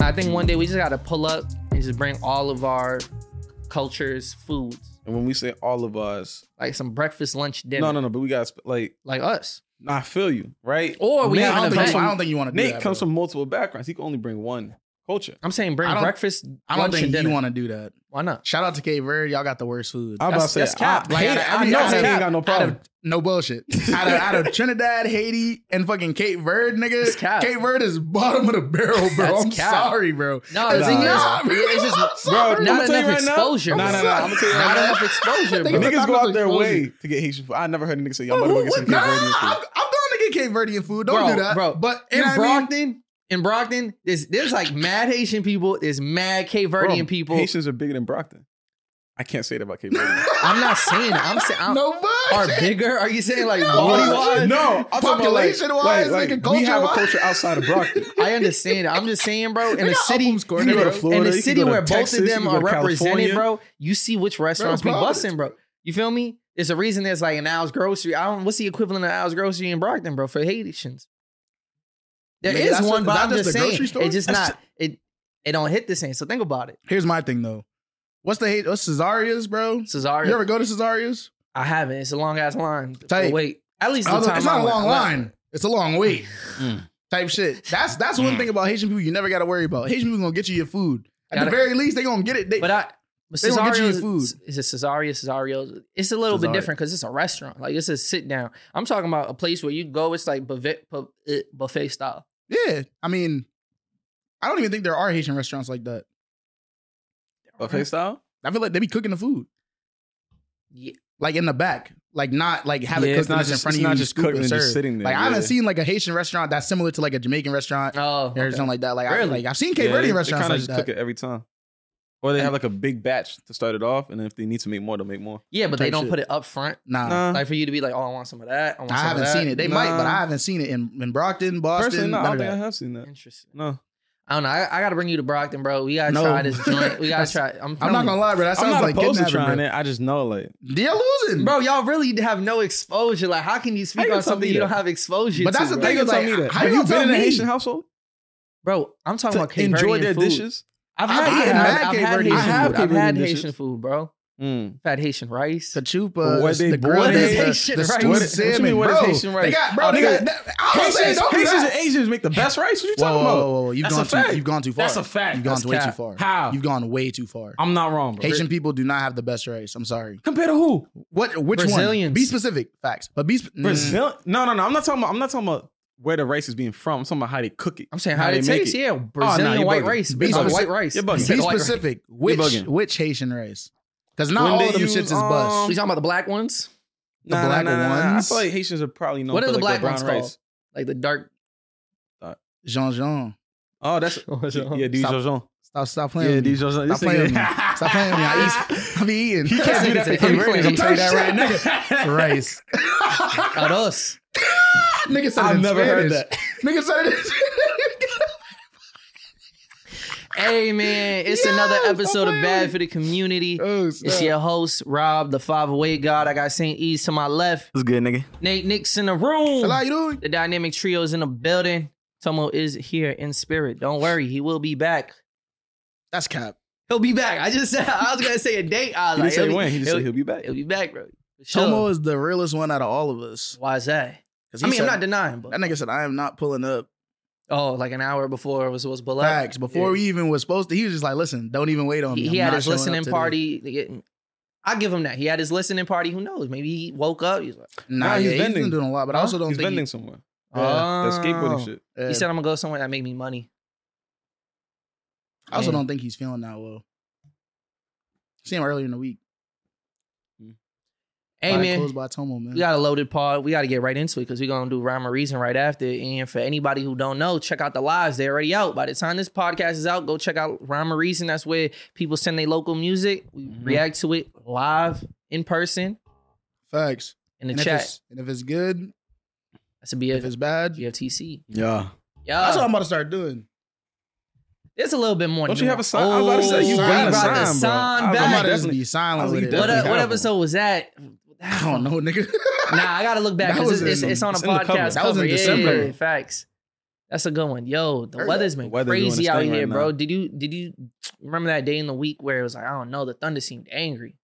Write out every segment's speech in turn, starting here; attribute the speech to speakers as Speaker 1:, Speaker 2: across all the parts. Speaker 1: I think one day we just gotta pull up and just bring all of our cultures, foods,
Speaker 2: And when we say all of us,
Speaker 1: like some breakfast, lunch, dinner,
Speaker 2: no, no, no, but we got sp- like,
Speaker 1: like us.
Speaker 2: nah, I feel you, right?
Speaker 1: Or we
Speaker 2: Nate
Speaker 1: have
Speaker 2: comes
Speaker 1: an
Speaker 2: from-
Speaker 1: event.
Speaker 2: I don't
Speaker 3: think you want to do
Speaker 2: Nate
Speaker 3: that.
Speaker 2: comes
Speaker 3: bro.
Speaker 2: from multiple backgrounds. He can only bring one culture.
Speaker 1: I'm saying bring
Speaker 3: I don't-
Speaker 1: breakfast,
Speaker 3: I don't
Speaker 1: lunch, and
Speaker 3: think you
Speaker 1: dinner.
Speaker 3: want to do that.
Speaker 1: Why not?
Speaker 3: Shout out to K Verde. Y'all got the worst food.
Speaker 2: I'm about
Speaker 1: That's-
Speaker 2: to say,
Speaker 1: that's cap.
Speaker 2: I,
Speaker 1: Like,
Speaker 2: hate
Speaker 3: out
Speaker 2: it.
Speaker 3: of
Speaker 2: I
Speaker 3: every-
Speaker 2: know
Speaker 3: out
Speaker 2: Nate
Speaker 3: of-
Speaker 2: ain't got no problem.
Speaker 3: Out of, no bullshit. out, of, out of Trinidad, Haiti, and fucking Cape Verde,
Speaker 1: It's
Speaker 3: nigga.
Speaker 1: cap.
Speaker 3: Cape Verde is bottom of the barrel, bro.
Speaker 1: That's
Speaker 3: I'm
Speaker 1: cap.
Speaker 3: sorry, bro.
Speaker 1: No,
Speaker 3: It's
Speaker 1: the thing is,
Speaker 3: not, bro.
Speaker 1: it's
Speaker 3: I'm
Speaker 1: just
Speaker 2: Bro,
Speaker 3: sorry.
Speaker 2: I'm
Speaker 1: not
Speaker 2: gonna tell you
Speaker 1: enough
Speaker 2: right now-
Speaker 1: exposure.
Speaker 2: Nah,
Speaker 1: bro.
Speaker 2: nah, nah, I'm gonna tell you right
Speaker 1: Not
Speaker 2: now.
Speaker 1: enough exposure, bro.
Speaker 3: Niggas
Speaker 2: Niggas
Speaker 3: I'm
Speaker 2: go
Speaker 3: not
Speaker 2: out their
Speaker 3: exposing
Speaker 2: way
Speaker 3: you.
Speaker 2: to get Haitian food. I never heard a nigga say, y'all
Speaker 3: Who-
Speaker 2: better go
Speaker 3: who-
Speaker 2: get some
Speaker 3: nah,
Speaker 2: Cape Verdean
Speaker 3: I'm,
Speaker 2: food.
Speaker 3: I'm going to get Cape Verdean food. Don't
Speaker 1: bro,
Speaker 3: do that,
Speaker 1: bro.
Speaker 3: But you
Speaker 1: in
Speaker 3: know what I mean?
Speaker 1: Brockton, in Brockton, there's there's like mad Haitian people, there's mad Cape
Speaker 2: Bro,
Speaker 1: Verdean people.
Speaker 2: Haitians are bigger than Brockton. I can't say that about Cape Verde.
Speaker 1: I'm not saying I'm saying I'm,
Speaker 3: no
Speaker 1: are
Speaker 3: bullshit.
Speaker 1: bigger. Are you saying like
Speaker 3: No,
Speaker 1: body wise?
Speaker 2: no, I'm talking about, like-
Speaker 3: Population-wise,
Speaker 2: like,
Speaker 3: nigga,
Speaker 2: we have a
Speaker 3: culture-wise.
Speaker 2: culture outside of Brockton.
Speaker 1: I understand. it. I'm just saying, bro. In
Speaker 3: We
Speaker 1: a
Speaker 3: got
Speaker 1: city,
Speaker 3: Upham's corner,
Speaker 1: you
Speaker 3: You go
Speaker 1: know,
Speaker 3: to
Speaker 2: Florida,
Speaker 1: in
Speaker 2: you
Speaker 1: a
Speaker 2: can
Speaker 1: city
Speaker 2: go to
Speaker 1: where
Speaker 2: Texas,
Speaker 1: both
Speaker 2: you
Speaker 1: of
Speaker 2: can
Speaker 1: them
Speaker 2: go
Speaker 1: are
Speaker 2: to
Speaker 1: represented,
Speaker 2: California.
Speaker 1: bro. You see which restaurants
Speaker 3: Bro,
Speaker 1: be
Speaker 3: Providence.
Speaker 1: busting, bro. You feel me? It's a reason there's like an Al's grocery. I don't. What's the equivalent of Al's grocery in Brockton, bro? For Haitians, there
Speaker 3: Nigga,
Speaker 1: is
Speaker 3: that's
Speaker 1: one,
Speaker 3: what-
Speaker 1: but
Speaker 3: that
Speaker 1: I'm
Speaker 3: is
Speaker 1: just
Speaker 3: the
Speaker 1: saying
Speaker 3: grocery store?
Speaker 1: it just
Speaker 3: That's-
Speaker 1: not it. It don't hit the same. So think about it.
Speaker 3: Here's my thing, though. What's the hate? What's Cesaria's, bro?
Speaker 1: Cesario,
Speaker 3: You ever go to Cesaria's?
Speaker 1: I haven't. It's a long ass line. to
Speaker 3: Tight.
Speaker 1: Wait, at least the
Speaker 3: Although
Speaker 1: time
Speaker 3: it's not
Speaker 1: I
Speaker 3: a
Speaker 1: went,
Speaker 3: long
Speaker 1: I went-
Speaker 3: line. It's a long wait.
Speaker 2: Mm.
Speaker 3: Type shit. That's that's one thing about Haitian people you never got to worry about. Haitian people gonna get you your food. At
Speaker 1: Gotta-
Speaker 3: the very least, they gonna get it. They,
Speaker 1: But I but
Speaker 3: They don't get you
Speaker 1: Cesario's
Speaker 3: food.
Speaker 1: Is it Cesario? Cesario? It's a little bit
Speaker 2: Cesario.
Speaker 1: different because it's a restaurant. Like it's a sit down. I'm talking about a place where you go. It's like buffet bu- uh, buffet style.
Speaker 3: yeah, I mean, I don't even think there are Haitian restaurants like that.
Speaker 2: Buffet style?
Speaker 3: I feel like they be cooking the food
Speaker 1: Yeah.
Speaker 3: like in the back, like not like have
Speaker 2: Yeah,
Speaker 3: it
Speaker 2: it's
Speaker 3: cooked and
Speaker 2: not
Speaker 3: it's in
Speaker 2: just-
Speaker 3: front
Speaker 2: it's
Speaker 3: of you.
Speaker 2: not
Speaker 3: you
Speaker 2: just
Speaker 3: scoop
Speaker 2: cooking
Speaker 3: and
Speaker 2: and just
Speaker 3: serve.
Speaker 2: sitting there,
Speaker 3: Like I haven't
Speaker 2: yeah.
Speaker 3: seen like a Haitian restaurant that's similar to like a Jamaican restaurant
Speaker 1: Oh, okay.
Speaker 3: or something like that. Like I
Speaker 1: Really?
Speaker 3: like I've seen Cape Verdean
Speaker 2: they,
Speaker 3: restaurants
Speaker 2: kind of
Speaker 3: like
Speaker 2: just
Speaker 3: that.
Speaker 2: cook it every time. Or they have like a big batch to start it off, and then if they need to make more, they'll make more.
Speaker 1: yeah, but they
Speaker 3: type
Speaker 1: don't
Speaker 3: shit.
Speaker 1: put it up front.
Speaker 3: Nah,
Speaker 2: Nah.
Speaker 1: Like for you to be like, oh, I want some of that. I, want
Speaker 3: I
Speaker 1: some of
Speaker 3: haven't
Speaker 1: that.
Speaker 3: seen it. They might, but
Speaker 2: Nah.
Speaker 3: I haven't seen it in, in Brockton,
Speaker 2: Personally,
Speaker 3: Boston.
Speaker 2: no, I
Speaker 3: none
Speaker 2: don't
Speaker 3: of
Speaker 2: think I
Speaker 3: that.
Speaker 2: have seen that.
Speaker 1: Interesting.
Speaker 2: No.
Speaker 1: I don't know. I, I got to bring you to Brockton, bro. We gotta
Speaker 3: No.
Speaker 1: try this joint. We gotta
Speaker 3: That's-
Speaker 1: try. I'm,
Speaker 3: I'm not
Speaker 1: telling
Speaker 3: gonna lie, bro. That sounds like kidnapping, bro.
Speaker 2: it. I just know like
Speaker 3: They're losing,
Speaker 1: you. Bro, y'all really have no exposure. Like, how can you
Speaker 2: How
Speaker 1: speak on
Speaker 2: you gonna tell
Speaker 1: something
Speaker 2: me
Speaker 1: you
Speaker 2: that?
Speaker 1: don't have exposure?
Speaker 3: But that's
Speaker 1: to,
Speaker 3: the
Speaker 1: bro.
Speaker 3: thing,
Speaker 2: you
Speaker 3: is,
Speaker 2: tell
Speaker 3: like,
Speaker 2: me that.
Speaker 3: how
Speaker 2: Have
Speaker 3: you
Speaker 2: you
Speaker 3: gonna
Speaker 2: been in
Speaker 3: tell
Speaker 2: a
Speaker 3: me?
Speaker 2: Haitian household?
Speaker 1: bro. I'm talking about
Speaker 2: To enjoy
Speaker 1: Cape
Speaker 2: their
Speaker 1: Verdean food.
Speaker 2: dishes?
Speaker 1: I've
Speaker 3: I've
Speaker 1: had,
Speaker 3: had
Speaker 1: yeah, I've,
Speaker 3: mad
Speaker 1: I've
Speaker 3: Cape
Speaker 1: had
Speaker 3: Verdean
Speaker 1: Haitian
Speaker 3: food.
Speaker 1: food. I've
Speaker 2: Cape
Speaker 1: had
Speaker 2: Verdean
Speaker 1: Haitian
Speaker 2: dishes.
Speaker 1: food, bro.
Speaker 2: Mm.
Speaker 1: I've had Haitian rice.
Speaker 3: Kachupa,
Speaker 2: What they
Speaker 3: the
Speaker 2: boil
Speaker 3: grilled
Speaker 2: it?
Speaker 3: eggs,
Speaker 1: Haitian
Speaker 3: the
Speaker 1: rice. What-
Speaker 3: stewed
Speaker 2: what you mean,
Speaker 3: salmon,
Speaker 2: what is
Speaker 3: bro.
Speaker 2: Haitian
Speaker 3: They
Speaker 2: rice?
Speaker 3: got, bro.
Speaker 2: Oh,
Speaker 3: they
Speaker 2: nigga,
Speaker 3: got. I was saying,
Speaker 2: Haitians,
Speaker 3: don't do
Speaker 2: Haitians
Speaker 3: that.
Speaker 2: and Asians make the best rice. What you
Speaker 3: Whoa,
Speaker 2: talking
Speaker 3: whoa,
Speaker 2: about?
Speaker 3: whoa, whoa! You've
Speaker 4: That's
Speaker 3: gone
Speaker 4: a
Speaker 3: too.
Speaker 4: fact.
Speaker 3: You've gone too far.
Speaker 4: That's a fact.
Speaker 3: You've gone
Speaker 4: That's
Speaker 3: way too
Speaker 4: cap.
Speaker 3: far.
Speaker 4: How?
Speaker 3: You've gone way too far.
Speaker 4: I'm not wrong, bro.
Speaker 3: Haitian people do not have the best rice. I'm sorry.
Speaker 2: Compared to who?
Speaker 3: What? Which one?
Speaker 1: Brazilians.
Speaker 3: Be specific. Facts. But be sp- mm.
Speaker 2: Brazil? No, no, no. I'm not talking about. I'm not talking about where the rice is being from. I'm talking about how they cook it.
Speaker 1: I'm saying how, it tastes. Yeah, Brazilian
Speaker 2: you're
Speaker 1: white
Speaker 2: bugging.
Speaker 1: rice.
Speaker 3: Be
Speaker 1: It's on
Speaker 3: specific.
Speaker 1: white rice.
Speaker 2: You're
Speaker 1: You
Speaker 2: bugging.
Speaker 1: said
Speaker 3: Be
Speaker 1: white rice.
Speaker 3: specific.
Speaker 2: You're
Speaker 3: Which
Speaker 2: bugging.
Speaker 3: which Haitian rice? Because not
Speaker 2: When
Speaker 3: all
Speaker 2: they
Speaker 3: of them
Speaker 2: use,
Speaker 3: shits is
Speaker 2: um,
Speaker 1: You
Speaker 3: bust.
Speaker 1: talking about the black ones?
Speaker 3: The black
Speaker 2: I
Speaker 3: ones?
Speaker 2: feel like Haitians are probably known
Speaker 1: What
Speaker 2: for
Speaker 1: are the
Speaker 2: like
Speaker 1: black
Speaker 2: their brown
Speaker 1: ones
Speaker 2: rice.
Speaker 1: called? Like the dark.
Speaker 3: Jean Jean.
Speaker 2: Oh, that's yeah, Dijon.
Speaker 3: Stop stop playing.
Speaker 2: Yeah,
Speaker 3: with me.
Speaker 2: Dijon.
Speaker 3: Stop playing with me. Stop playing with me. I eat. I be eating.
Speaker 2: You can't do that to Cape Verdeans. I'm telling you that right now.
Speaker 3: Rice.
Speaker 1: Arroz.
Speaker 3: Nigga said
Speaker 2: I've
Speaker 3: it in
Speaker 2: never heard
Speaker 3: Spanish.
Speaker 2: that.
Speaker 3: Nigga said it. in-
Speaker 1: Hey man, it's
Speaker 3: Yo,
Speaker 1: another
Speaker 3: stop
Speaker 1: episode of
Speaker 3: playing
Speaker 1: Bad
Speaker 3: with
Speaker 1: for the Community.
Speaker 3: oh,
Speaker 1: It's
Speaker 3: snap.
Speaker 1: your host Rob, the five away god. I got Saint E's to my left.
Speaker 2: That's good, nigga.
Speaker 1: Nate Nick's in the
Speaker 3: Hello,
Speaker 1: room.
Speaker 3: you doing?
Speaker 1: The dynamic trio is in the building. Tomo is here in spirit. Don't worry, he will be back.
Speaker 3: That's cap.
Speaker 1: He'll be back. I just said I was gonna say a date. I was
Speaker 2: He
Speaker 1: like,
Speaker 2: didn't say
Speaker 1: he'll be-
Speaker 2: when. He just
Speaker 1: he'll,
Speaker 2: said he'll be back.
Speaker 1: he'll be back, bro. For Sure.
Speaker 3: Tomo is the realest one out of all of us.
Speaker 1: Why is that?
Speaker 3: 'Cause he
Speaker 1: I mean, I'm
Speaker 3: said-
Speaker 1: not denying, but
Speaker 3: That nigga said, I am not pulling up.
Speaker 1: oh, like an hour before it was was below.
Speaker 3: Facts. Before
Speaker 1: Yeah.
Speaker 3: we even was supposed to, he was just like, listen, don't even wait on me.
Speaker 1: he,
Speaker 3: I'm
Speaker 1: he had
Speaker 3: not
Speaker 1: his
Speaker 3: showing up
Speaker 1: listening
Speaker 3: today.
Speaker 1: party. I give him that. He had his listening party. Who knows? Maybe he woke up. He's like,
Speaker 3: Nah,
Speaker 2: Nah, he's
Speaker 3: yeah, he's been
Speaker 2: bending.
Speaker 3: doing a lot, but I
Speaker 1: Huh?
Speaker 3: also don't
Speaker 2: He's
Speaker 3: think.
Speaker 2: bending somewhere.
Speaker 1: oh.
Speaker 2: That skateboarding shit.
Speaker 3: He,
Speaker 1: He
Speaker 3: yeah.
Speaker 1: said, "I'm gonna go somewhere that make me money."
Speaker 3: I also
Speaker 1: Yeah.
Speaker 3: don't think he's feeling that well. See him earlier in the week.
Speaker 1: Hey
Speaker 3: Body
Speaker 1: man,
Speaker 3: Closed by Tomo, man.
Speaker 1: we got a loaded pod. We got to get right into it because we're gonna do rhyme or reason right after. And for anybody who don't know, check out the lives. They're already out. By the time this podcast is out, go check out rhyme or reason. That's where people send their local music. We
Speaker 2: Mhm.
Speaker 1: react to it live in person
Speaker 3: Facts.
Speaker 1: in the
Speaker 3: and If
Speaker 1: chat.
Speaker 3: it's, and if it's good,
Speaker 1: That's a
Speaker 3: if
Speaker 1: BF,
Speaker 3: it's bad,
Speaker 1: BFTC.
Speaker 2: Yeah.
Speaker 3: that's what
Speaker 1: Yeah,
Speaker 3: I'm about to start doing.
Speaker 1: it's a little bit more.
Speaker 2: Don't you have a
Speaker 1: nuance.
Speaker 2: sign? I was about to say you
Speaker 1: Oh,
Speaker 3: brought
Speaker 1: we
Speaker 3: a
Speaker 1: brought the
Speaker 2: sign, bro.
Speaker 1: sign
Speaker 2: I was
Speaker 3: I'm
Speaker 1: back.
Speaker 3: about
Speaker 2: like,
Speaker 3: to just
Speaker 2: definitely-
Speaker 3: be
Speaker 2: I
Speaker 3: silent
Speaker 2: was
Speaker 3: with
Speaker 2: like,
Speaker 3: it.
Speaker 2: you
Speaker 1: What,
Speaker 2: definitely
Speaker 1: uh,
Speaker 2: have
Speaker 1: what
Speaker 2: one.
Speaker 1: episode was that?
Speaker 3: I don't know, nigga.
Speaker 1: Nah, I gotta look back
Speaker 3: That
Speaker 1: because
Speaker 3: was
Speaker 1: it's,
Speaker 3: in-
Speaker 1: it's on a
Speaker 2: it's in the
Speaker 1: podcast.
Speaker 2: cover.
Speaker 3: That was in
Speaker 1: cover. Yeah,
Speaker 3: December.
Speaker 1: yeah, yeah, facts. That's a good one. Yo, the
Speaker 3: Heard
Speaker 1: weather's
Speaker 3: that.
Speaker 1: been
Speaker 2: The weather doing
Speaker 1: crazy
Speaker 2: its
Speaker 1: out
Speaker 2: thing
Speaker 1: here,
Speaker 2: right
Speaker 1: bro.
Speaker 2: now.
Speaker 1: Did you did you remember that day in the week where it was like, I don't know, the thunder seemed angry.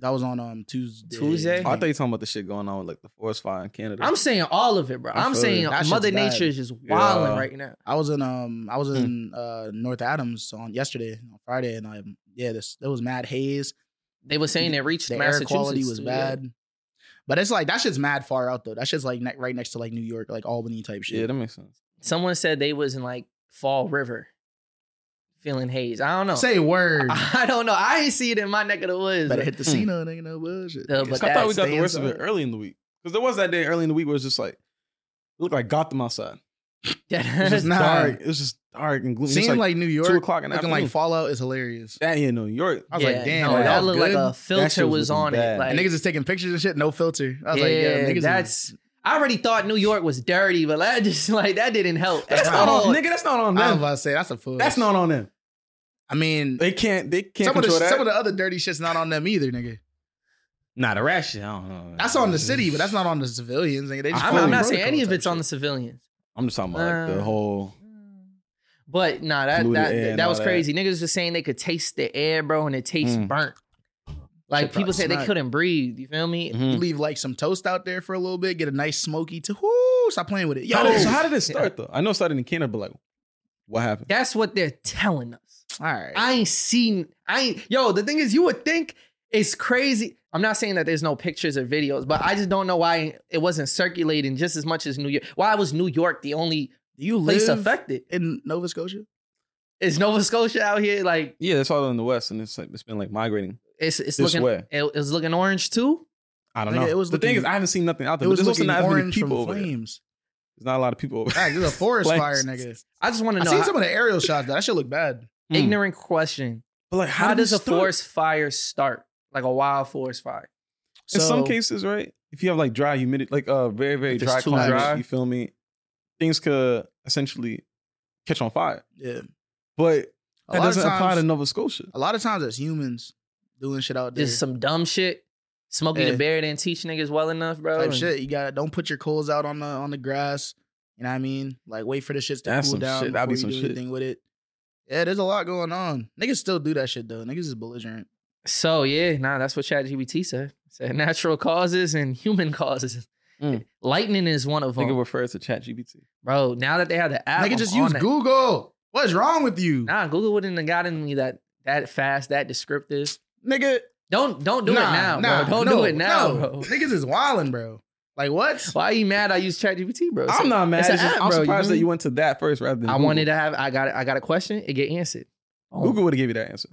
Speaker 3: That was on um Tuesday.
Speaker 1: Tuesday?
Speaker 2: Oh, I thought you were talking about the shit going on with like the forest fire in Canada.
Speaker 1: I'm saying all of it, bro.
Speaker 2: I
Speaker 1: I'm
Speaker 2: feel
Speaker 1: saying
Speaker 2: you.
Speaker 3: That shit's
Speaker 1: Mother
Speaker 3: bad.
Speaker 1: Nature is just wilding
Speaker 2: Yeah.
Speaker 1: right now.
Speaker 3: I was in um I
Speaker 2: Hmm.
Speaker 3: was in uh North Adams on yesterday on Friday and um yeah this there was mad haze
Speaker 1: They were saying it reached
Speaker 3: the air
Speaker 1: Massachusetts.
Speaker 3: quality was
Speaker 1: too, yeah.
Speaker 3: bad but it's like that shit's mad far out though that shit's like ne- right next to like New York like Albany type shit
Speaker 2: yeah, that makes sense.
Speaker 1: Someone said they was in like Fall River, feeling haze. I don't know.
Speaker 3: say word
Speaker 1: I don't know. I ain't see it in my neck of the woods.
Speaker 3: better
Speaker 1: but-
Speaker 3: hit the
Speaker 2: Hmm.
Speaker 3: casino ain't no bullshit
Speaker 1: No, but
Speaker 2: I thought we
Speaker 1: that's-
Speaker 2: got the worst of it early in the week because there was that day early in the week where it was just like it looked like Gotham outside. It was
Speaker 1: Yeah,
Speaker 2: just
Speaker 3: Nah.
Speaker 2: dark. It was just dark and gloomy. It was
Speaker 3: seeing like, New York
Speaker 2: two o'clock in the
Speaker 3: looking
Speaker 2: afternoon.
Speaker 3: like Fallout is hilarious
Speaker 2: that in New York.
Speaker 3: I was like damn
Speaker 1: no,
Speaker 3: like,
Speaker 1: that
Speaker 3: all
Speaker 1: looked like
Speaker 3: good?
Speaker 1: a
Speaker 2: That shit
Speaker 1: filter
Speaker 2: was
Speaker 1: was
Speaker 2: looking
Speaker 1: on it.
Speaker 2: bad.
Speaker 1: Like,
Speaker 3: and niggas is taking pictures and shit no filter I was like
Speaker 1: Yeah,
Speaker 3: yeah niggas is-
Speaker 1: that's- I already thought New York was dirty, but that just like that didn't help.
Speaker 2: That's
Speaker 1: at
Speaker 2: not
Speaker 1: all.
Speaker 2: on, nigga. That's not on
Speaker 3: I was
Speaker 2: them.
Speaker 3: about to say that's a fool
Speaker 2: That's not on them.
Speaker 3: I mean
Speaker 2: They can't. They can't
Speaker 3: some of, the,
Speaker 2: control that.
Speaker 3: some of the other dirty shit's not on them either nigga
Speaker 2: nah, the rat shit. I don't know.
Speaker 3: that's on the city but that's not on the civilians nigga they just
Speaker 1: Uh, I'm,
Speaker 2: fully
Speaker 1: I'm not
Speaker 3: protocol
Speaker 1: saying any of
Speaker 3: type
Speaker 1: it's on
Speaker 3: shit.
Speaker 1: the civilians,
Speaker 2: I'm just talking about like,
Speaker 1: Uh,
Speaker 2: the whole.
Speaker 1: but nah, that
Speaker 2: Polluted
Speaker 1: that
Speaker 2: air
Speaker 1: that,
Speaker 2: and all
Speaker 1: was
Speaker 2: that.
Speaker 1: crazy. Niggas was saying they could taste the air, bro, and it tastes
Speaker 2: Mm.
Speaker 1: burnt. Like
Speaker 3: Shit probably
Speaker 1: people said, they
Speaker 3: smack.
Speaker 1: couldn't breathe. You feel me?
Speaker 2: Mhm.
Speaker 3: You leave like some toast out there for a little bit, get a nice smoky to whoo, stop playing with it. Yo,
Speaker 2: How did-
Speaker 3: this-
Speaker 2: so how did it start though? I know it started in Canada, but like, what happened?
Speaker 1: That's what they're telling us.
Speaker 3: all right.
Speaker 1: I ain't seen. I ain't. Yo, the thing is, you would think it's crazy. I'm not saying that there's no pictures or videos, but I just don't know why it wasn't circulating just as much as New York. Why was New York the only
Speaker 3: Do you
Speaker 1: place
Speaker 3: live
Speaker 1: affected?
Speaker 3: in Nova Scotia?
Speaker 1: Is Nova Scotia out here like
Speaker 2: Yeah, that's all in the West, and it's like it's been like migrating.
Speaker 1: it's it's
Speaker 2: This
Speaker 1: looking
Speaker 2: way.
Speaker 1: it, it was looking orange too?
Speaker 2: I don't
Speaker 3: Nigga,
Speaker 2: know.
Speaker 3: it was
Speaker 2: the thing
Speaker 3: looking-
Speaker 2: is, I haven't seen nothing out
Speaker 3: It
Speaker 2: there.
Speaker 3: was
Speaker 2: but there's also
Speaker 3: looking
Speaker 2: not as many
Speaker 3: orange from
Speaker 2: people over there.
Speaker 3: flames.
Speaker 2: There's not a lot of people over there.
Speaker 3: Fact, there's a forest
Speaker 2: Flames.
Speaker 3: fire, nigga.
Speaker 1: I just want to
Speaker 3: I
Speaker 1: know.
Speaker 3: seen
Speaker 1: how-
Speaker 3: some of the aerial shots. Though. That shit look bad.
Speaker 2: Hmm.
Speaker 1: ignorant question.
Speaker 2: But like,
Speaker 1: How,
Speaker 2: did
Speaker 1: does
Speaker 2: it
Speaker 1: a
Speaker 2: start?
Speaker 1: forest fire start? Like a wild forest fire?
Speaker 2: In some
Speaker 3: So-
Speaker 2: cases, right? If you have like dry humidity, like uh very very
Speaker 1: If it's
Speaker 2: dry
Speaker 1: too
Speaker 2: climate,
Speaker 1: dry.
Speaker 2: you feel me? Things could essentially catch on fire,
Speaker 3: Yeah,
Speaker 2: but
Speaker 3: a
Speaker 2: that
Speaker 3: lot of
Speaker 2: doesn't apply to
Speaker 3: times.
Speaker 2: Nova Scotia.
Speaker 3: A lot of times, it's humans doing shit out there.
Speaker 1: Just some dumb shit. Smokey
Speaker 3: Yeah.
Speaker 1: the Bear didn't teach niggas well enough, bro.
Speaker 3: type
Speaker 1: and-
Speaker 3: shit. You got don't put your coals out on the on the grass. You know what I mean? Like wait for the shits to
Speaker 2: That's
Speaker 3: cool
Speaker 2: some
Speaker 3: down
Speaker 2: shit.
Speaker 3: before
Speaker 2: That'd be
Speaker 3: you
Speaker 2: some
Speaker 3: do
Speaker 2: shit.
Speaker 3: anything with it. Yeah, there's a lot going on. Niggas still do that shit though. Niggas is belligerent.
Speaker 1: So yeah, nah, that's what ChatGPT said. It Said natural causes and human causes.
Speaker 3: Hmm.
Speaker 2: Mm.
Speaker 1: Lightning is one of
Speaker 2: I think it
Speaker 1: them,
Speaker 2: refers to Chat GPT.
Speaker 1: bro. Now that they have the app,
Speaker 3: Nigga,
Speaker 1: I'm
Speaker 3: just
Speaker 1: on
Speaker 3: use
Speaker 1: that.
Speaker 3: Google. What's wrong with you?
Speaker 1: Nah, Google wouldn't have gotten me that that fast, that descriptive.
Speaker 3: Nigga,
Speaker 1: Don't don't do
Speaker 3: nah,
Speaker 1: it now,
Speaker 3: nah,
Speaker 1: bro. Don't
Speaker 3: no,
Speaker 1: do it now,
Speaker 3: no.
Speaker 1: bro.
Speaker 3: Niggas is wildin', bro. Like what?
Speaker 1: Why are you mad? I use ChatGPT, bro.
Speaker 2: I'm not mad.
Speaker 1: it's an
Speaker 2: It's just-
Speaker 1: app,
Speaker 2: I'm
Speaker 1: bro, you
Speaker 2: surprised
Speaker 1: feel
Speaker 2: that
Speaker 1: me?
Speaker 2: you went to that first rather than
Speaker 1: I
Speaker 2: Google.
Speaker 1: wanted to have. I got. I got a question. It get answered. Oh,
Speaker 2: Google would have gave you that answer.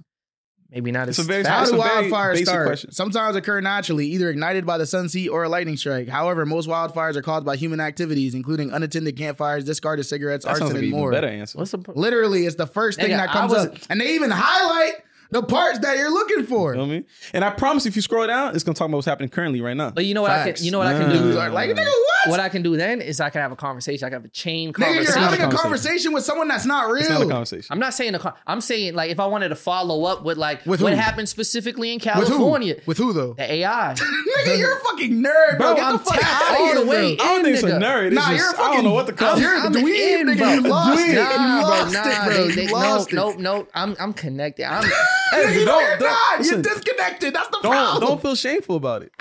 Speaker 1: Maybe not.
Speaker 2: It's
Speaker 1: as
Speaker 2: a very-
Speaker 3: How
Speaker 1: fast.
Speaker 2: That's
Speaker 3: do
Speaker 2: a very
Speaker 3: wildfires
Speaker 2: basic
Speaker 3: start?
Speaker 2: question.
Speaker 3: Sometimes occur naturally, either ignited by the sun, heat, or a lightning strike. However, most wildfires are caused by human activities, including unattended campfires, discarded cigarettes,
Speaker 2: That sounds
Speaker 3: arson,
Speaker 2: like an
Speaker 3: and
Speaker 2: even
Speaker 3: more.
Speaker 2: better answer.
Speaker 1: What's the? pro-
Speaker 3: Literally, it's the first thing
Speaker 1: Nigga,
Speaker 3: that
Speaker 1: I
Speaker 3: comes
Speaker 1: was-
Speaker 3: up, and they even highlight the parts that you're looking for.
Speaker 2: You know what I mean? And I promise if you scroll down, it's gonna talk about what's happening curently right now.
Speaker 1: But you know what? I
Speaker 3: Facts.
Speaker 1: can, you know what I can do.
Speaker 3: Dudes are like,
Speaker 2: Uh,
Speaker 3: nigga, what?
Speaker 1: What I can do then is I can have a conversation. I can have a chain
Speaker 3: nigga,
Speaker 1: conversation.
Speaker 3: you're
Speaker 2: not
Speaker 3: having a
Speaker 2: a
Speaker 3: conversation.
Speaker 2: conversation.
Speaker 3: with someone that's not
Speaker 2: It's not a
Speaker 3: real.
Speaker 2: conversation.
Speaker 1: I'm not saying a con- I'm saying like if I wanted to follow up with like
Speaker 3: With
Speaker 1: what
Speaker 3: who?
Speaker 1: happened specifically in
Speaker 3: With who?
Speaker 1: California,
Speaker 3: With who though?
Speaker 1: the AI.
Speaker 3: nigga, you're a fucking nerd, bro.
Speaker 1: Bro,
Speaker 3: Get
Speaker 1: I'm
Speaker 3: the fuck
Speaker 1: tapped
Speaker 3: out
Speaker 1: all
Speaker 3: here,
Speaker 1: the
Speaker 3: bro.
Speaker 1: way
Speaker 2: I don't think it's a
Speaker 1: nigga.
Speaker 2: nerd. It's
Speaker 3: Nah,
Speaker 2: just,
Speaker 3: you're a
Speaker 2: I
Speaker 3: fucking-
Speaker 2: don't know what the
Speaker 1: I'm-
Speaker 2: call.
Speaker 3: You're a
Speaker 1: I'm
Speaker 3: dweeb,
Speaker 1: in,
Speaker 3: nigga.
Speaker 1: bro.
Speaker 3: You lost
Speaker 2: Dweeb.
Speaker 3: it.
Speaker 1: Nah,
Speaker 3: you
Speaker 1: bro,
Speaker 3: lost
Speaker 1: nah,
Speaker 3: it, bro.
Speaker 1: they-
Speaker 3: you
Speaker 1: they-
Speaker 3: lost
Speaker 1: no,
Speaker 3: it.
Speaker 1: no, no. I'm I'm connected. I'm
Speaker 2: Hey,
Speaker 3: Nigga,
Speaker 2: don't-
Speaker 3: no, you're
Speaker 2: don't-
Speaker 3: not.
Speaker 2: listen.
Speaker 3: you're disconnected. That's the
Speaker 2: Don't
Speaker 3: problem.
Speaker 2: don't feel shameful about it.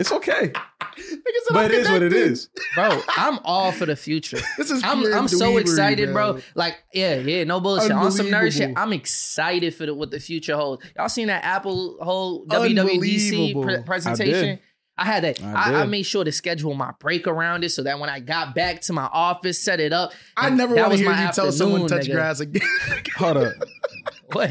Speaker 2: It's okay,
Speaker 3: Nigga said
Speaker 2: but
Speaker 3: I'm
Speaker 2: it is what it
Speaker 3: connected.
Speaker 2: is.
Speaker 1: bro. I'm all for the future.
Speaker 3: This is
Speaker 1: I'm
Speaker 3: pure
Speaker 1: I'm so
Speaker 3: dweebery,
Speaker 1: excited, bro. Like, yeah, yeah, no bullshit. On some nerd shit,
Speaker 3: Unbelievable.
Speaker 1: I'm excited for the, what the future holds. Y'all seen that Apple whole WWDC pre-
Speaker 3: Unbelievable.
Speaker 1: presentation? I, had that.
Speaker 2: I
Speaker 1: I, I,
Speaker 2: did.
Speaker 1: made sure to schedule my break around it so that when I got back to my office, set it up.
Speaker 3: I
Speaker 1: and
Speaker 3: never
Speaker 1: that
Speaker 3: want to
Speaker 1: was
Speaker 3: hear
Speaker 1: my
Speaker 3: you tell someone
Speaker 1: afternoon,
Speaker 3: touch
Speaker 1: nigga.
Speaker 3: grass again.
Speaker 2: Hold up.
Speaker 1: What?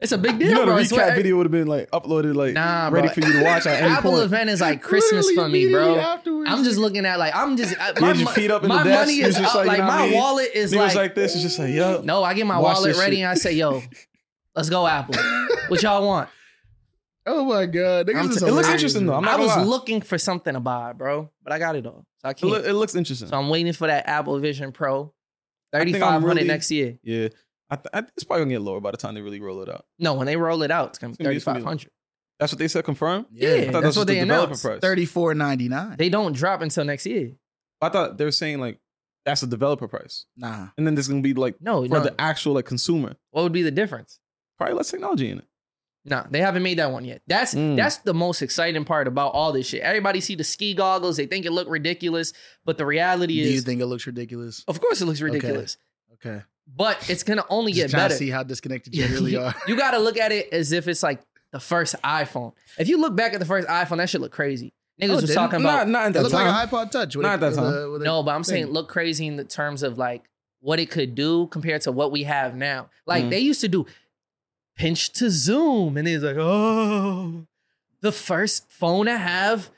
Speaker 1: It's a big deal,
Speaker 2: You know the
Speaker 1: bro. I swear.
Speaker 2: recap video would have been like uploaded, like
Speaker 1: Nah, bro.
Speaker 2: ready for you to watch at any
Speaker 1: Apple
Speaker 2: point.
Speaker 1: event is like Christmas for
Speaker 3: Literally
Speaker 1: me, bro.
Speaker 3: immediately afterwards.
Speaker 1: I'm just looking at like I'm just I-
Speaker 2: You
Speaker 1: my,
Speaker 2: had your
Speaker 1: mo-
Speaker 2: feet up in the
Speaker 1: my
Speaker 2: desk.
Speaker 1: money
Speaker 2: You
Speaker 1: is
Speaker 2: was just
Speaker 1: up.
Speaker 2: like,
Speaker 1: Like,
Speaker 2: you know what I
Speaker 1: my
Speaker 2: mean?
Speaker 1: wallet is
Speaker 2: Niggas like,
Speaker 1: like
Speaker 2: this, it's just like yo.
Speaker 1: No, I get my
Speaker 2: Watch
Speaker 1: wallet
Speaker 2: this
Speaker 1: ready
Speaker 2: shit.
Speaker 1: and I say, yo, let's go Apple. What y'all want?
Speaker 3: Oh my god,
Speaker 1: I'm
Speaker 3: niggas is
Speaker 1: t-
Speaker 2: it looks
Speaker 3: hilarious,
Speaker 2: interesting though.
Speaker 3: bro.
Speaker 2: I'm
Speaker 1: I
Speaker 2: not
Speaker 1: was
Speaker 2: gonna lie.
Speaker 1: looking for something to buy, bro, but I got it all. So I
Speaker 2: It,
Speaker 1: can't.
Speaker 2: loo- it looks interesting.
Speaker 1: so I'm waiting for that Apple Vision Pro.
Speaker 2: think I'm
Speaker 1: 3500
Speaker 2: really-
Speaker 1: next year.
Speaker 2: yeah, I th- I, it's probably gonna get lower by the time they really roll it out.
Speaker 1: No, when they roll it out, it's going to be
Speaker 2: gonna be- it's gonna be-
Speaker 1: 3500
Speaker 2: That's what they said. Confirm.
Speaker 1: Yeah,
Speaker 2: I
Speaker 1: that's
Speaker 2: thought that's
Speaker 1: what
Speaker 2: the
Speaker 1: they
Speaker 2: developer
Speaker 1: announced.
Speaker 2: price.
Speaker 3: Thirty four ninety nine.
Speaker 1: They don't drop until next year.
Speaker 2: I thought they were saying like That's a developer price.
Speaker 3: Nah.
Speaker 2: And then there's gonna be like
Speaker 1: No,
Speaker 2: for
Speaker 1: no.
Speaker 2: the actual like consumer,
Speaker 1: what would be the difference?
Speaker 2: probably less technology in it.
Speaker 1: No, they haven't made that one yet. That's
Speaker 2: Mm.
Speaker 1: that's the most exciting part about all this shit. Everybody see the ski goggles, they think it look ridiculous, but the reality
Speaker 3: Do you
Speaker 1: is,
Speaker 3: think it looks ridiculous?
Speaker 1: of course, it looks
Speaker 3: Okay.
Speaker 1: ridiculous.
Speaker 3: Okay.
Speaker 1: But it's gonna only get
Speaker 3: Just trying to
Speaker 1: better.
Speaker 3: see how disconnected you really are.
Speaker 1: you gotta look at it as if it's like the first iPhone. If you look back at the first iPhone, that shit look crazy. Niggas
Speaker 3: Oh,
Speaker 1: was
Speaker 3: didn't-
Speaker 1: talking about
Speaker 2: not not in
Speaker 3: It
Speaker 2: that
Speaker 3: looks
Speaker 2: time.
Speaker 3: like an iPod Touch. with
Speaker 2: Not
Speaker 3: a-
Speaker 2: that
Speaker 3: with
Speaker 2: time.
Speaker 3: a- with a
Speaker 1: No, but I'm saying
Speaker 3: thing.
Speaker 1: look crazy in the terms of like what it could do compared to what we have now. Like
Speaker 2: Mhm.
Speaker 1: they used to do pinch to zoom, and it's like, oh, the first phone to have.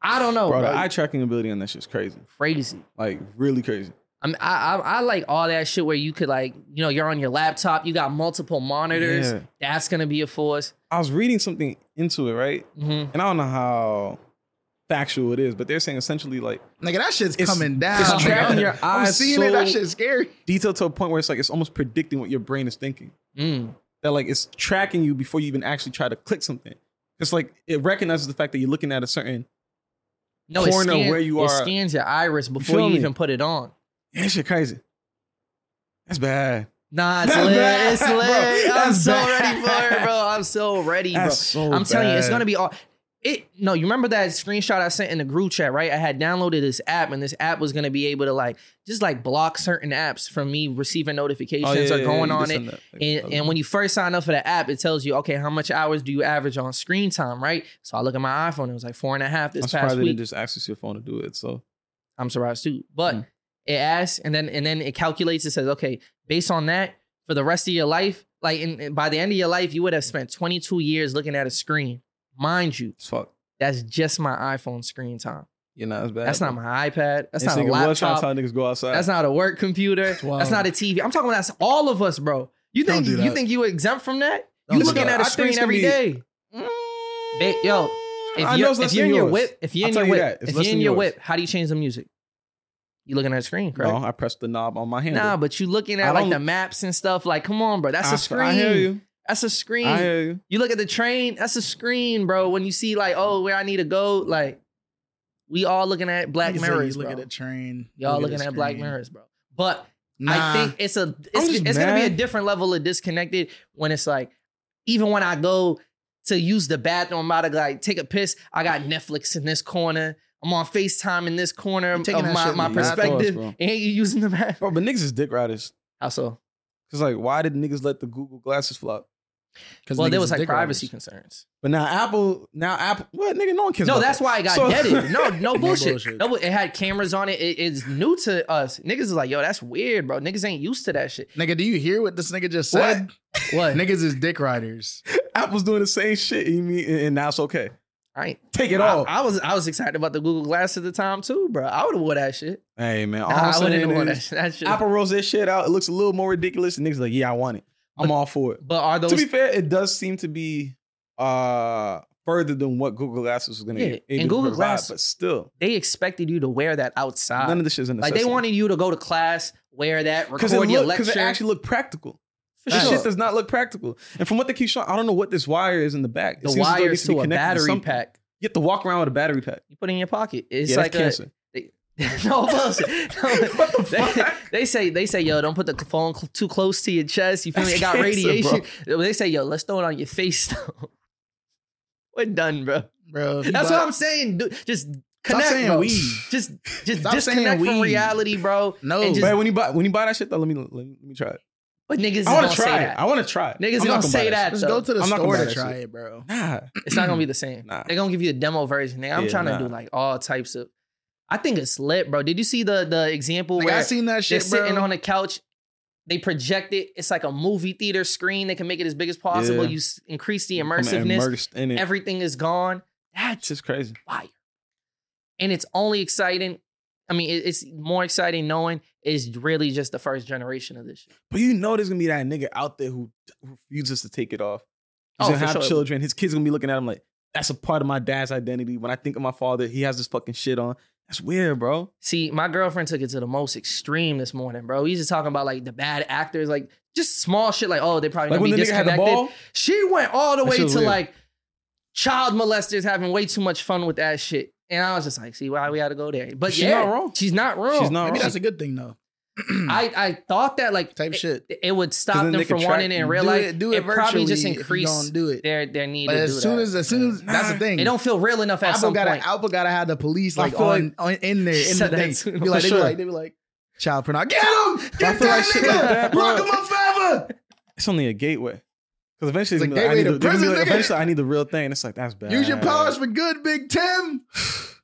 Speaker 1: I don't know,
Speaker 2: bro,
Speaker 1: bro.
Speaker 2: the eye tracking ability on that shit's crazy.
Speaker 1: crazy.
Speaker 2: Like really crazy.
Speaker 1: I, mean, I, I I like all that shit where you could like you know you're on your laptop, you got multiple monitors.
Speaker 2: Yeah.
Speaker 1: That's gonna be a force.
Speaker 2: I was reading something into it, right?
Speaker 1: hmm
Speaker 2: And I don't know how factual it is, but they're saying essentially like
Speaker 3: Nigga, that shit's
Speaker 2: It's-
Speaker 3: coming down.
Speaker 2: it's
Speaker 3: nigga.
Speaker 2: tracking your
Speaker 3: Ah, I'm
Speaker 2: eyes
Speaker 3: seeing it. That
Speaker 2: so-
Speaker 3: shit's scary.
Speaker 2: detailed to a point where it's like it's almost predicting what your brain is thinking.
Speaker 1: Mm.
Speaker 2: That like it's tracking you before you even actually try to click something. It's like it recognizes the fact that you're looking at a certain
Speaker 1: No, it
Speaker 2: Corner
Speaker 1: scans,
Speaker 2: where you
Speaker 1: It
Speaker 2: are.
Speaker 1: scans your iris before
Speaker 2: feel
Speaker 1: you
Speaker 2: me?
Speaker 1: even put it on.
Speaker 2: Yeah, that shit crazy. That's bad.
Speaker 1: Nah, it's
Speaker 2: That's
Speaker 1: lit.
Speaker 2: bad,
Speaker 1: It's
Speaker 2: bro.
Speaker 1: lit. I'm
Speaker 2: That's
Speaker 1: so
Speaker 2: bad.
Speaker 1: ready for it, bro. I'm so ready, bro.
Speaker 2: That's so
Speaker 1: I'm telling you, it's
Speaker 2: bad.
Speaker 1: gonna be all. It no, you remember that screenshot I sent in the group chat, right? I had downloaded this app, and this app was gonna be able to like just like block certain apps from me receiving
Speaker 2: Oh,
Speaker 1: notifications or going on it. And, and when you first sign up for the app, it tells you, okay, how much hours do you average on screen time, right? So I look at my iPhone, it was like four and a half this
Speaker 2: I'm
Speaker 1: past
Speaker 2: surprised they
Speaker 1: week.
Speaker 2: didn't just access your phone to do it. So
Speaker 1: I'm surprised too. But
Speaker 2: Mm.
Speaker 1: it asks and then and then it calculates. It says, okay, based on that, for the rest of your life, like in, in- by the end of your life, you would have spent 22 years looking at a screen. Mind you,
Speaker 2: it's fuck.
Speaker 1: that's just my iPhone screen time.
Speaker 2: You're not as bad.
Speaker 1: That's not
Speaker 2: bro.
Speaker 1: my iPad. That's
Speaker 2: This
Speaker 1: not a
Speaker 2: nigga was trying to
Speaker 1: laptop.
Speaker 2: tell niggas go outside.
Speaker 1: That's not a work computer.
Speaker 3: wild.
Speaker 1: That's not a TV. I'm talking about that's all of us, bro. You
Speaker 3: Don't
Speaker 1: think
Speaker 3: do
Speaker 1: you
Speaker 3: that.
Speaker 1: think you exempt from that?
Speaker 3: Don't
Speaker 1: you
Speaker 3: do
Speaker 1: looking at
Speaker 3: that.
Speaker 2: I
Speaker 1: a
Speaker 2: think
Speaker 1: screen
Speaker 2: it's gonna
Speaker 1: every
Speaker 2: be-
Speaker 1: day. Ba- yo,
Speaker 2: I
Speaker 1: If
Speaker 2: know
Speaker 1: you're,
Speaker 2: it's
Speaker 1: if
Speaker 2: less
Speaker 1: you're
Speaker 2: than
Speaker 1: in your
Speaker 2: yours.
Speaker 1: whip, if you're
Speaker 2: I'll
Speaker 1: in
Speaker 2: tell
Speaker 1: your
Speaker 2: you
Speaker 1: whip,
Speaker 2: that. It's
Speaker 1: if
Speaker 2: less
Speaker 1: you're in
Speaker 2: than
Speaker 1: your
Speaker 2: yours.
Speaker 1: whip, how do you change the music? You looking at a screen, correct?
Speaker 2: No, I pressed the knob on my hand.
Speaker 1: Nah, but you looking
Speaker 2: I
Speaker 1: at like
Speaker 2: don't-
Speaker 1: the maps and stuff. Like, come on, bro. That's a screen.
Speaker 2: I hear you.
Speaker 1: That's a screen.
Speaker 2: I hear you.
Speaker 1: you look at the train. That's a screen, bro. When you see like, oh, where I need to go, like, we all looking at Black
Speaker 3: Niggas say
Speaker 1: Mirrors,
Speaker 3: You
Speaker 1: bro.
Speaker 3: look at a train.
Speaker 1: Y'all
Speaker 3: look
Speaker 1: looking
Speaker 3: a
Speaker 1: at Black
Speaker 3: screen.
Speaker 1: Mirrors, bro. But
Speaker 3: Nah,
Speaker 1: I think it's a it's,
Speaker 2: just
Speaker 1: it's gonna be a
Speaker 2: mad.
Speaker 1: different level of disconnected when it's like even when I go to use the bathroom, I'm about to like take a piss. I got Netflix in this corner. I'm on FaceTime in this corner
Speaker 3: You
Speaker 1: of
Speaker 3: taking that
Speaker 1: my,
Speaker 3: shit
Speaker 1: my
Speaker 3: in the bathroom,
Speaker 1: perspective.
Speaker 2: bro.
Speaker 1: and you using the bathroom.
Speaker 2: Bro, but niggas is dick riders.
Speaker 1: Also,
Speaker 2: Cause like, why did niggas let the Google glasses flop?
Speaker 3: 'cause
Speaker 1: well,
Speaker 3: niggas
Speaker 1: there
Speaker 3: is
Speaker 1: was like
Speaker 3: dick
Speaker 1: privacy
Speaker 3: riders.
Speaker 1: concerns.
Speaker 2: But now Apple, now Apple, what nigga? No one cares.
Speaker 1: No,
Speaker 2: about
Speaker 1: that's
Speaker 2: that.
Speaker 1: why I got
Speaker 2: So-
Speaker 1: deaded. No, no bullshit.
Speaker 3: bullshit.
Speaker 1: No, bu- it had cameras on it. it. It's new to us. Niggas is like, yo, that's weird, bro. Niggas ain't used to that shit.
Speaker 3: Nigga, do you hear what this nigga just
Speaker 2: What?
Speaker 3: said?
Speaker 1: What?
Speaker 3: Niggas is dick riders.
Speaker 2: Apple's doing the same shit. You mean, and, and now it's okay.
Speaker 1: I ain't
Speaker 2: Take it
Speaker 1: I-
Speaker 2: all.
Speaker 1: I, was I was excited about the Google Glass at the time too, bro. I would have wore that shit.
Speaker 2: hey man, all
Speaker 1: Nah,
Speaker 2: I'm
Speaker 1: I wouldn't
Speaker 2: saying
Speaker 1: have wore that,
Speaker 2: is,
Speaker 1: shit. that shit.
Speaker 2: Apple rolls that shit out. It looks a little more ridiculous. And niggas like, yeah, I want it. I'm
Speaker 1: But-
Speaker 2: all for it.
Speaker 1: But are those?
Speaker 2: to be fair, it does seem to be uh further than what Google Glasses was gonna
Speaker 1: Yeah,
Speaker 2: get.
Speaker 1: and
Speaker 2: able to
Speaker 1: Google
Speaker 2: provide,
Speaker 1: Glass-
Speaker 2: but still,
Speaker 1: they expected you to wear that outside.
Speaker 2: none of this shit is a
Speaker 1: like
Speaker 2: necessity.
Speaker 1: they wanted you to go to class, wear that,
Speaker 2: because
Speaker 1: record
Speaker 2: it
Speaker 1: your
Speaker 2: look- 'cause
Speaker 1: lecture.
Speaker 2: it actually looked practical.
Speaker 1: For
Speaker 2: This
Speaker 1: sure.
Speaker 2: shit does not look practical. And from what they keep showing, I don't know what this wire is in the back. It
Speaker 1: the
Speaker 2: seems as though it
Speaker 1: wires
Speaker 2: needs to be
Speaker 1: to a
Speaker 2: connected
Speaker 1: battery
Speaker 2: something.
Speaker 1: pack.
Speaker 2: You have to walk around with a battery pack.
Speaker 1: You put it in your pocket. It's
Speaker 2: yeah,
Speaker 1: like
Speaker 2: that's
Speaker 1: a,
Speaker 2: cancer.
Speaker 1: no bullshit. No.
Speaker 2: What the
Speaker 1: They-
Speaker 2: fuck?
Speaker 1: They, say they say yo, don't put the phone cl- too close to your chest. You feel me?
Speaker 2: That's
Speaker 1: It got
Speaker 2: cancer,
Speaker 1: radiation. They say yo, let's throw it on your face though. We're done, bro.
Speaker 3: Bro, you
Speaker 1: That's
Speaker 3: buy-
Speaker 1: what I'm saying. dude. Just connect,
Speaker 3: saying
Speaker 1: bro.
Speaker 3: weed.
Speaker 1: Just just
Speaker 3: Stop saying
Speaker 1: disconnect from
Speaker 3: weed.
Speaker 1: reality, bro.
Speaker 3: No.
Speaker 1: and just-
Speaker 2: but when you buy when you buy that shit though, let me let me, let me try it.
Speaker 1: But niggas,
Speaker 2: I
Speaker 1: want
Speaker 2: want
Speaker 1: to
Speaker 2: to try
Speaker 1: say
Speaker 2: it.
Speaker 1: that.
Speaker 2: I want to try it.
Speaker 1: Niggas
Speaker 2: I'm
Speaker 1: is
Speaker 2: not
Speaker 1: gonna
Speaker 2: buy
Speaker 1: say that.
Speaker 3: Just
Speaker 1: though.
Speaker 3: go to the
Speaker 2: I'm not
Speaker 3: store
Speaker 2: gonna buy
Speaker 3: to
Speaker 2: that
Speaker 3: try
Speaker 2: shit.
Speaker 3: it, bro.
Speaker 2: Nah,
Speaker 1: It's not gonna be the same.
Speaker 2: Nah.
Speaker 1: They're gonna give you a demo version. Nigga, I'm
Speaker 2: Yeah,
Speaker 1: trying to
Speaker 2: nah.
Speaker 1: do like all types of. I think it's lit, bro. Did you see the the example
Speaker 3: Like,
Speaker 1: where
Speaker 3: I seen that
Speaker 1: they're
Speaker 3: shit, bro.
Speaker 1: sitting on a couch? They project it. It's like a movie theater screen. They can make it as big as possible.
Speaker 2: Yeah.
Speaker 1: You s- increase the
Speaker 2: I'm
Speaker 1: immersiveness.
Speaker 2: immersed in it.
Speaker 1: Everything is gone. That's
Speaker 2: it's just crazy.
Speaker 1: fire. And it's only exciting. I mean, it- it's more exciting knowing it's really just the first generation of this shit.
Speaker 2: But you know, there's gonna be that nigga out there who refuses to take it off. He's
Speaker 1: Oh,
Speaker 2: gonna
Speaker 1: for
Speaker 2: have
Speaker 1: sure.
Speaker 2: children. His kids gonna be looking at him like, "That's a part of my dad's identity." When I think of my father, he has this fucking shit on. That's weird, bro.
Speaker 1: See, my girlfriend took it to the most extreme this morning, bro. We just talking about like the bad actors, like just small shit, like oh, they probably
Speaker 2: Like
Speaker 1: gonna
Speaker 2: when
Speaker 1: be
Speaker 2: the nigga had the
Speaker 1: disconnected.
Speaker 2: ball,
Speaker 1: She went all the
Speaker 2: That
Speaker 1: way
Speaker 2: shit
Speaker 1: to
Speaker 2: was weird.
Speaker 1: like child molesters having way too much fun with that shit. And I was just like, see why we got to go there. But
Speaker 2: She's
Speaker 1: yeah,
Speaker 2: not wrong.
Speaker 1: She's not wrong.
Speaker 2: She's not
Speaker 3: Maybe
Speaker 2: wrong.
Speaker 3: that's a good thing though.
Speaker 1: I, I thought that like
Speaker 3: Type
Speaker 1: it,
Speaker 3: shit.
Speaker 1: it would stop
Speaker 2: 'Cause then
Speaker 1: them
Speaker 2: they
Speaker 1: from
Speaker 2: could track
Speaker 1: wanting it in
Speaker 2: you.
Speaker 1: real
Speaker 3: do
Speaker 1: life.
Speaker 3: it, do it,
Speaker 1: probably just
Speaker 3: virtually if you
Speaker 1: increase
Speaker 3: Don't do it.
Speaker 1: their their need
Speaker 3: But
Speaker 1: to
Speaker 3: as
Speaker 1: do
Speaker 3: soon
Speaker 1: that.
Speaker 3: as as soon as that's the thing.
Speaker 1: it don't feel real enough at
Speaker 3: Apple
Speaker 1: some
Speaker 3: gotta
Speaker 1: point.
Speaker 3: Apple gotta have the police
Speaker 2: I
Speaker 3: like
Speaker 2: feel
Speaker 3: on, on in there in
Speaker 1: Shut
Speaker 3: the
Speaker 1: that
Speaker 3: thing.
Speaker 1: soon.
Speaker 3: Be
Speaker 2: For
Speaker 3: like, they be
Speaker 2: sure.
Speaker 3: like they be like child pornography. Get him! Get
Speaker 2: feel
Speaker 3: that
Speaker 2: like shit like
Speaker 3: nigga!
Speaker 2: that, bro.
Speaker 3: Lock him up forever!
Speaker 2: It's only a gateway. Because eventually,
Speaker 3: It's like
Speaker 2: they're gonna be like, I need
Speaker 3: gateway to
Speaker 2: the, they're gonna be
Speaker 3: prison,
Speaker 2: like,
Speaker 3: nigga.
Speaker 2: eventually I need the real thing. And it's like, that's bad.
Speaker 3: Use your powers for good, Big Tim.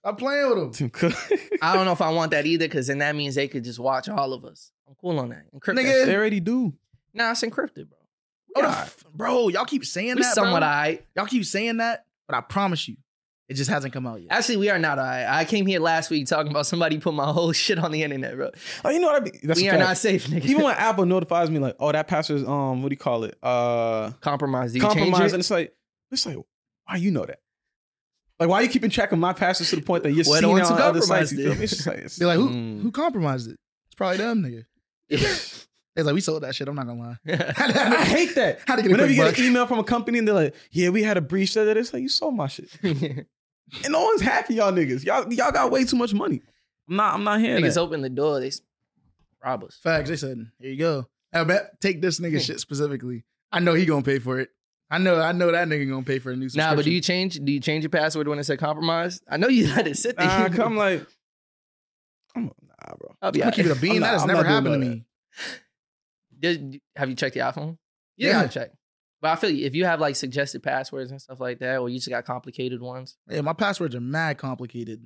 Speaker 3: I'm playing with him.
Speaker 2: Tim Cook.
Speaker 1: I don't know if I want that either, because then that means they could just watch all of us. I'm cool on that. Encrypt that
Speaker 3: Nigga.
Speaker 1: shit.
Speaker 2: they already do.
Speaker 1: Nah, it's encrypted, bro.
Speaker 3: Oh, the f- bro, y'all keep saying
Speaker 1: We
Speaker 3: that.
Speaker 1: somewhat
Speaker 3: bro.
Speaker 1: alright.
Speaker 3: Y'all keep saying that, but I promise you, it just hasn't come out yet.
Speaker 1: Actually, we are not alright. I came here last week talking about somebody put my whole shit on the internet, bro.
Speaker 2: Oh, you know what I mean? That's
Speaker 1: we
Speaker 2: a
Speaker 1: are
Speaker 2: fact.
Speaker 1: not safe, nigga.
Speaker 2: Even when Apple notifies me, like, oh, that pastor's, um, what do you call it? Uh,
Speaker 1: compromised, you
Speaker 2: compromised.
Speaker 1: compromise.
Speaker 2: And it's like, it's like, why you know that? Like, why are you keeping track of my pastors to the point that you're
Speaker 1: Where the
Speaker 2: seeing it
Speaker 1: ones
Speaker 2: on
Speaker 1: who
Speaker 2: other sites?
Speaker 1: compromised
Speaker 2: You feel
Speaker 1: it.
Speaker 2: me? It's just like, it's,
Speaker 3: They're like, who
Speaker 2: mm.
Speaker 3: who compromised it? It's probably them, nigga. It's like we sold that shit. I'm not gonna lie.
Speaker 2: I hate that.
Speaker 3: How to get a
Speaker 2: Whenever
Speaker 3: quick
Speaker 2: you get
Speaker 3: buck.
Speaker 2: an email from a company and they're like, yeah, we had a breach, that that," it's like, you sold my shit. And no one's hacking y'all niggas. Y'all, y'all got way too much money. I'm not, I'm not hearing
Speaker 1: Niggas
Speaker 2: that.
Speaker 1: open the door, they s- rob us.
Speaker 3: Facts. They said, here you go. I bet take this
Speaker 2: Hmm.
Speaker 3: nigga shit specifically. I know he gonna pay for it. I know. I know that nigga gonna pay for a new.
Speaker 1: Nah, but do
Speaker 3: subscription.
Speaker 1: you change? Do you change your password when it said compromised? I know you let it sit there.
Speaker 2: Nah, come like, I'm, nah, bro.
Speaker 1: I'll be
Speaker 3: I'm gonna keep it a
Speaker 1: alright.
Speaker 3: bean.
Speaker 2: I'm not-
Speaker 3: that has
Speaker 2: I'm
Speaker 3: never
Speaker 2: not doing
Speaker 3: happened to
Speaker 2: none of
Speaker 3: me.
Speaker 1: Did- Have you checked your iPhone? You
Speaker 3: Yeah.
Speaker 1: gotta check. But I feel you. If you have like suggested passwords and stuff like that, or you just got complicated ones, mm,
Speaker 3: Yeah, my passwords are mad complicated.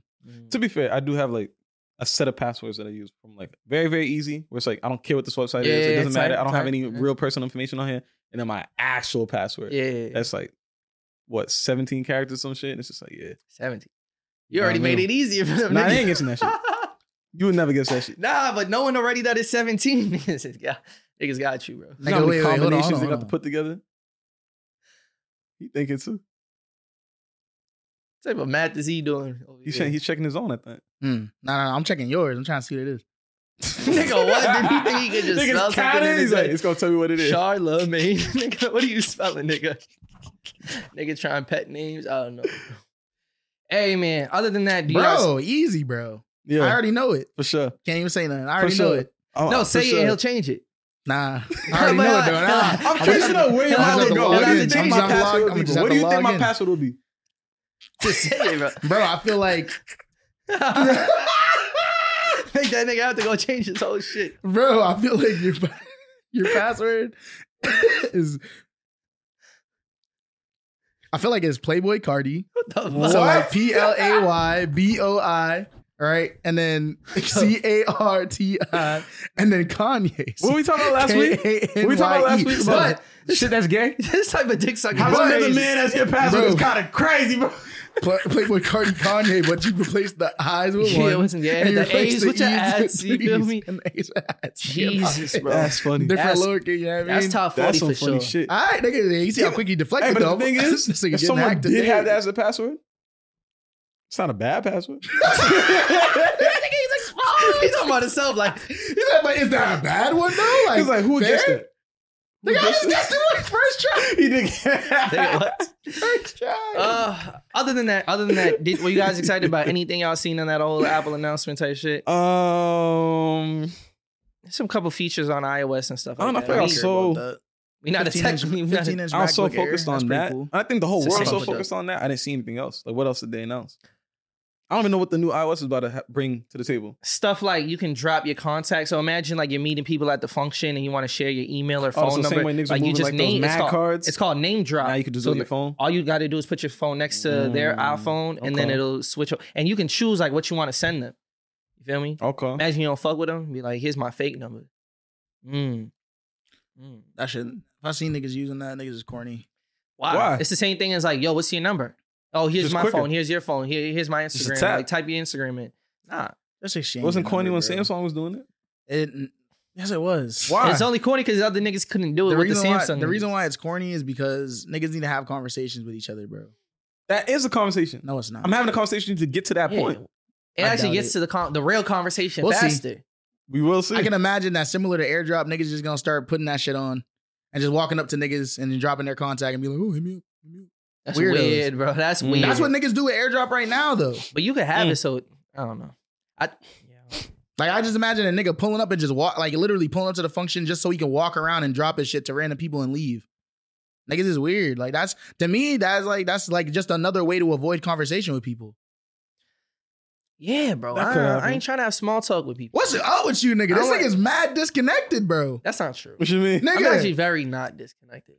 Speaker 2: To be fair, I do have like a set of passwords that I use from like very, very easy, where it's like, I don't care what this website
Speaker 1: Yeah,
Speaker 2: is. It
Speaker 1: yeah,
Speaker 2: doesn't
Speaker 1: type-
Speaker 2: matter. I don't have any
Speaker 1: type.
Speaker 2: real personal information on here. And then my actual password.
Speaker 1: yeah,
Speaker 2: That's like, what, 17 characters, some shit? And it's just like, yeah.
Speaker 1: seventy. You
Speaker 2: Nah,
Speaker 1: already
Speaker 2: I
Speaker 1: made
Speaker 2: mean-
Speaker 1: it easier for them.
Speaker 2: Nah, I
Speaker 1: niggas.
Speaker 2: ain't getting that shit. You would never guess that shit.
Speaker 1: nah, but knowing already that it's seventeen, niggas got niggas got you, bro.
Speaker 2: You know how many combinations
Speaker 3: hold
Speaker 2: they
Speaker 3: on,
Speaker 2: got
Speaker 3: hold
Speaker 2: to
Speaker 3: on.
Speaker 2: put together? You thinking too?
Speaker 1: What type of math is he doing? Over
Speaker 2: He's,
Speaker 1: here?
Speaker 2: he's checking his own, I think.
Speaker 3: Hmm. Nah, nah, nah, I'm checking yours. I'm trying to see what it is.
Speaker 1: Nigga, what? Did he think he could just
Speaker 2: Nigga's
Speaker 1: spell something
Speaker 2: counting.
Speaker 1: in his
Speaker 2: He's like,
Speaker 1: head?
Speaker 2: it's gonna tell me what it is.
Speaker 1: Charlemagne, nigga. What are you spelling, nigga? nigga trying pet names. I don't know. Hey man. Other than that, do you
Speaker 3: Bro, easy, bro.
Speaker 2: yeah,
Speaker 3: I already know it.
Speaker 2: for sure.
Speaker 3: Can't even say nothing. I already know
Speaker 2: sure.
Speaker 3: it.
Speaker 2: Oh,
Speaker 1: no
Speaker 2: for
Speaker 1: say
Speaker 2: sure.
Speaker 1: it? He'll change it.
Speaker 3: Nah, I already know it, bro. Nah.
Speaker 2: I'm curious to know where
Speaker 1: He'll
Speaker 2: y'all
Speaker 1: have
Speaker 2: would
Speaker 1: to
Speaker 2: go.
Speaker 1: log
Speaker 2: What do you
Speaker 1: in.
Speaker 2: think
Speaker 1: He's
Speaker 2: my
Speaker 1: on the
Speaker 2: password
Speaker 3: log-
Speaker 2: would
Speaker 3: I'm
Speaker 2: be?
Speaker 3: just
Speaker 2: What do
Speaker 3: on
Speaker 2: you
Speaker 3: the
Speaker 2: think
Speaker 3: log
Speaker 2: my
Speaker 3: in.
Speaker 2: password would be?
Speaker 1: Just say it, bro.
Speaker 3: Bro, I feel like,
Speaker 1: Make that nigga have to go change his whole shit.
Speaker 3: bro, I feel like your your password is. I feel like it's Playboy Cardi.
Speaker 1: What the fuck?
Speaker 3: So like P L A Y B O I, right? And then C A R T I, and then Kanye.
Speaker 2: What were we talking about last week?
Speaker 3: K-A-N-Y-E.
Speaker 2: What we talking about last week?
Speaker 3: But
Speaker 2: About shit that's gay.
Speaker 1: this type of dick sucking.
Speaker 2: How
Speaker 1: is
Speaker 2: about
Speaker 1: crazy.
Speaker 2: another man that's your password
Speaker 3: Bro.
Speaker 2: is kind of crazy, bro.
Speaker 3: E. Pla- Playboy Cardi Kanye, but you replaced the I's with
Speaker 1: Yeah,
Speaker 3: one.
Speaker 1: what's- yeah,
Speaker 3: and you
Speaker 1: the
Speaker 3: replaced
Speaker 1: A's with your
Speaker 3: E's
Speaker 1: ads, you feel
Speaker 3: threes
Speaker 1: me?
Speaker 3: And the A's with ads.
Speaker 1: Jesus, bro.
Speaker 2: That's funny.
Speaker 3: Different
Speaker 1: That's-
Speaker 3: lowercase, you know what I mean?
Speaker 1: That's top forty
Speaker 2: That's some
Speaker 1: for sure.
Speaker 2: funny shit.
Speaker 3: All right, nigga, you see how quick you deflected
Speaker 2: Hey, but
Speaker 3: though.
Speaker 2: the thing is,
Speaker 3: This nigga
Speaker 2: if
Speaker 3: getting
Speaker 2: someone
Speaker 3: hacked
Speaker 2: did
Speaker 3: today.
Speaker 2: have that as a password, it's not a bad password.
Speaker 1: He's talking about himself like
Speaker 3: He's like, but is that a bad one though? Like,
Speaker 2: He's like, who
Speaker 3: fair?
Speaker 2: gets that? Who
Speaker 3: Nigga, I
Speaker 2: gets
Speaker 3: just guessed it on the first try.
Speaker 2: He did.
Speaker 1: nigga, what?
Speaker 3: First try.
Speaker 1: Uh, other than that, other than that, did, were you guys excited about anything y'all seen in that old Apple announcement type shit?
Speaker 2: Um,
Speaker 1: There's some couple features on iOS and stuff.
Speaker 2: I don't know. I
Speaker 1: Like
Speaker 2: feel like
Speaker 1: that.
Speaker 2: I'm
Speaker 1: We-
Speaker 2: so.
Speaker 1: we not a
Speaker 3: 15 inch-
Speaker 1: tech. we not a-
Speaker 3: 15 inch
Speaker 2: I was so
Speaker 3: MacBook Air.
Speaker 2: focused
Speaker 3: That's
Speaker 2: on
Speaker 3: pretty
Speaker 2: that.
Speaker 3: cool.
Speaker 2: I think the whole
Speaker 1: It's the
Speaker 2: world was
Speaker 1: same
Speaker 2: so
Speaker 1: product.
Speaker 2: focused on that. I didn't see anything else. Like, what else did they announce? I don't even know what the new iOS is about to ha- bring to the table.
Speaker 1: stuff like you can drop your contact. So imagine like you're meeting people at the function and you want to share your email or phone
Speaker 2: Oh, so
Speaker 1: number.
Speaker 2: same way niggas were
Speaker 1: like you
Speaker 2: moving
Speaker 1: just
Speaker 2: like those
Speaker 1: name it's
Speaker 2: mad
Speaker 1: called,
Speaker 2: cards.
Speaker 1: it's called name drop.
Speaker 2: now you can do it
Speaker 1: so
Speaker 2: on your phone.
Speaker 1: all you got to do is put your phone next to their
Speaker 2: Mm,
Speaker 1: iPhone and then
Speaker 2: okay.
Speaker 1: it'll switch. o- And you can choose like what you want to send them. You feel me?
Speaker 2: Okay.
Speaker 1: Imagine you don't fuck with them. Be like, here's my fake number. Mm. Mm.
Speaker 3: That shit. If I see niggas using that, niggas is corny.
Speaker 1: Why?
Speaker 2: Why?
Speaker 1: It's the same thing as like, yo, what's your number? Oh, here's
Speaker 2: Just
Speaker 1: my
Speaker 2: quicker.
Speaker 1: phone. Here's your phone. Here, here's my
Speaker 2: Just a
Speaker 1: Instagram.
Speaker 2: tap.
Speaker 1: Like, type your Instagram in. Nah,
Speaker 3: That's exchange.
Speaker 2: Wasn't corny when
Speaker 3: Samsung.
Speaker 2: Samsung was doing it?
Speaker 3: It, yes, it was.
Speaker 2: Why?
Speaker 1: it's only corny because the other niggas couldn't do it
Speaker 3: The
Speaker 1: with the
Speaker 3: reason, why,
Speaker 1: Samsung.
Speaker 3: the
Speaker 1: niggas.
Speaker 3: reason why it's corny is because niggas need to have conversations with each other, bro.
Speaker 2: That is a conversation.
Speaker 3: No, it's not.
Speaker 2: I'm having a conversation to get to that
Speaker 1: Yeah.
Speaker 2: point.
Speaker 1: It
Speaker 3: I
Speaker 1: actually
Speaker 3: doubt
Speaker 1: gets
Speaker 3: it.
Speaker 1: to the con- the real conversation
Speaker 3: We'll see.
Speaker 1: faster.
Speaker 2: We will see.
Speaker 3: I can imagine that similar to airdrop, niggas just gonna start putting that shit on and just walking up to niggas and then dropping their contact and be like, oh, hit me up. hit me up."
Speaker 1: That's
Speaker 3: Weirdos.
Speaker 1: weird, bro. That's weird.
Speaker 3: That's what niggas do with airdrop right now, though.
Speaker 1: but you could have
Speaker 2: Mm.
Speaker 1: it. So I don't know. I yeah.
Speaker 3: Like I just imagine a nigga pulling up and just walk, like literally pulling up to the function just so he can walk around and drop his shit to random people and leave. Niggas is weird. Like that's to me, that's like that's like just another way to avoid conversation with people.
Speaker 1: yeah, bro.
Speaker 2: That
Speaker 1: I,
Speaker 2: could
Speaker 1: I
Speaker 2: happen.
Speaker 1: ain't trying to have small talk with people.
Speaker 3: What's up with you, nigga?
Speaker 1: I
Speaker 3: This
Speaker 1: don't
Speaker 3: nigga's mad disconnected, bro.
Speaker 1: That's not true.
Speaker 2: What you mean?
Speaker 1: I'm actually
Speaker 3: Nigga,
Speaker 1: very not disconnected.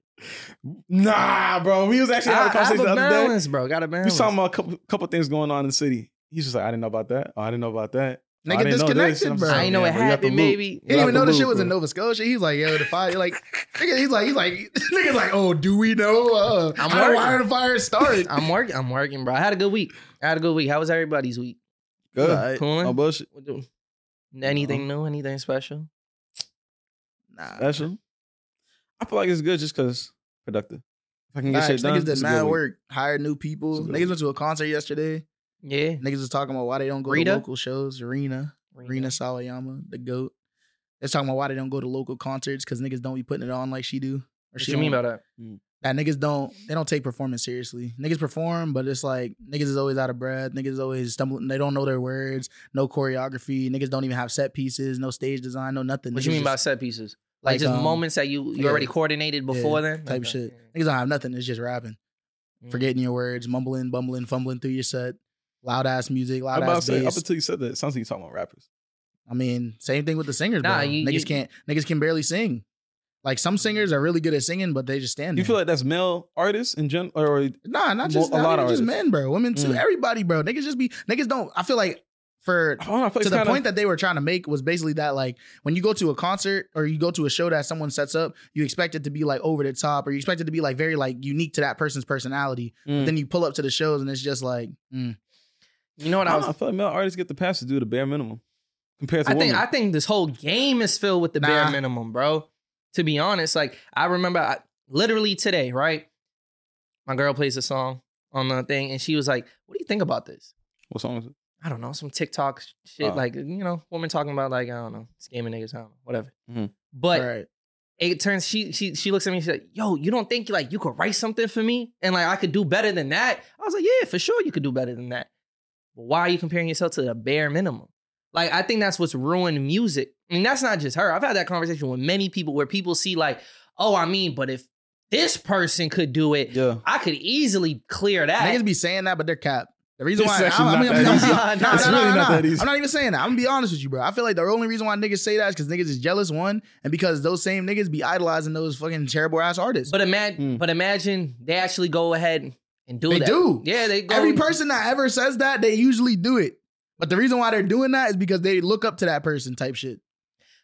Speaker 2: Nah, bro. We was actually
Speaker 1: I,
Speaker 2: having
Speaker 1: I have
Speaker 2: a conversation the
Speaker 1: a
Speaker 2: other day.
Speaker 1: balance, bro. Got a
Speaker 2: We
Speaker 1: balance.
Speaker 2: was talking about a couple, couple things going on in the city. He's just like, I didn't know about that. Oh, I didn't know about that. Oh, I
Speaker 3: nigga
Speaker 2: didn't know this.
Speaker 3: disconnected,
Speaker 2: I'm
Speaker 3: bro.
Speaker 2: sorry.
Speaker 1: I ain't know
Speaker 2: Yeah,
Speaker 1: it
Speaker 2: bro, you got the
Speaker 1: happened,
Speaker 2: loop.
Speaker 1: baby.
Speaker 3: He didn't even know the
Speaker 2: Loop,
Speaker 3: shit was in
Speaker 2: bro.
Speaker 3: Nova Scotia. He's like, yo, the fire. Like, nigga, he's like, he's like, nigga's like, oh, do we know? Uh,
Speaker 1: I'm
Speaker 3: how do-
Speaker 1: working.
Speaker 3: why did the fire start?
Speaker 1: I'm working. I'm working, bro. I had a good week. I had a good week. How was everybody's week?
Speaker 2: Good.
Speaker 1: Coolin'?
Speaker 2: No bullshit.
Speaker 1: What do- Anything new? Anything special?
Speaker 3: nah,
Speaker 2: Special. I feel like it's good just because productive. If I can get
Speaker 3: Facts.
Speaker 2: shit done.
Speaker 3: niggas
Speaker 2: it's
Speaker 3: did
Speaker 2: a
Speaker 3: mad
Speaker 2: good week.
Speaker 3: work, hired new people.
Speaker 2: It's a good
Speaker 3: Niggas went to a concert yesterday.
Speaker 1: Yeah.
Speaker 3: Niggas was talking about why they don't go
Speaker 1: Rita?
Speaker 3: to local shows. Rena, Rena Sawayama, the goat. They're talking about why they don't go to local concerts because niggas don't be putting it on like she do. Or
Speaker 1: What
Speaker 3: she
Speaker 1: you mean
Speaker 3: don't-
Speaker 1: by that?
Speaker 3: that niggas don't they don't take performance seriously. Niggas perform, but it's like niggas is always out of breath. Niggas is always stumbling. They don't know their words. No choreography. Niggas don't even have set pieces. No stage design. No nothing.
Speaker 1: What you
Speaker 3: Niggas
Speaker 1: mean by
Speaker 3: just,
Speaker 1: set pieces? Like,
Speaker 3: Like,
Speaker 1: just
Speaker 3: um,
Speaker 1: moments that you you
Speaker 3: yeah.
Speaker 1: already coordinated before then? Okay.
Speaker 3: type
Speaker 1: Mm.
Speaker 3: shit? Niggas don't have nothing. It's just rapping,
Speaker 2: Mm.
Speaker 1: Yeah.
Speaker 3: forgetting your words, mumbling, bumbling, fumbling through your set. Loud ass music.
Speaker 2: I'm
Speaker 3: Loud
Speaker 2: about to
Speaker 3: ass
Speaker 2: say, up
Speaker 3: bass.
Speaker 2: until you said that, it sounds like you talking about rappers.
Speaker 3: I mean, same thing with the singers.
Speaker 1: Nah,
Speaker 3: bro.
Speaker 1: you-
Speaker 3: niggas
Speaker 1: you-
Speaker 3: can't. Niggas can barely sing. Like some singers are really good at singing, but they just stand.
Speaker 2: You
Speaker 3: there.
Speaker 2: feel like that's male artists in general? Or, or-
Speaker 3: Nah, not
Speaker 2: Mo-
Speaker 3: just
Speaker 2: a
Speaker 3: a
Speaker 2: lot
Speaker 3: lot
Speaker 2: of
Speaker 3: just
Speaker 2: artists.
Speaker 3: men, bro. Women too.
Speaker 2: Mm.
Speaker 3: Everybody, bro. Niggas just be niggas don't. I feel like for
Speaker 2: I don't know, I feel like
Speaker 3: to
Speaker 2: it's
Speaker 3: the
Speaker 2: kinda-
Speaker 3: point that they were trying to make was basically that like when you go to a concert or you go to a show that someone sets up, you expect it to be like over the top or you expect it to be like very like unique to that person's personality.
Speaker 2: Mm.
Speaker 3: Then you pull up to the shows and it's just like, mm.
Speaker 1: You know what
Speaker 2: I,
Speaker 1: I
Speaker 2: don't
Speaker 1: was?
Speaker 2: know, I feel like male artists get the pass to do the bare minimum compared to
Speaker 1: I
Speaker 2: women.
Speaker 1: think I think this whole game is filled with the
Speaker 3: Nah.
Speaker 1: bare minimum, bro. To be honest, like I remember I, literally today, right? My girl plays a song on the thing, and she was like, "What do you think about this?"
Speaker 2: what song is it?
Speaker 1: I don't know, some TikTok sh- shit,
Speaker 3: Uh.
Speaker 2: Oh.
Speaker 1: like you know, women talking about like I don't know, scamming niggas, I don't know, whatever.
Speaker 2: Mhm.
Speaker 1: But
Speaker 3: Mm-hmm. right.
Speaker 1: it turns she she she looks at me, she's like, "Yo, you don't think like you could write something for me and like I could do better than that?" I was like, "Yeah, for sure, you could do better than that." But why are you comparing yourself to the bare minimum? Like I think that's what's ruined music, and that's not just her. I've had that conversation with many people where people see like, "Oh, I mean, but if this person could do it,
Speaker 2: Yeah.
Speaker 1: I could easily clear that."
Speaker 3: Niggas be saying that, but they're cap. The reason
Speaker 2: It's
Speaker 3: why
Speaker 2: actually
Speaker 3: I, I
Speaker 2: not
Speaker 3: mean, I'm,
Speaker 2: that
Speaker 3: I'm,
Speaker 2: easy.
Speaker 3: I'm, nah,
Speaker 2: It's
Speaker 3: nah, nah,
Speaker 2: really not
Speaker 3: nah.
Speaker 2: that easy.
Speaker 3: I'm not even saying that. I'm gonna be honest with you, bro. I feel like the only reason why niggas say that is because niggas is jealous, one, and because those same niggas be idolizing those fucking terrible ass artists.
Speaker 1: but imagine,
Speaker 2: Mm.
Speaker 1: but imagine they actually go ahead and do
Speaker 3: Hmm. They
Speaker 1: that.
Speaker 3: do.
Speaker 1: Yeah, they go.
Speaker 3: Every person that ever says that, they usually do it. But the reason why they're doing that is because they look up to that person type shit.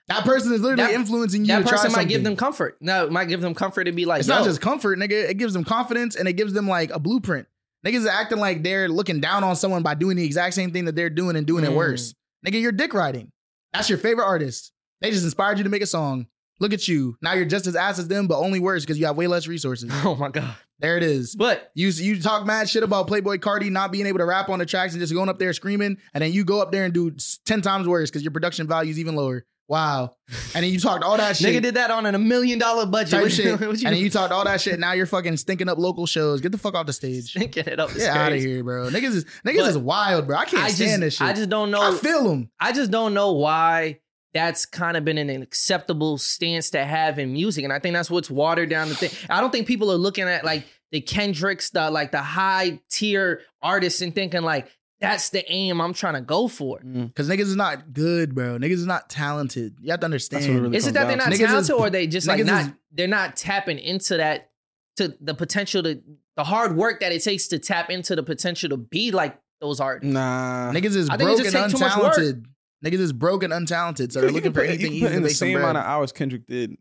Speaker 3: That person is literally
Speaker 1: That-
Speaker 3: influencing you
Speaker 1: that
Speaker 3: to try
Speaker 1: person might
Speaker 3: something.
Speaker 1: give them comfort. No, it might give them comfort to be like,
Speaker 3: It's
Speaker 1: "Yo,
Speaker 3: not just comfort, nigga. It gives them confidence and it gives them like a blueprint. Niggas are acting like they're looking down on someone by doing the exact same thing that they're doing and doing it
Speaker 1: Mm.
Speaker 3: worse. Nigga, you're dick riding. That's your favorite artist. They just inspired you to make a song. Look at you. Now you're just as ass as them, but only worse because you have way less resources.
Speaker 1: oh my god."
Speaker 3: There it is.
Speaker 1: But
Speaker 3: You you talk mad shit about Playboy Cardi not being able to rap on the tracks and just going up there screaming, and then you go up there and do s- ten times worse because your production value is even lower. Wow. And then you talked all that shit
Speaker 1: nigga did that on a million dollar budget.
Speaker 3: type
Speaker 1: What you-
Speaker 3: shit.
Speaker 1: what you
Speaker 3: and then you talked all that shit. Now you're fucking stinking up local shows. Get the fuck off the stage.
Speaker 1: thinking it up? It's
Speaker 3: Get out of
Speaker 1: crazy.
Speaker 3: here, bro. Niggas is niggas
Speaker 1: But
Speaker 3: is wild, bro. I can't
Speaker 1: I just,
Speaker 3: stand this shit.
Speaker 1: I
Speaker 3: I,
Speaker 1: just don't know.
Speaker 3: feel them.
Speaker 1: I just don't know why that's kind of been an acceptable stance to have in music, and I think that's what's watered down the thing. I don't think people are looking at like the Kendricks, the like the high tier artists, and thinking like that's the aim I'm trying to go for.
Speaker 3: Cause niggas is not good, bro. Niggas is not talented. You have to understand.
Speaker 2: That's what it really-
Speaker 1: Is it
Speaker 2: comes
Speaker 1: that they're
Speaker 2: down
Speaker 1: not
Speaker 3: to. Niggas is-
Speaker 1: talented, or they just like
Speaker 3: niggas
Speaker 1: not?
Speaker 3: is-
Speaker 1: they're not tapping into that to the potential to the hard work that it takes to tap into the potential to be like those artists.
Speaker 2: Nah.
Speaker 3: niggas is
Speaker 1: I think it
Speaker 3: broke and
Speaker 1: just take too much work.
Speaker 3: untalented. Niggas is broke and untalented. So
Speaker 2: You
Speaker 3: they're looking
Speaker 2: can
Speaker 3: for
Speaker 2: put-
Speaker 3: anything
Speaker 2: you can
Speaker 3: easy
Speaker 2: put
Speaker 3: to
Speaker 2: in the
Speaker 3: make some
Speaker 2: same
Speaker 3: bread.
Speaker 2: amount of hours Kendrick did.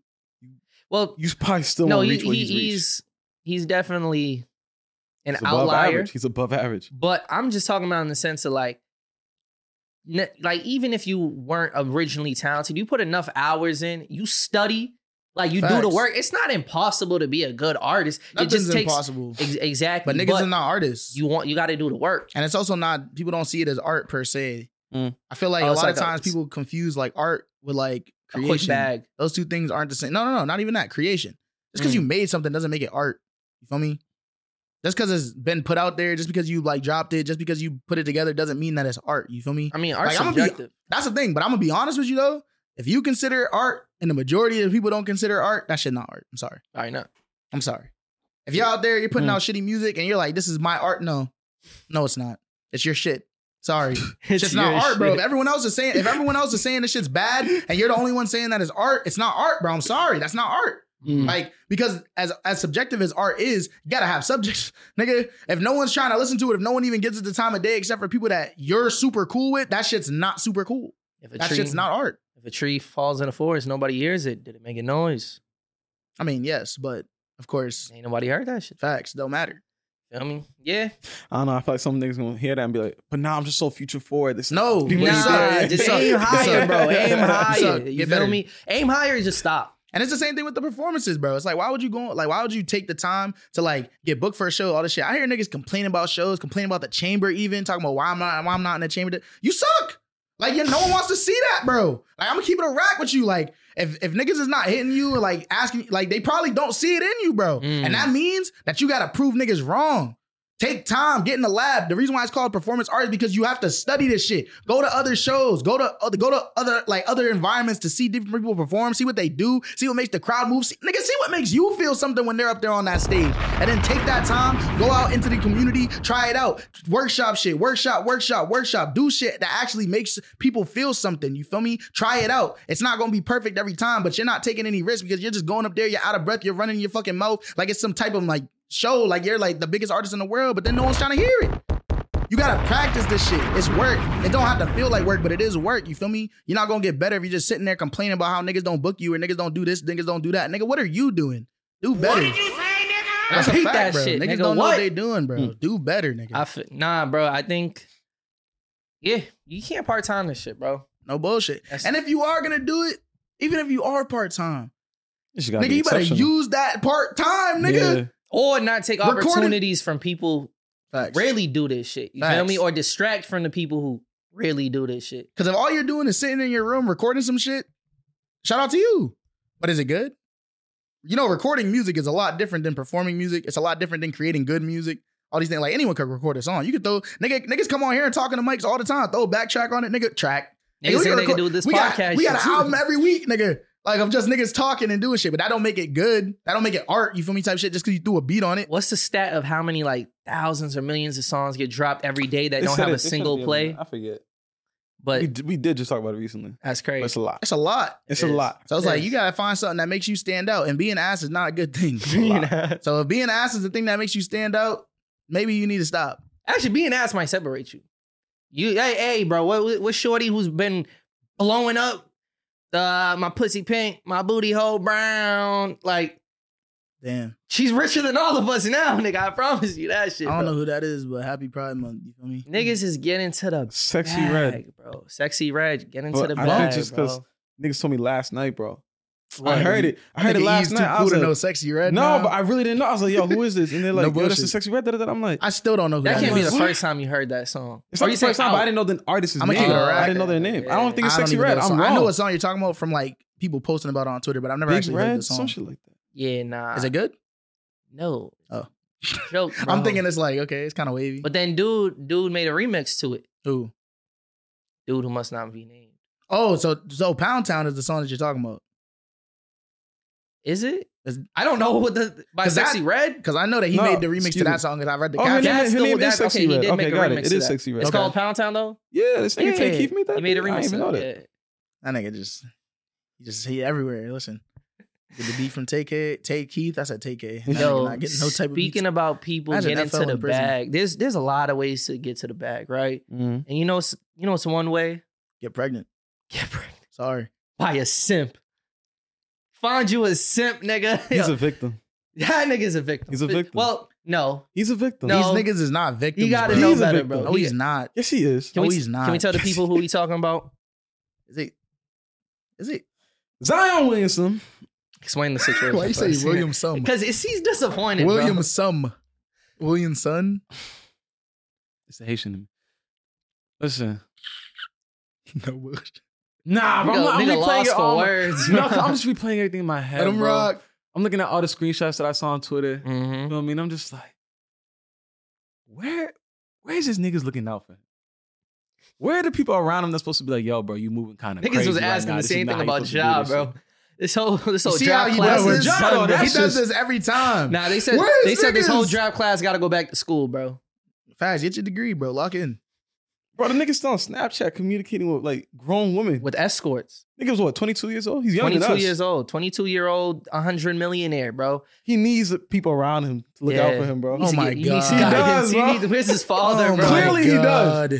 Speaker 1: Well,
Speaker 2: You probably still
Speaker 1: no,
Speaker 2: won't
Speaker 1: he,
Speaker 2: reach what
Speaker 1: he-
Speaker 2: he's
Speaker 1: he's,
Speaker 2: reached.
Speaker 1: he's definitely an
Speaker 2: He's above
Speaker 1: outlier.
Speaker 2: average. He's above average.
Speaker 1: But I'm just talking about in the sense of like, ne- like even if you weren't originally talented, you put enough hours in, you study, like you do the
Speaker 3: Facts.
Speaker 1: work. It's not impossible to be a good artist.
Speaker 3: Nothing's
Speaker 1: it just takes
Speaker 3: impossible.
Speaker 1: Ex- exactly.
Speaker 3: But niggas are not artists.
Speaker 1: You want you got to do the work.
Speaker 3: and it's also not people don't see it as art per se.
Speaker 2: Mm.
Speaker 3: I feel like
Speaker 1: Oh,
Speaker 3: a
Speaker 1: it's
Speaker 3: lot of
Speaker 1: like a-
Speaker 3: times people confuse like art with like
Speaker 1: A quick
Speaker 3: creation.
Speaker 1: bag.
Speaker 3: Those two things aren't the same. No, no, no, not even that. Creation. Just because
Speaker 1: Mm.
Speaker 3: you made something doesn't make it art. You feel me? Just because it's been put out there, just because you like dropped it, just because you put it together, doesn't mean that it's art. You feel me?
Speaker 1: I mean, art's
Speaker 3: Like, I'ma be-
Speaker 1: subjective.
Speaker 3: That's the thing. But I'm gonna be honest with you though. If you consider art, and the majority of people don't consider art, that shit not art. I'm sorry.
Speaker 1: All right, no.
Speaker 3: I'm sorry. If you're out there, you're putting
Speaker 2: Mm.
Speaker 3: out shitty music, and you're like, "This is my art." No, no, it's not. It's your shit. Sorry, it's just not
Speaker 1: your
Speaker 3: art, bro. If
Speaker 1: shit.
Speaker 3: everyone else is saying, if everyone else is saying this shit's bad, and you're the only one saying that it's art, it's not art, bro. I'm sorry, that's not art.
Speaker 1: Mm.
Speaker 3: Like because as as subjective as art is, you gotta have subjects, nigga. If no one's trying to listen to it, if no one even gives it the time of day, except for people that you're super cool with, that shit's not super cool.
Speaker 1: If a
Speaker 3: That
Speaker 1: tree,
Speaker 3: shit's not art.
Speaker 1: If a tree falls in a forest, nobody hears it. Did it make a noise?
Speaker 3: I mean, yes, but of course,
Speaker 1: Ain't nobody heard that shit.
Speaker 3: facts don't matter.
Speaker 1: I mean, yeah.
Speaker 2: I don't know. I feel like some niggas gonna hear that and be like, "But now I'm just so future forward." This
Speaker 3: No,
Speaker 2: People
Speaker 1: Nah,
Speaker 3: you suck.
Speaker 1: just
Speaker 3: You suck.
Speaker 1: aim
Speaker 3: You
Speaker 1: higher,
Speaker 3: suck.
Speaker 1: bro. Aim
Speaker 3: You
Speaker 1: higher.
Speaker 3: suck.
Speaker 1: You
Speaker 3: Get
Speaker 1: feel
Speaker 3: better.
Speaker 1: me? Aim higher and just stop.
Speaker 3: And it's the same thing with the performances, bro. It's like, why would you go? Like, why would you take the time to like get booked for a show? All this shit. I hear niggas complaining about shows, complaining about the chamber, even talking about why I'm not, why I'm not in the chamber. You suck. Like, yeah, no one wants to see that, bro. Like, I'm gonna keep it a rack with you. Like, if if niggas is not hitting you, or, like asking, like they probably don't see it in you, bro.
Speaker 1: Mm.
Speaker 3: And that means that you gotta prove niggas wrong. Take time, get in the lab. The reason why it's called performance art is because you have to study this shit. Go to other shows, go to other, go to other like other environments to see different people perform, see what they do, see what makes the crowd move. See, nigga, see what makes you feel something when they're up there on that stage, and then take that time, go out into the community, try it out, workshop shit, workshop, workshop, workshop, do shit that actually makes people feel something. You feel me? Try it out. It's not gonna be perfect every time, but you're not taking any risk because you're just going up there, you're out of breath, you're running your fucking mouth like it's some type of like show like you're like the biggest artist in the world, but then no one's trying to hear it. You gotta practice this shit. It's work. It don't have to feel like work, but it is work. You feel me? You're not gonna get better if you're just sitting there complaining about how niggas don't book you or niggas don't do this, niggas don't do that. Nigga, what are you doing? Do better. That's a
Speaker 1: Repeat
Speaker 3: fact,
Speaker 1: that
Speaker 3: bro.
Speaker 1: shit,
Speaker 3: niggas
Speaker 1: nigga.
Speaker 3: don't know
Speaker 1: What? Hmm.
Speaker 3: what they doing, bro. Do better, nigga.
Speaker 1: I f- nah, bro. I think, yeah, you can't part time this shit, bro.
Speaker 3: no bullshit.
Speaker 1: That's-
Speaker 3: And if you are gonna do it, even if you are part time,
Speaker 2: This shit gotta
Speaker 3: nigga,
Speaker 2: be
Speaker 3: you better
Speaker 2: exceptional.
Speaker 3: use that part time, nigga.
Speaker 2: Yeah.
Speaker 1: Or not take
Speaker 3: Recorded-
Speaker 1: opportunities from people
Speaker 3: Facts.
Speaker 1: really do this shit. You feel
Speaker 3: Facts.
Speaker 1: me? Or distract from the people who really do this shit.
Speaker 3: Because if all you're doing is sitting in your room recording some shit, shout out to you. But is it good? You know, recording music is a lot different than performing music. It's a lot different than creating good music. All these things, like anyone could record a song. You could throw nigga, niggas come on here and talk on the mics all the time. Throw a backtrack on it, nigga. Track. Nigga,
Speaker 1: Niggas
Speaker 3: we
Speaker 1: say
Speaker 3: can
Speaker 1: they can
Speaker 3: record-
Speaker 1: do this
Speaker 3: we
Speaker 1: podcast.
Speaker 3: got, we got
Speaker 1: shit
Speaker 3: an
Speaker 1: too.
Speaker 3: album every week, nigga. Like of just niggas talking and doing shit, but that don't make it good. That don't make it art. You feel me? Type shit just because you threw a beat on it.
Speaker 1: What's the stat of how many like thousands or millions of songs get dropped every day that
Speaker 2: They
Speaker 1: don't
Speaker 2: said
Speaker 1: have
Speaker 2: it-
Speaker 1: a
Speaker 2: they said it the
Speaker 1: single
Speaker 2: other
Speaker 1: play?
Speaker 2: night. I forget. We,
Speaker 1: But
Speaker 2: d- we did just talk about it recently.
Speaker 1: that's
Speaker 2: But it's
Speaker 1: crazy.
Speaker 2: a lot.
Speaker 3: That's a lot.
Speaker 2: It's
Speaker 1: It
Speaker 2: a
Speaker 1: is.
Speaker 2: lot.
Speaker 3: So I was
Speaker 1: It
Speaker 3: like,
Speaker 1: is.
Speaker 3: you gotta find something that makes you stand out. And being ass is not a good thing.
Speaker 2: Being
Speaker 3: So if being ass is the thing that makes you stand out, maybe you need to stop.
Speaker 1: Actually, being ass might separate you. You, hey, hey, bro, what, what shorty who's been blowing up? Uh, my pussy pink, my booty hole brown. Like
Speaker 3: Damn.
Speaker 1: she's richer than all of us now, nigga. I promise you that
Speaker 3: I
Speaker 1: shit.
Speaker 3: don't
Speaker 1: bro.
Speaker 3: know who that is, but happy Pride Month. You feel me?
Speaker 1: Niggas is getting to the
Speaker 2: Sexy
Speaker 1: bag,
Speaker 2: red.
Speaker 1: bro. Sexy red, get into
Speaker 2: But
Speaker 1: the
Speaker 2: I think
Speaker 1: bag,
Speaker 2: just 'cause-
Speaker 1: bro.
Speaker 2: Niggas told me last night, bro.
Speaker 3: Right.
Speaker 2: I heard it. I heard it
Speaker 3: Nigga,
Speaker 2: last
Speaker 3: he's
Speaker 2: night.
Speaker 3: Too
Speaker 2: I
Speaker 3: cool
Speaker 2: was
Speaker 3: to
Speaker 2: like,
Speaker 3: know sexy red.
Speaker 2: no,
Speaker 3: now.
Speaker 2: but I really didn't know. I was like, yo, who is this? And they're
Speaker 3: No
Speaker 2: like, yo, that's the
Speaker 3: bullshit.
Speaker 2: sexy red. Da, da, da. I'm like,
Speaker 3: I still don't know who
Speaker 1: That
Speaker 3: that,
Speaker 1: can't be
Speaker 3: is.
Speaker 1: the first time you heard that song.
Speaker 2: it's
Speaker 1: Or
Speaker 2: not
Speaker 1: you
Speaker 2: the
Speaker 1: say
Speaker 2: first time, but
Speaker 1: out.
Speaker 2: I didn't know the artist's
Speaker 3: I'ma
Speaker 2: name.
Speaker 3: keep it a
Speaker 2: I
Speaker 3: rack.
Speaker 2: didn't know their name. I
Speaker 1: Yeah.
Speaker 2: don't think it's
Speaker 3: I don't
Speaker 2: sexy
Speaker 3: even know
Speaker 2: red.
Speaker 3: the
Speaker 2: I'm
Speaker 3: song.
Speaker 2: wrong.
Speaker 3: I know a song you're talking about from like people posting about it on Twitter, but I've never
Speaker 2: Big
Speaker 3: actually heard
Speaker 2: red,
Speaker 3: the song.
Speaker 2: some shit like that.
Speaker 1: Yeah, nah.
Speaker 3: Is it good?
Speaker 1: No.
Speaker 3: Oh.
Speaker 1: Joke.
Speaker 3: I'm
Speaker 1: bro.
Speaker 3: thinking it's like okay, it's kind of wavy.
Speaker 1: But then, dude, dude made a remix to it.
Speaker 3: Ooh.
Speaker 1: Dude who must not be named.
Speaker 3: Oh, so so Pound Town is the song that you're talking about
Speaker 1: Is it?
Speaker 3: Is-
Speaker 1: I don't know what the by
Speaker 3: 'Cause that-
Speaker 1: sexy red.
Speaker 3: because I know that he
Speaker 2: No,
Speaker 3: made the remix to
Speaker 2: excuse me.
Speaker 3: that song because I read the
Speaker 2: Oh, her
Speaker 3: caption.
Speaker 2: name,
Speaker 1: That's
Speaker 2: her
Speaker 1: the-
Speaker 2: name
Speaker 1: that's-
Speaker 2: is sexy
Speaker 1: okay, he
Speaker 2: red.
Speaker 1: did
Speaker 2: Okay,
Speaker 1: make a
Speaker 2: got
Speaker 1: remix
Speaker 2: it. It
Speaker 1: to
Speaker 2: is
Speaker 1: that.
Speaker 2: sexy red.
Speaker 1: It's
Speaker 2: Okay.
Speaker 1: called Pound Town though.
Speaker 2: Yeah, this nigga Tay
Speaker 1: Yeah.
Speaker 2: Keith made that.
Speaker 1: He made a remix.
Speaker 2: I didn't even
Speaker 1: to
Speaker 2: know
Speaker 1: it,
Speaker 2: that.
Speaker 3: That nigga just, he just he everywhere. Listen, get the beat from TK, Tay Keith. I said TK.
Speaker 1: yeah.
Speaker 3: That
Speaker 1: Yo,
Speaker 3: nigga not getting no type of
Speaker 1: speaking
Speaker 3: beats.
Speaker 1: about people
Speaker 3: Imagine
Speaker 1: getting
Speaker 3: FL
Speaker 1: to the
Speaker 3: in prison.
Speaker 1: bag, there's there's a lot of ways to get to the bag, right?
Speaker 2: Mhm.
Speaker 1: And you know, it's- you know, it's one way.
Speaker 3: get pregnant.
Speaker 1: Get pregnant
Speaker 3: Sorry,
Speaker 1: by a simp. Find you a simp, nigga.
Speaker 2: He's a victim.
Speaker 1: that nigga's a victim.
Speaker 2: He's a victim.
Speaker 1: Well, no,
Speaker 2: He's a victim.
Speaker 1: No.
Speaker 3: these niggas is not victims.
Speaker 1: he got to
Speaker 3: bro.
Speaker 2: He's
Speaker 1: know
Speaker 2: a
Speaker 1: better,
Speaker 2: victim.
Speaker 1: bro.
Speaker 3: No,
Speaker 1: He-
Speaker 3: he's not.
Speaker 2: Yes, he is.
Speaker 1: Can
Speaker 3: No,
Speaker 1: we,
Speaker 3: he's
Speaker 1: Can we
Speaker 3: not.
Speaker 1: tell the people who we talking about?
Speaker 3: Is it? Is it?
Speaker 2: Zion Williamson.
Speaker 1: Explain the situation.
Speaker 3: Why you say William Sum?
Speaker 1: Because he's disappointed.
Speaker 3: William
Speaker 1: bro.
Speaker 3: Sum. William Son.
Speaker 2: It's the Haitian in me. Listen.
Speaker 3: No bullshit.
Speaker 2: Nah, bro. I'm,
Speaker 1: Nigga-
Speaker 2: not-
Speaker 1: nigga
Speaker 2: I'm replaying
Speaker 1: lost
Speaker 2: it
Speaker 1: for
Speaker 2: all.
Speaker 1: words.
Speaker 2: No, I'm just replaying everything in my head.
Speaker 3: Let him
Speaker 2: bro.
Speaker 3: rock.
Speaker 2: I'm looking at all the screenshots that I saw on Twitter. You
Speaker 1: Mhm.
Speaker 2: know what I mean? I'm just like, where where is this niggas looking out for him? Where are the people around him that's supposed to be like, yo, bro, you moving kind of
Speaker 1: Niggas
Speaker 2: crazy?
Speaker 1: was
Speaker 2: right
Speaker 1: asking
Speaker 2: now.
Speaker 1: the
Speaker 2: This is
Speaker 1: same
Speaker 2: not
Speaker 1: thing
Speaker 2: how you
Speaker 1: about
Speaker 2: supposed to do
Speaker 1: Ja,
Speaker 2: this
Speaker 1: bro.
Speaker 2: shit."
Speaker 1: This whole this whole
Speaker 3: See how
Speaker 1: draft
Speaker 3: he
Speaker 1: class
Speaker 3: does
Speaker 2: with
Speaker 1: is
Speaker 3: this?
Speaker 2: Ja,
Speaker 1: done,
Speaker 2: though.
Speaker 1: bro.
Speaker 3: he
Speaker 2: That's
Speaker 3: does
Speaker 2: just-
Speaker 3: this every time.
Speaker 1: Nah, they said
Speaker 3: Where is
Speaker 1: they said this whole
Speaker 3: niggas?
Speaker 1: draft class got to go back to school, bro.
Speaker 3: Fast, get your degree, bro. Lock in.
Speaker 2: Bro, the niggas still on Snapchat communicating with like grown women.
Speaker 1: With escorts,
Speaker 2: Niggas what, 22 years old? He's younger than
Speaker 1: twenty-two
Speaker 2: us.
Speaker 1: years old, twenty-two year old, hundred millionaire, bro.
Speaker 2: He needs people around him to look out
Speaker 1: Yeah.
Speaker 2: for him, bro.
Speaker 3: Oh my
Speaker 1: he needs guidance.
Speaker 3: God.
Speaker 2: He does,
Speaker 1: He
Speaker 2: bro.
Speaker 1: needs- where's his father,
Speaker 3: Oh
Speaker 1: bro?
Speaker 3: my
Speaker 2: Clearly he does.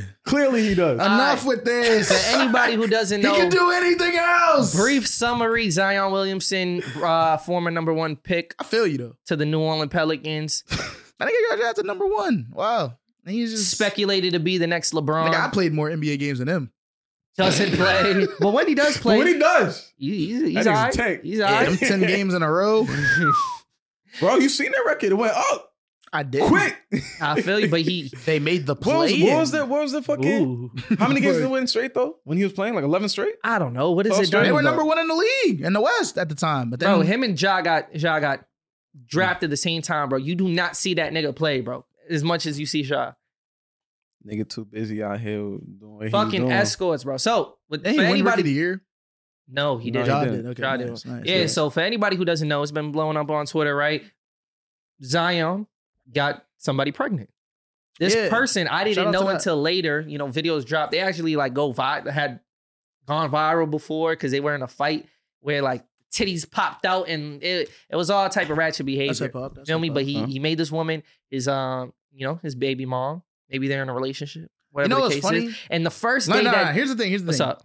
Speaker 3: God.
Speaker 2: Clearly he does.
Speaker 1: Uh,
Speaker 3: Enough
Speaker 1: Alright.
Speaker 3: with this.
Speaker 1: To anybody who doesn't
Speaker 3: he
Speaker 1: know,
Speaker 3: can do anything else.
Speaker 1: brief summary: Zion Williamson, uh, former number one pick
Speaker 3: I feel you though.
Speaker 1: to the New Orleans Pelicans,
Speaker 3: I think I got drafted number one. Wow. And he's just
Speaker 1: speculated to be the next LeBron.
Speaker 3: Nigga, I played more NBA games than him.
Speaker 1: doesn't play, but when he does
Speaker 2: but
Speaker 1: play,
Speaker 2: what he does,
Speaker 1: he- he's, he's
Speaker 2: That nigga's a
Speaker 1: all right.
Speaker 2: tank.
Speaker 1: He's all
Speaker 3: Yeah,
Speaker 1: right.
Speaker 3: them ten games in a row.
Speaker 2: bro, you seen that record? It went up
Speaker 3: I did.
Speaker 2: quick.
Speaker 1: I feel you, but he.
Speaker 3: They made the
Speaker 2: What was,
Speaker 3: play.
Speaker 2: what was that? What was that fucking?
Speaker 1: Ooh.
Speaker 2: How many games did they win straight though? When he was playing, like eleven straight.
Speaker 1: I don't know. What is it?
Speaker 2: They
Speaker 3: They
Speaker 1: done
Speaker 3: were
Speaker 1: about?
Speaker 3: number one in the league in the West at the time. But then
Speaker 1: bro. Him and Ja got Ja got drafted the same time, bro. You do not see that nigga play, bro. As much as you see Ja,
Speaker 2: Nigga too busy out here doing what he was
Speaker 1: fucking
Speaker 2: doing.
Speaker 1: escorts, bro. So, with,
Speaker 3: Then he
Speaker 1: for
Speaker 3: won Rookie of the
Speaker 1: anybody,
Speaker 3: year.
Speaker 1: no, he
Speaker 2: No,
Speaker 1: didn't.
Speaker 2: he
Speaker 3: Ja
Speaker 2: didn't.
Speaker 3: Okay,
Speaker 1: Ja did.
Speaker 3: nice, nice,
Speaker 1: Yeah,
Speaker 3: nice.
Speaker 1: so for anybody who doesn't know, it's been blowing up on Twitter, right? Zion got somebody pregnant. This
Speaker 3: Yeah.
Speaker 1: person I
Speaker 3: Shout out
Speaker 1: didn't
Speaker 3: to
Speaker 1: know
Speaker 3: that.
Speaker 1: until later, you know, videos dropped. They actually like go vi- had gone viral before because they were in a fight where like titties popped out and it, it was all type of ratchet
Speaker 3: That's
Speaker 1: behavior.
Speaker 3: hip hop. that's
Speaker 1: Feel
Speaker 3: hip
Speaker 1: me?
Speaker 3: hop.
Speaker 1: But he
Speaker 2: huh?
Speaker 1: he made this woman his um, you know, his baby mom. Maybe they're in a relationship.
Speaker 3: you
Speaker 1: Whatever
Speaker 3: know
Speaker 1: the
Speaker 3: what's
Speaker 1: case
Speaker 3: funny?
Speaker 1: is. And the first
Speaker 3: No,
Speaker 1: day
Speaker 3: no, no.
Speaker 1: that
Speaker 3: Here's the thing. Here's the
Speaker 1: what's
Speaker 3: thing.
Speaker 1: up?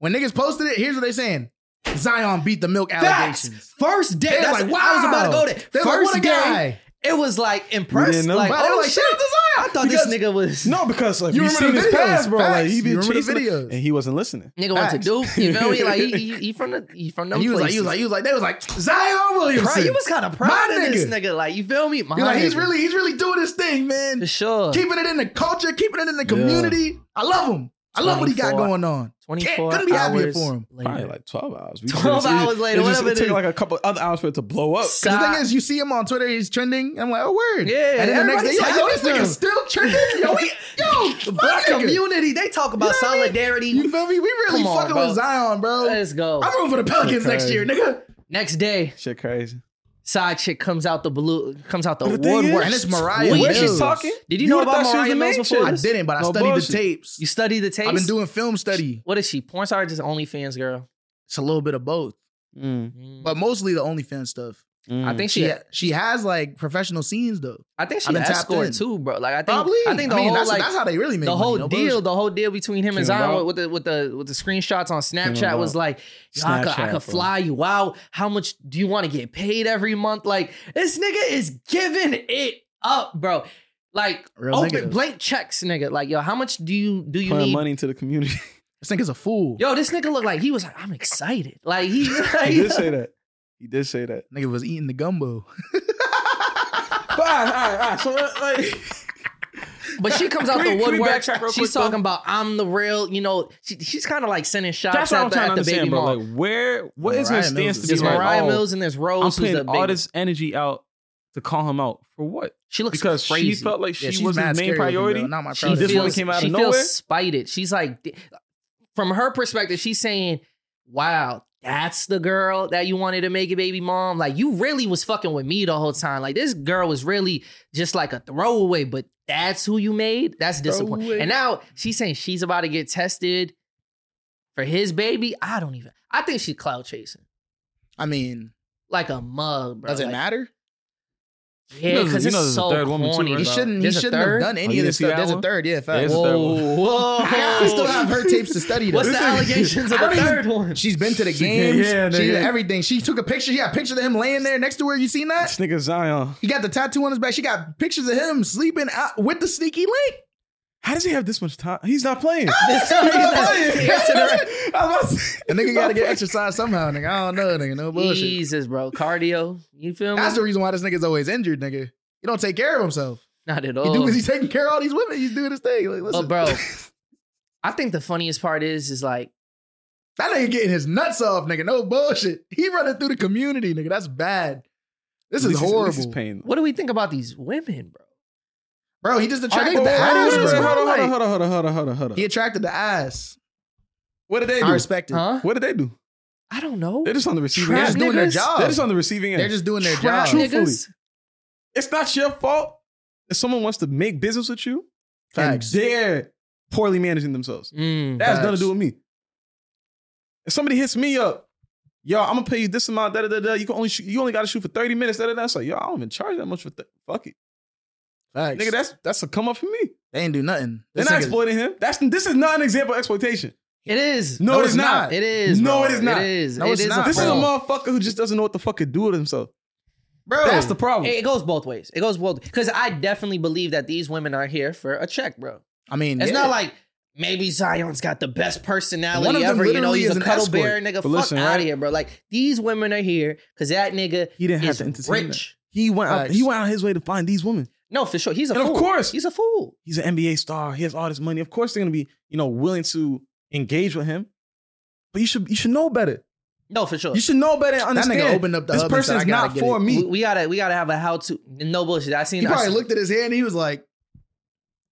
Speaker 3: When niggas posted it, here's what they saying: Zion beat the milk
Speaker 1: Facts.
Speaker 3: allegations.
Speaker 1: First day.
Speaker 3: They're
Speaker 1: That's
Speaker 3: like,
Speaker 1: like, I was about to
Speaker 3: wow.
Speaker 1: go there.
Speaker 3: They're like,
Speaker 1: first
Speaker 3: what a
Speaker 1: day,
Speaker 3: guy.
Speaker 1: it was like
Speaker 2: We
Speaker 1: impressed.
Speaker 2: didn't know.
Speaker 1: Like,
Speaker 3: But
Speaker 1: oh
Speaker 3: they're like,
Speaker 1: shit.
Speaker 3: shout out to Zion.
Speaker 1: I thought
Speaker 2: Because-
Speaker 1: this nigga was
Speaker 2: No, because like
Speaker 3: You
Speaker 2: we
Speaker 3: remember
Speaker 2: seen
Speaker 3: the
Speaker 2: his
Speaker 3: videos,
Speaker 2: past, bro. Like
Speaker 3: facts.
Speaker 2: he
Speaker 3: You
Speaker 2: been
Speaker 3: remember the
Speaker 2: chasing,
Speaker 3: videos.
Speaker 2: and he wasn't listening.
Speaker 1: nigga went to
Speaker 3: Facts.
Speaker 1: Duke. You feel me? Like he, he, he from the he from them
Speaker 3: And he was like,
Speaker 1: places.
Speaker 3: he was like, he was like, they was like Zion Williamson.
Speaker 1: Bro, you was kind of proud
Speaker 3: My
Speaker 1: of this
Speaker 3: nigga.
Speaker 1: nigga. Like, you feel me? My
Speaker 3: He was like, he's
Speaker 1: nigga.
Speaker 3: really, he's really doing his thing, man.
Speaker 1: for sure.
Speaker 3: Keeping it in the culture, keeping it in the
Speaker 2: Yeah.
Speaker 3: community. I love him. I love what he got
Speaker 1: 24
Speaker 3: going on.
Speaker 1: Twenty four
Speaker 3: couldn't be happier
Speaker 1: hours
Speaker 3: for him.
Speaker 1: later.
Speaker 2: Probably like twelve hours. We
Speaker 1: 12
Speaker 2: just- it
Speaker 1: hours
Speaker 2: just-
Speaker 1: later,
Speaker 2: It, just,
Speaker 1: whatever
Speaker 2: it
Speaker 1: it
Speaker 2: took
Speaker 1: is.
Speaker 2: like a couple other hours for it to blow up.
Speaker 3: Because the
Speaker 1: Stop.
Speaker 3: thing is, you see him on Twitter, he's trending. And I'm like, oh word.
Speaker 1: Yeah,
Speaker 3: And then the next day,
Speaker 1: everybody's
Speaker 3: you're like, yo, this
Speaker 1: hyping him.
Speaker 3: nigga's still trending. Yo, we, yo,
Speaker 1: the
Speaker 3: my
Speaker 1: black
Speaker 3: nigga.
Speaker 1: community, they talk about
Speaker 3: You know what I mean?
Speaker 1: solidarity.
Speaker 3: You feel me? We really
Speaker 1: Come on,
Speaker 3: fucking
Speaker 1: bro.
Speaker 3: with Zion, bro.
Speaker 1: Let's go.
Speaker 3: I'm rooting for the Pelicans
Speaker 2: Okay.
Speaker 3: next year, nigga.
Speaker 1: Next day,
Speaker 2: Shit crazy.
Speaker 1: side chick comes out the blue, comes out the,
Speaker 2: But the thing
Speaker 1: woodwork.
Speaker 2: is-
Speaker 3: And it's Mariah
Speaker 1: Wait,
Speaker 2: When
Speaker 1: Mills.
Speaker 2: she's talking,
Speaker 1: Did you know
Speaker 2: would've
Speaker 1: about
Speaker 2: thought she was
Speaker 1: Mariah
Speaker 2: the
Speaker 1: Mills
Speaker 2: main
Speaker 1: before?
Speaker 2: chick.
Speaker 3: I didn't, but I
Speaker 2: No
Speaker 3: studied
Speaker 2: bullshit.
Speaker 3: the tapes.
Speaker 1: You study the tapes.
Speaker 3: I've been doing film study.
Speaker 1: What is she? Porn star or just OnlyFans girl?
Speaker 3: It's a little bit of both,
Speaker 2: Mm,
Speaker 3: but mostly the OnlyFans stuff.
Speaker 2: mm.
Speaker 1: I think she.
Speaker 3: She she has like professional scenes though.
Speaker 1: I think
Speaker 3: I've
Speaker 1: she
Speaker 3: been tapped in.
Speaker 1: escort too, bro. Like I think.
Speaker 3: Probably.
Speaker 1: I think the
Speaker 3: mean,
Speaker 1: whole
Speaker 3: that's,
Speaker 1: like
Speaker 3: that's how they really make
Speaker 1: the whole
Speaker 3: money, no
Speaker 1: deal,
Speaker 3: bullshit.
Speaker 1: the whole deal between him
Speaker 2: Came
Speaker 1: and Zion
Speaker 2: about.
Speaker 1: with the with the with the screenshots on Snapchat
Speaker 2: about.
Speaker 1: was like, "Yo, I could, I
Speaker 2: Snapchat,
Speaker 1: could
Speaker 2: bro.
Speaker 1: fly you out. How much do you want to get paid every month? Like this nigga is giving it up, bro. Like
Speaker 3: Real
Speaker 1: open
Speaker 3: nigga.
Speaker 1: blank checks, nigga. Like yo, how much do you do you
Speaker 2: putting
Speaker 1: need?
Speaker 2: money into the community.
Speaker 3: This nigga's a fool.
Speaker 1: Yo, this nigga looked like he was like, I'm excited. Like he,
Speaker 2: he did
Speaker 1: like,
Speaker 2: say that. He did say that.
Speaker 3: Nigga was eating the gumbo.
Speaker 2: But all right, all right, all right. So uh, like,
Speaker 1: but she comes out
Speaker 2: Can
Speaker 1: the
Speaker 2: we- can we
Speaker 1: woodwork.
Speaker 2: backtrack real
Speaker 1: She's
Speaker 2: quick, though?
Speaker 1: talking about I'm the real. You know, she, she's kind of like sending shots
Speaker 2: that's what
Speaker 1: at
Speaker 2: I'm
Speaker 1: the,
Speaker 2: trying
Speaker 1: at
Speaker 2: to
Speaker 1: the baby
Speaker 2: understand, bro.
Speaker 1: mom.
Speaker 2: Like, where what is
Speaker 3: Mariah
Speaker 2: her
Speaker 3: Mills
Speaker 2: stance
Speaker 3: is-
Speaker 2: to
Speaker 1: There's
Speaker 2: be
Speaker 3: It's
Speaker 2: like,
Speaker 1: Mariah
Speaker 2: oh,
Speaker 1: Mills and there's
Speaker 2: I'm
Speaker 1: Rose, who's the
Speaker 2: putting all
Speaker 1: big.
Speaker 2: this energy out to call him out for what?
Speaker 1: she looks
Speaker 2: Because
Speaker 1: crazy.
Speaker 2: she felt like
Speaker 3: Yeah,
Speaker 2: she
Speaker 3: she's
Speaker 2: was
Speaker 3: mad
Speaker 2: his main
Speaker 3: scary looking,
Speaker 2: priority.
Speaker 3: girl. Not my
Speaker 1: she
Speaker 3: proudest
Speaker 2: this
Speaker 1: feels,
Speaker 2: one
Speaker 3: moment.
Speaker 2: came out of
Speaker 1: she
Speaker 2: nowhere?
Speaker 1: feels spited. She's like, di- from her perspective, she's saying, "Wow, that's the girl that you wanted to make a baby mom. Like you really was fucking with me the whole time. Like this girl was really just like a throwaway, but that's who you made. That's disappointing.
Speaker 3: Throwaway.
Speaker 1: And now she's saying she's about to get tested for his baby. I don't even. I think she's cloud chasing
Speaker 3: I mean,
Speaker 1: like a mug, bro.
Speaker 3: does it
Speaker 1: Like,
Speaker 3: matter?
Speaker 1: Yeah,
Speaker 2: You know-
Speaker 1: because
Speaker 2: you
Speaker 1: it's
Speaker 2: know there's a
Speaker 1: so
Speaker 2: third woman too,
Speaker 1: corny.
Speaker 2: right?
Speaker 3: He
Speaker 2: There's
Speaker 3: shouldn't. He
Speaker 1: There's a
Speaker 3: shouldn't have
Speaker 1: third?
Speaker 3: done
Speaker 2: Oh,
Speaker 3: any
Speaker 2: you
Speaker 3: of
Speaker 2: didn't
Speaker 3: this
Speaker 2: see
Speaker 3: stuff.
Speaker 2: that
Speaker 3: There's a
Speaker 2: one?
Speaker 3: third. Yeah,
Speaker 2: There's a
Speaker 3: fact.
Speaker 2: third
Speaker 1: Whoa, whoa.
Speaker 3: I still have her tapes to study. though.
Speaker 1: What's the allegations of the
Speaker 3: I don't
Speaker 1: third one?
Speaker 3: She's been to the
Speaker 2: She-
Speaker 3: games.
Speaker 2: yeah,
Speaker 3: she did
Speaker 2: nigga.
Speaker 3: everything. She took a picture. She got a picture of him laying there next to her. You seen that?
Speaker 2: This nigga Zion.
Speaker 3: He got the tattoo on his back. She got pictures of him sleeping out with the sneaky link.
Speaker 2: How does he have this much time? He's not
Speaker 3: Ah!
Speaker 2: playing.
Speaker 1: This
Speaker 2: He's not
Speaker 1: nigga-
Speaker 2: playing. I'm about to say-
Speaker 3: The nigga got to get exercise somehow, nigga. I don't know, nigga. No bullshit.
Speaker 1: Jesus, bro. Cardio. You feel me?
Speaker 3: That's the reason why this nigga's always injured, nigga. He don't take care of himself.
Speaker 1: Not at
Speaker 3: He do
Speaker 1: all.
Speaker 3: because he's taking care of all these women. He's doing his thing. Like, listen,
Speaker 1: But Oh. bro, I think the funniest part is is like
Speaker 3: that nigga getting his nuts off, nigga. No bullshit. He running through the community, nigga. That's bad. This
Speaker 2: At least he's-
Speaker 3: is
Speaker 2: at least he's
Speaker 3: horrible.
Speaker 2: paying.
Speaker 1: what do we think about these women, bro?
Speaker 3: Bro, he just attracted
Speaker 1: they
Speaker 3: the
Speaker 1: bad?
Speaker 3: ass,
Speaker 1: Hold
Speaker 3: bro.
Speaker 1: on,
Speaker 2: Hold on,
Speaker 3: Like,
Speaker 2: hold on, hold on, hold on, hold on, hold on.
Speaker 3: He attracted the ass.
Speaker 2: What did they
Speaker 3: I
Speaker 2: do?
Speaker 3: respect it.
Speaker 1: Huh?
Speaker 2: What did they do?
Speaker 1: I don't know.
Speaker 2: They're just on the receiving
Speaker 3: They're
Speaker 1: Trap
Speaker 3: just
Speaker 2: end.
Speaker 3: doing their
Speaker 1: niggas?
Speaker 3: job.
Speaker 2: They're just on the receiving end.
Speaker 3: They're just doing their
Speaker 1: Trap
Speaker 3: job.
Speaker 2: Truthfully.
Speaker 1: niggas.
Speaker 2: it's not your fault if someone wants to make business with you
Speaker 3: Facts.
Speaker 2: and they're poorly managing themselves.
Speaker 1: Mm.
Speaker 2: That has nothing
Speaker 3: Facts.
Speaker 2: to do with me. If somebody hits me up, yo, I'm gonna pay you this amount. Da da da da. You can only shoot, you only got to shoot for thirty minutes. Da da da. So yo, I don't even charge that much for th- fuck it,
Speaker 3: Facts.
Speaker 2: nigga. That's that's a come up for me.
Speaker 3: they ain't do nothing.
Speaker 2: They're
Speaker 3: This
Speaker 2: not
Speaker 3: nigga-
Speaker 2: exploiting him. That's this is not an example of exploitation.
Speaker 1: It is.
Speaker 2: No,
Speaker 3: No,
Speaker 2: it's
Speaker 3: it's
Speaker 2: not.
Speaker 3: not.
Speaker 1: It is.
Speaker 2: No,
Speaker 1: bro.
Speaker 2: it is not.
Speaker 1: It is.
Speaker 3: No,
Speaker 1: it
Speaker 3: it's
Speaker 1: is
Speaker 3: not.
Speaker 2: This is a
Speaker 1: fraud.
Speaker 2: motherfucker who just doesn't know what the fuck to do with himself.
Speaker 3: bro.
Speaker 2: That's the problem.
Speaker 1: It it goes both ways. It goes both because I definitely believe that these women are here for a check, bro.
Speaker 3: I mean,
Speaker 1: It's
Speaker 3: yeah.
Speaker 1: not like maybe Zion's got the best personality
Speaker 3: One of them
Speaker 1: ever. You know,
Speaker 3: literally
Speaker 1: he's
Speaker 3: is
Speaker 1: a
Speaker 3: an
Speaker 1: cuddle
Speaker 3: escort.
Speaker 1: bear, nigga.
Speaker 2: But listen,
Speaker 1: Fuck out
Speaker 2: right?
Speaker 1: of here, bro. Like these women are here because that nigga
Speaker 2: He didn't have
Speaker 1: is
Speaker 2: to entertain that.
Speaker 1: rich.
Speaker 2: He went out.
Speaker 3: Facts.
Speaker 2: He went out his way to find these women,
Speaker 1: No, for sure, he's a
Speaker 2: and
Speaker 1: fool.
Speaker 2: of course,
Speaker 1: he's a fool.
Speaker 2: he's an NBA star. He has all this money. Of course, they're gonna be you know willing to engage with him. But you should you should know better.
Speaker 1: No, for sure.
Speaker 2: You should know better and
Speaker 3: That
Speaker 2: understand.
Speaker 3: nigga opened up the
Speaker 2: this
Speaker 3: hub and said,
Speaker 2: person's
Speaker 3: "I gotta
Speaker 2: not
Speaker 3: get
Speaker 2: for
Speaker 3: it."
Speaker 1: we,
Speaker 2: me.
Speaker 1: we gotta we gotta have a how to. No bullshit. I seen.
Speaker 3: He
Speaker 1: I
Speaker 3: probably
Speaker 1: seen-
Speaker 3: looked at his hand. He was like,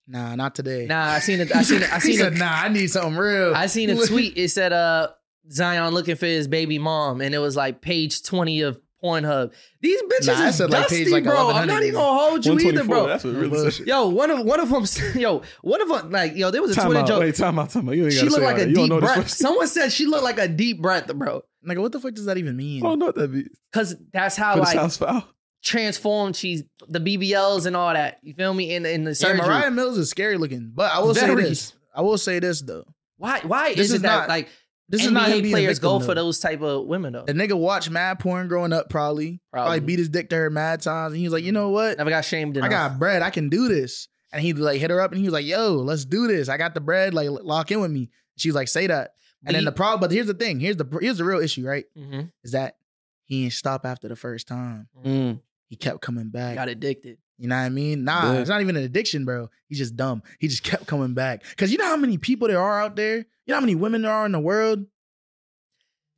Speaker 3: Nah, not today.
Speaker 1: Nah, I seen it. I seen it. I
Speaker 3: he
Speaker 1: seen
Speaker 3: said,
Speaker 1: it.
Speaker 3: Nah, I need something real.
Speaker 1: I seen
Speaker 3: He
Speaker 1: a
Speaker 3: look-
Speaker 1: tweet. It said, "Uh, Zion looking for his baby mom," and it was like page twenty of Pornhub. These bitches
Speaker 3: Nah, I
Speaker 1: is
Speaker 3: said, like,
Speaker 1: dusty,
Speaker 3: page, like,
Speaker 1: bro. I'm
Speaker 3: 1100.
Speaker 1: not even gonna hold you either, bro.
Speaker 2: That's what
Speaker 3: Bro.
Speaker 2: said.
Speaker 1: Yo, one of one of them. Yo, one of them. Like, yo, there was a
Speaker 2: Time
Speaker 1: Twitter
Speaker 2: out.
Speaker 1: joke.
Speaker 2: Wait, time out. Time out. You ain't
Speaker 1: she
Speaker 2: gotta
Speaker 1: looked
Speaker 2: say
Speaker 1: like
Speaker 2: that.
Speaker 1: a
Speaker 2: You don't
Speaker 1: deep
Speaker 2: know this
Speaker 1: breath.
Speaker 2: person.
Speaker 1: Someone said she looked like a deep breath, bro.
Speaker 3: Nigga, what the fuck does that even mean?
Speaker 2: I don't know what Oh, that means.
Speaker 1: Cause that's how
Speaker 2: But it
Speaker 1: like
Speaker 2: sounds foul.
Speaker 1: transformed. She's the BBLs and all that. You feel me? In in the
Speaker 3: Yeah,
Speaker 1: surgery.
Speaker 3: Mariah Mills is scary looking, but I will
Speaker 1: Very.
Speaker 3: say this. I will say this though.
Speaker 1: why? Why
Speaker 3: This
Speaker 1: is it
Speaker 3: is
Speaker 1: that
Speaker 3: not-
Speaker 1: like
Speaker 3: This
Speaker 1: NBA
Speaker 3: is not him being a
Speaker 1: players
Speaker 3: victim,
Speaker 1: go
Speaker 3: though.
Speaker 1: for those type of women though?
Speaker 3: The nigga watched mad porn growing up, probably. Probably,
Speaker 1: Probably.
Speaker 3: beat his dick to her mad times, and he was like, you know what?
Speaker 1: Never got shamed enough.
Speaker 3: I got bread. I can do this. And he like hit her up, and he was like, yo, let's do this. I got the bread. Like lock in with me. She was like, say that. And then the problem, but here's the thing. Here's the here's the real issue, right?
Speaker 1: Mhm.
Speaker 3: Is that he didn't stop after the first time. He kept coming back.
Speaker 1: Mm-hmm. got addicted.
Speaker 3: You know what I mean? Nah,
Speaker 2: Yeah.
Speaker 3: it's not even an addiction, bro. He's just dumb. He just kept coming back. Cause you know how many people there are out there? You know how many women there are in the world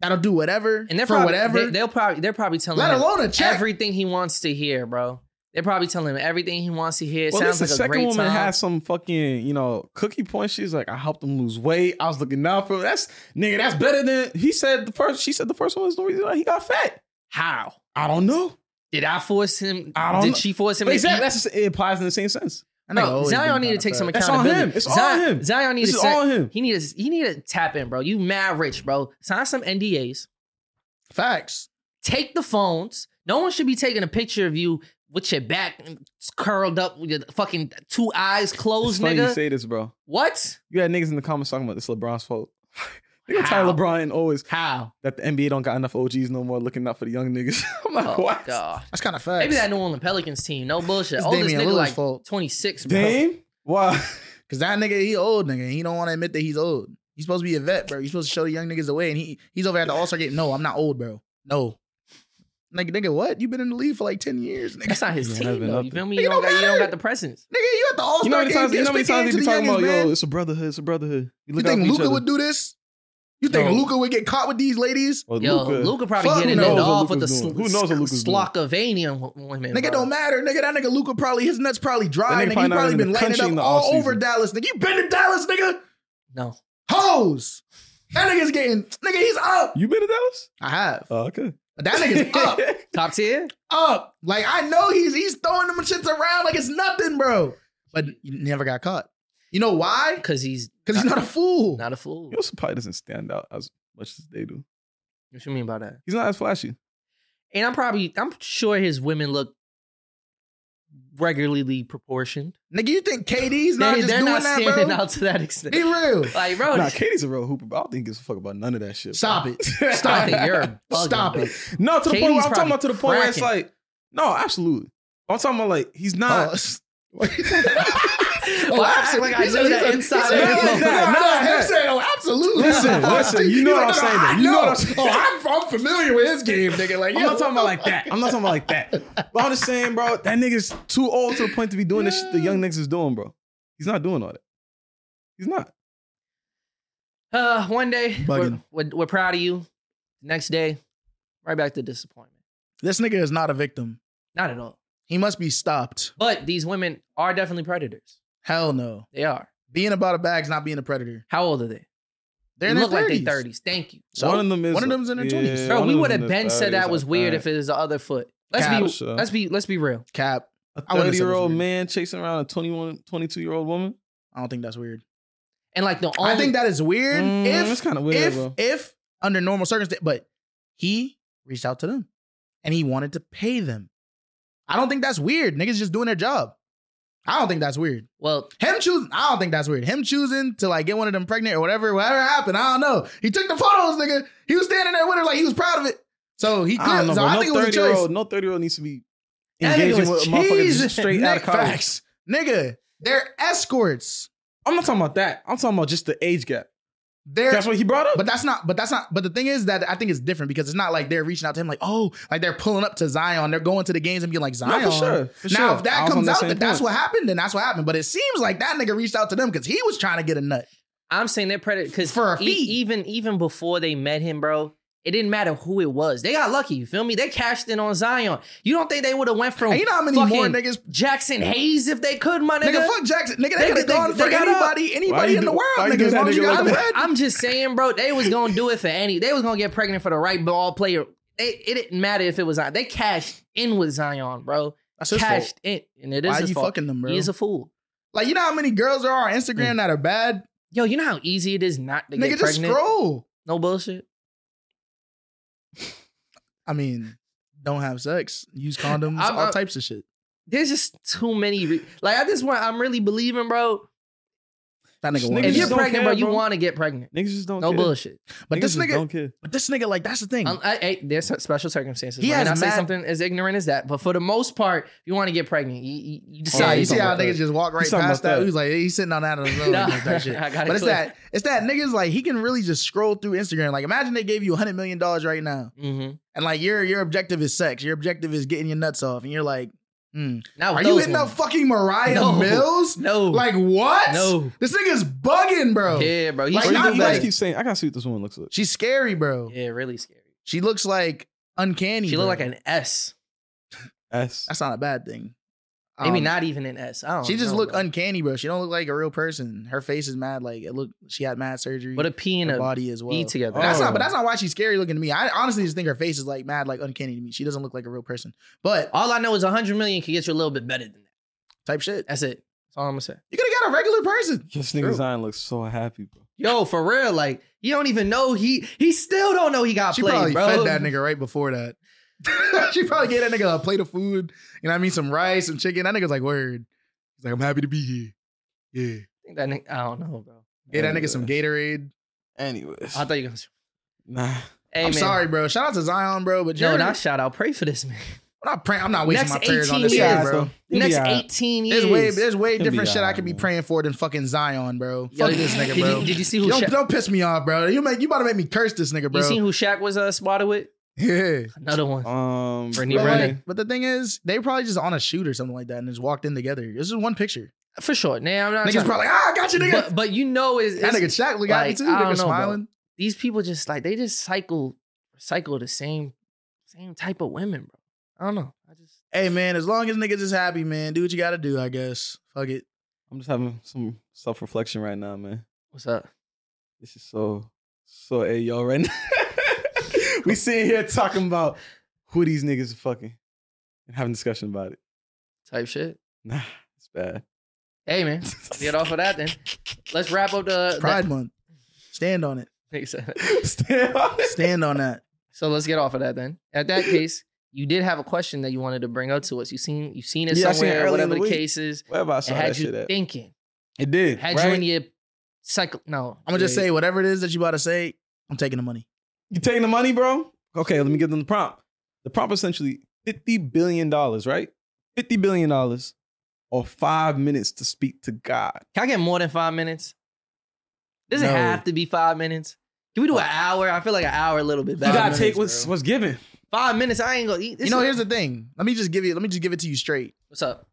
Speaker 3: that'll do whatever
Speaker 1: and they're
Speaker 3: for
Speaker 1: probably,
Speaker 3: whatever.
Speaker 1: They, will probably they're probably telling
Speaker 3: let
Speaker 1: him
Speaker 3: alone a check.
Speaker 1: everything he wants to hear, bro. They're probably telling him everything he wants to hear. It
Speaker 2: Well, at least
Speaker 1: sounds like
Speaker 2: the
Speaker 1: a
Speaker 2: second
Speaker 1: great
Speaker 2: woman
Speaker 1: time.
Speaker 2: had some fucking, you know, cookie point. She's like, I helped him lose weight. I was looking out for him. That's nigga, that's better than he said the first. She said the first one was the reason why he got fat.
Speaker 1: How
Speaker 2: I don't know.
Speaker 1: did I force him?
Speaker 2: I don't
Speaker 1: did
Speaker 2: know.
Speaker 1: she force him?
Speaker 2: But
Speaker 1: to
Speaker 2: exactly,
Speaker 1: eat-
Speaker 2: that's it applies in the same sense.
Speaker 3: That nigga
Speaker 1: No,
Speaker 3: always
Speaker 1: Zion
Speaker 3: been
Speaker 1: need to
Speaker 3: oh, kinda
Speaker 1: take some
Speaker 3: fat.
Speaker 2: That's on
Speaker 1: accountability.
Speaker 2: him. It's
Speaker 1: Zion,
Speaker 2: on him.
Speaker 1: Zion needs
Speaker 2: This
Speaker 1: to
Speaker 2: is
Speaker 1: set-
Speaker 2: all him.
Speaker 1: He needs he need to tap in, bro. You mad rich, bro. Sign some NDAs.
Speaker 3: Facts.
Speaker 1: Take the phones. No one should be taking a picture of you with your back curled up with your fucking two eyes
Speaker 2: It's
Speaker 1: closed,
Speaker 2: funny you
Speaker 1: nigga.
Speaker 2: say this, bro.
Speaker 1: what?
Speaker 2: You had niggas in the comments talking about this LeBron's fault. They gonna tell
Speaker 1: How?
Speaker 2: LeBron and always
Speaker 1: How?
Speaker 2: that the NBA don't got enough OGs no more looking out for the young niggas. I'm like,
Speaker 1: Oh
Speaker 2: what?
Speaker 1: god.
Speaker 3: That's kind of facts.
Speaker 1: Maybe that New Orleans Pelicans team. No bullshit.
Speaker 3: It's
Speaker 1: All this
Speaker 3: Damian
Speaker 1: nigga
Speaker 3: Lillard's
Speaker 1: like
Speaker 3: fault.
Speaker 1: 26, bro.
Speaker 2: Dame? Why?
Speaker 3: Cause that nigga, he old nigga. He don't want to admit that he's old. He's supposed to be a vet, bro. He's supposed to show the young niggas the way. And he he's over at the All-Star game. No, I'm not old, bro. No. Like, nigga, what? You've been in the league for like 10 years, nigga.
Speaker 1: That's not his
Speaker 2: Yeah, that's
Speaker 1: team,
Speaker 2: been
Speaker 1: though.
Speaker 2: up
Speaker 1: You
Speaker 2: there.
Speaker 1: feel me?
Speaker 3: It
Speaker 1: You don't,
Speaker 3: don't
Speaker 1: got, you don't
Speaker 3: matter.
Speaker 1: got the presence.
Speaker 3: Nigga, you at the All-Star
Speaker 2: You know how many
Speaker 3: game.
Speaker 2: times, you know how many
Speaker 3: speaking
Speaker 2: times
Speaker 3: to
Speaker 2: they be
Speaker 3: the
Speaker 2: talking
Speaker 3: youngest,
Speaker 2: about,
Speaker 3: man.
Speaker 2: yo, it's a brotherhood, it's a brotherhood.
Speaker 3: You
Speaker 2: look out
Speaker 3: think
Speaker 2: for each
Speaker 3: Luca
Speaker 2: other.
Speaker 3: would do this? You think
Speaker 2: No.
Speaker 3: Luca would get caught with these ladies?
Speaker 2: Well,
Speaker 1: Yo,
Speaker 2: Oh, Luka-
Speaker 1: Luca probably
Speaker 3: Fuck
Speaker 1: getting
Speaker 3: knows
Speaker 1: it
Speaker 3: what
Speaker 1: off with the
Speaker 2: Luka's
Speaker 1: sl-
Speaker 2: doing. Who knows what Luka's doing?
Speaker 1: Slovakanian w- women.
Speaker 3: Nigga
Speaker 1: bro.
Speaker 3: don't matter. Nigga, that nigga Luca probably his nuts probably
Speaker 2: That nigga
Speaker 3: dry. Nigga,
Speaker 2: probably
Speaker 3: he
Speaker 2: not
Speaker 3: probably
Speaker 2: even in
Speaker 3: been
Speaker 2: the
Speaker 3: laying it
Speaker 2: country
Speaker 3: up
Speaker 2: in the
Speaker 3: all
Speaker 2: offseason.
Speaker 3: over Dallas. Nigga, you been to Dallas, nigga.
Speaker 1: No.
Speaker 3: Hoes. That nigga's getting nigga, he's up.
Speaker 2: You been to Dallas?
Speaker 3: I have.
Speaker 2: Oh, okay.
Speaker 3: But that nigga's up.
Speaker 1: Top tier?
Speaker 3: Up. Like I know he's he's throwing them shits around like it's nothing, bro. But you never got caught. You know why?
Speaker 1: Because he's
Speaker 3: Because he's not a fool.
Speaker 1: not a fool.
Speaker 2: He also probably doesn't stand out as much as they do.
Speaker 1: What you mean by that?
Speaker 2: He's not as flashy.
Speaker 1: And I'm probably, I'm sure his women look regularly proportioned.
Speaker 3: Nigga, you think KD's not
Speaker 1: they,
Speaker 3: just
Speaker 1: they're
Speaker 3: doing
Speaker 1: not
Speaker 3: that,
Speaker 1: standing
Speaker 3: bro?
Speaker 1: out to that
Speaker 3: Be
Speaker 1: extent.
Speaker 3: real.
Speaker 1: Like, bro,
Speaker 2: Nah, Katie's a real hooper, but I don't think he gives a fuck about none of that shit. bro.
Speaker 3: Oh, Stop it.
Speaker 1: I
Speaker 3: Stop
Speaker 1: think
Speaker 3: it.
Speaker 1: you're a bugger,
Speaker 3: Stop
Speaker 1: bro.
Speaker 3: it.
Speaker 2: No, to the point
Speaker 1: Katie's
Speaker 2: where I'm talking
Speaker 1: probably
Speaker 2: about to the point where it's
Speaker 1: cracking.
Speaker 2: like, no, absolutely. I'm talking about like he's not.
Speaker 3: Pause.
Speaker 1: Oh, absolutely. Like, I know that inside
Speaker 2: said,
Speaker 1: of
Speaker 2: "Not
Speaker 1: his
Speaker 2: like
Speaker 1: mouth."
Speaker 2: that. not like
Speaker 3: saying, oh, absolutely.
Speaker 2: Listen, listen, you know what I'm saying, though. You know what I'm saying.
Speaker 3: Oh, I'm, I'm familiar with his game, nigga. Like,
Speaker 2: I'm not talking about like that. I'm not talking about like that. But I'm just saying, bro, that nigga's too old to the point to be doing this shit the young niggas is doing, bro. He's not doing all that. He's not.
Speaker 1: Uh, one day we're,
Speaker 3: Bugging.
Speaker 1: we're, we're proud of you. Next day, right back to disappointment.
Speaker 3: This nigga is not a victim.
Speaker 1: Not at all.
Speaker 3: He must be stopped.
Speaker 1: But these women are definitely predators.
Speaker 3: Hell no.
Speaker 1: They are.
Speaker 3: Being about a bag's not being a predator.
Speaker 1: How old are they?
Speaker 3: They're
Speaker 1: they
Speaker 3: in
Speaker 1: look
Speaker 3: their 30s.
Speaker 1: like they're 30s. Thank you.
Speaker 3: So
Speaker 2: one of them is
Speaker 3: one of them's in their 20s.
Speaker 1: Bro,
Speaker 2: one
Speaker 1: we
Speaker 2: of
Speaker 1: would
Speaker 2: them's
Speaker 1: have
Speaker 2: in
Speaker 1: been
Speaker 2: their
Speaker 1: said that
Speaker 2: 30s,
Speaker 1: was
Speaker 2: I
Speaker 1: weird
Speaker 2: think.
Speaker 1: if it was the other foot. Let's
Speaker 3: Cap,
Speaker 1: be
Speaker 2: sure.
Speaker 1: let's be let's be real.
Speaker 3: Cap.
Speaker 2: a
Speaker 3: I wouldn't have said it
Speaker 2: 30
Speaker 3: was
Speaker 2: year old
Speaker 3: weird.
Speaker 2: man chasing around a 21, 22 year old woman.
Speaker 3: I don't think that's weird.
Speaker 1: And like the only
Speaker 3: I think that is weird.
Speaker 2: Mm,
Speaker 3: if
Speaker 2: that's kind of weird,
Speaker 3: if
Speaker 2: bro.
Speaker 3: if under normal circumstances, but he reached out to them and he wanted to pay them. I don't think that's weird. Niggas just doing their job. I don't think that's weird.
Speaker 1: well,
Speaker 3: Him choosing, I don't think that's weird. Him choosing to like get one of them pregnant or whatever, whatever happened, I don't know. He took the photos, nigga. He was standing there with her like he was proud of it. So he,
Speaker 2: I don't know.
Speaker 3: so
Speaker 2: bro.
Speaker 3: I
Speaker 2: no
Speaker 3: think it was a
Speaker 2: 30 year
Speaker 3: choice.
Speaker 2: old, no 30 year old needs to be
Speaker 1: That nigga
Speaker 2: engaging
Speaker 1: was
Speaker 2: with a motherfucker
Speaker 1: cheesing.
Speaker 2: just straight out of
Speaker 3: Nick
Speaker 2: college.
Speaker 3: Facts. Nigga, they're escorts.
Speaker 2: I'm not talking about that. I'm talking about just the age gap.
Speaker 3: They're
Speaker 2: That's what he brought up.
Speaker 3: But that's not. But that's not. But the thing is that I think it's different because it's not like they're reaching out to him like, oh, like they're pulling up to Zion. They're going to the games and being like Zion.
Speaker 2: no, for sure. For
Speaker 3: now,
Speaker 2: sure.
Speaker 3: if
Speaker 2: I
Speaker 3: that
Speaker 2: was on
Speaker 3: comes
Speaker 2: that
Speaker 3: out
Speaker 2: same
Speaker 3: that that's
Speaker 2: point.
Speaker 3: what happened, then that's what happened. But it seems like that nigga reached out to them because he was trying to get a nut.
Speaker 1: I'm saying they're predators because
Speaker 3: For a
Speaker 1: e-
Speaker 3: fee.
Speaker 1: even even before they met him, bro, it didn't matter who it was. They got lucky. You feel me? They cashed in on Zion. You don't think they would have went
Speaker 2: Oh,
Speaker 1: from
Speaker 3: And you know how many
Speaker 1: fucking
Speaker 3: more niggas?
Speaker 1: Jackson Hayes if they could, my
Speaker 3: Nigga,
Speaker 1: nigga.
Speaker 3: fuck Jackson.
Speaker 1: They-
Speaker 3: Nigga, they could have
Speaker 1: they-
Speaker 3: gone
Speaker 1: they
Speaker 3: for
Speaker 1: got up.
Speaker 3: anybody,
Speaker 2: Why
Speaker 3: anybody
Speaker 2: you
Speaker 3: in the
Speaker 2: do- why
Speaker 3: world.
Speaker 2: you
Speaker 3: Nigga,
Speaker 2: do
Speaker 3: as
Speaker 2: that
Speaker 3: long as
Speaker 2: nigga
Speaker 3: you got
Speaker 2: like
Speaker 3: the
Speaker 2: that?
Speaker 3: bread.
Speaker 1: I'm just saying, bro, they was gonna do it for any. They was gonna get pregnant for the right ball player. They, it didn't matter if it was Zion. They cashed in with Zion, bro.
Speaker 3: That's his fault.
Speaker 1: Cashed in, and it is
Speaker 3: Why are
Speaker 1: his
Speaker 3: you
Speaker 1: fault.
Speaker 3: fucking them, bro?
Speaker 1: He is a fool.
Speaker 3: Like, you know how many girls there are on
Speaker 2: Mm.
Speaker 3: Instagram that are bad?
Speaker 1: Yo, you know how easy it is not to
Speaker 3: Nigga,
Speaker 1: get
Speaker 3: just
Speaker 1: pregnant.
Speaker 3: scroll.
Speaker 1: No bullshit.
Speaker 3: I mean, don't have sex, use condoms,
Speaker 1: I'm-
Speaker 3: all
Speaker 1: I'm-
Speaker 3: types of shit.
Speaker 1: There's just too many. Re- like at this point, I'm really believing, bro.
Speaker 3: That nigga,
Speaker 2: Niggas
Speaker 3: wanted
Speaker 1: If
Speaker 3: it.
Speaker 1: you're
Speaker 2: just don't
Speaker 1: pregnant,
Speaker 2: care,
Speaker 1: bro, you
Speaker 2: bro.
Speaker 1: want to get pregnant.
Speaker 2: Niggas just don't
Speaker 1: No
Speaker 2: care.
Speaker 1: bullshit.
Speaker 3: but this
Speaker 2: just
Speaker 3: nigga,
Speaker 2: don't care.
Speaker 3: But this nigga, like, that's the thing.
Speaker 1: Um, I, I, there's special circumstances.
Speaker 3: He
Speaker 1: He
Speaker 3: has
Speaker 1: I say
Speaker 3: mad-
Speaker 1: something as ignorant as that, but for the most part, you want to get pregnant. You, you, you
Speaker 3: Oh, yeah,
Speaker 1: decide.
Speaker 2: he
Speaker 3: you
Speaker 2: he's
Speaker 3: see
Speaker 2: talking
Speaker 3: how
Speaker 2: about
Speaker 3: niggas
Speaker 2: that.
Speaker 3: just walk right
Speaker 2: He's talking
Speaker 3: past
Speaker 2: about
Speaker 3: that.
Speaker 2: that.
Speaker 3: He was like, hey, he's sitting on that. alone.
Speaker 1: Nah.
Speaker 3: that shit.
Speaker 1: I got it
Speaker 3: But it's
Speaker 1: clear.
Speaker 3: that, it's that niggas like he can really just scroll through Instagram. Like, imagine they gave you hundred million dollars right now,
Speaker 1: hmm
Speaker 3: and like your your objective is sex. Your objective is getting your nuts off, and you're like, hmm,
Speaker 1: Now
Speaker 3: are you hitting up fucking Mariah
Speaker 1: Oh, No.
Speaker 3: Mills?
Speaker 1: No.
Speaker 3: Like what?
Speaker 1: No.
Speaker 3: this nigga's bugging, bro.
Speaker 1: Yeah, bro. He
Speaker 3: Like,
Speaker 2: Or
Speaker 1: should do
Speaker 2: you just-
Speaker 3: not
Speaker 2: you guys
Speaker 1: better.
Speaker 3: like-
Speaker 2: keep saying, I gotta see what this one looks like.
Speaker 3: She's scary, bro.
Speaker 1: Yeah, really scary.
Speaker 3: She looks like uncanny.
Speaker 1: She
Speaker 3: bro.
Speaker 1: looked like an S.
Speaker 2: S.
Speaker 3: That's not a bad thing.
Speaker 1: Maybe
Speaker 3: Um,
Speaker 1: not even an S. I don't
Speaker 3: She just
Speaker 1: know,
Speaker 3: looked
Speaker 1: Oh, bro.
Speaker 3: uncanny, bro. She don't look like a real person. Her face is mad. Like it look, she had mad surgery.
Speaker 1: But a P and
Speaker 3: her
Speaker 1: a
Speaker 3: body as well.
Speaker 1: B together.
Speaker 2: Oh.
Speaker 3: That's not, but that's not why she's scary looking to me. I honestly just think her face is like mad, like uncanny to me. She doesn't look like a real person. But
Speaker 1: All I know is 100 million can get you a little bit better than that.
Speaker 3: type shit,
Speaker 1: That's it. That's all I'm gonna say.
Speaker 3: you could have got a regular person.
Speaker 2: This
Speaker 3: True.
Speaker 2: nigga Zion looks so happy, bro.
Speaker 1: Yo, for real, like you don't even know he he still don't know he got
Speaker 3: She
Speaker 1: played,
Speaker 3: probably
Speaker 1: bro.
Speaker 3: fed that nigga right before that. she probably gave that nigga a plate of food. You know what I mean? Some rice, some chicken. That nigga's like, word. He's like, I'm happy to be here. Yeah.
Speaker 1: Think that nigga- I don't know, bro.
Speaker 3: Gave that nigga some Gatorade.
Speaker 2: Anyways.
Speaker 1: I thought you were gonna. say-
Speaker 2: Nah.
Speaker 1: Hey,
Speaker 3: I'm
Speaker 1: man.
Speaker 3: sorry, bro. Shout out to Zion, bro. But
Speaker 1: Yo,
Speaker 3: you're
Speaker 1: not shout out. Pray for this man.
Speaker 3: I'm not praying. I'm not wasting
Speaker 1: Next
Speaker 3: my prayers on
Speaker 1: 18
Speaker 3: this
Speaker 1: years,
Speaker 3: guy, bro.
Speaker 1: The next 18 years.
Speaker 3: There's way, there's way
Speaker 2: He'll be
Speaker 3: different shit I
Speaker 2: alright,
Speaker 3: could be
Speaker 2: man.
Speaker 3: praying for than fucking Zion, bro.
Speaker 1: Yo,
Speaker 3: Fuck this nigga,
Speaker 1: did
Speaker 3: bro.
Speaker 1: You, did you see who?
Speaker 3: don't,
Speaker 1: Shaq,
Speaker 3: don't piss me off, bro. You make you about to make me curse this nigga, bro.
Speaker 1: you seen who Shaq was uh, spotted with?
Speaker 3: yeah.
Speaker 1: Another one.
Speaker 2: Um,
Speaker 1: Brittany
Speaker 3: But,
Speaker 1: Renner.
Speaker 2: Renner.
Speaker 3: like, but the thing is, they probably just on a shoot or something like that and just walked in together. This is one picture.
Speaker 1: for sure. Nah, I'm not.
Speaker 3: Niggas
Speaker 1: trying-
Speaker 3: probably like, ah, I got you, nigga.
Speaker 1: But, but you know, is
Speaker 3: that nigga Shaq look at me
Speaker 1: like,
Speaker 3: too.
Speaker 1: I
Speaker 3: Nigga
Speaker 1: don't know, bro.
Speaker 3: smiling.
Speaker 1: these people just like they just cycle cycle the same same type of women, bro. I don't know. I just
Speaker 3: Hey man, as long as niggas is happy, man, do what you gotta do, I guess. Fuck it.
Speaker 2: I'm just having some self reflection right now, man.
Speaker 1: what's up?
Speaker 2: This is so, so hey, y'all, right now. we sitting here talking about who these niggas are fucking and having discussion about it.
Speaker 1: Type shit.
Speaker 2: Nah, it's bad.
Speaker 1: Hey man, get off of that then. Let's wrap up the
Speaker 3: Pride month. Stand on it.
Speaker 1: That,
Speaker 2: Stay on it.
Speaker 3: Stand on that.
Speaker 1: so let's get off of that then. At that case, you did have a question that you wanted to bring up to us. You seen you seen it
Speaker 2: Yeah, I seen it
Speaker 1: somewhere,
Speaker 2: early
Speaker 1: whatever
Speaker 2: in the
Speaker 1: the,
Speaker 2: week.
Speaker 1: case is.
Speaker 2: Wherever I
Speaker 1: It
Speaker 2: saw
Speaker 1: had
Speaker 2: that
Speaker 1: you
Speaker 2: shit at.
Speaker 1: thinking.
Speaker 2: It did.
Speaker 1: Had
Speaker 2: right?
Speaker 1: you in your cycle. No,
Speaker 3: I'm gonna just say whatever it is that you about to say, I'm taking the money.
Speaker 2: You taking the money, bro? Okay, let me give them the prompt. The prompt essentially fifty billion dollars, right? Fifty billion dollars, or five minutes to speak to God.
Speaker 1: Can I get more than five minutes? Does it
Speaker 2: No.
Speaker 1: have to be five minutes? Can we do an hour? I feel like an hour a little bit
Speaker 2: You
Speaker 1: better.
Speaker 2: gotta
Speaker 3: minutes,
Speaker 2: take what's
Speaker 3: bro.
Speaker 2: what's given.
Speaker 1: Five minutes, I ain't gonna eat. This
Speaker 3: you know,
Speaker 1: is-
Speaker 3: here's the thing. Let me just give you. Let me just give it to you straight.
Speaker 1: what's up.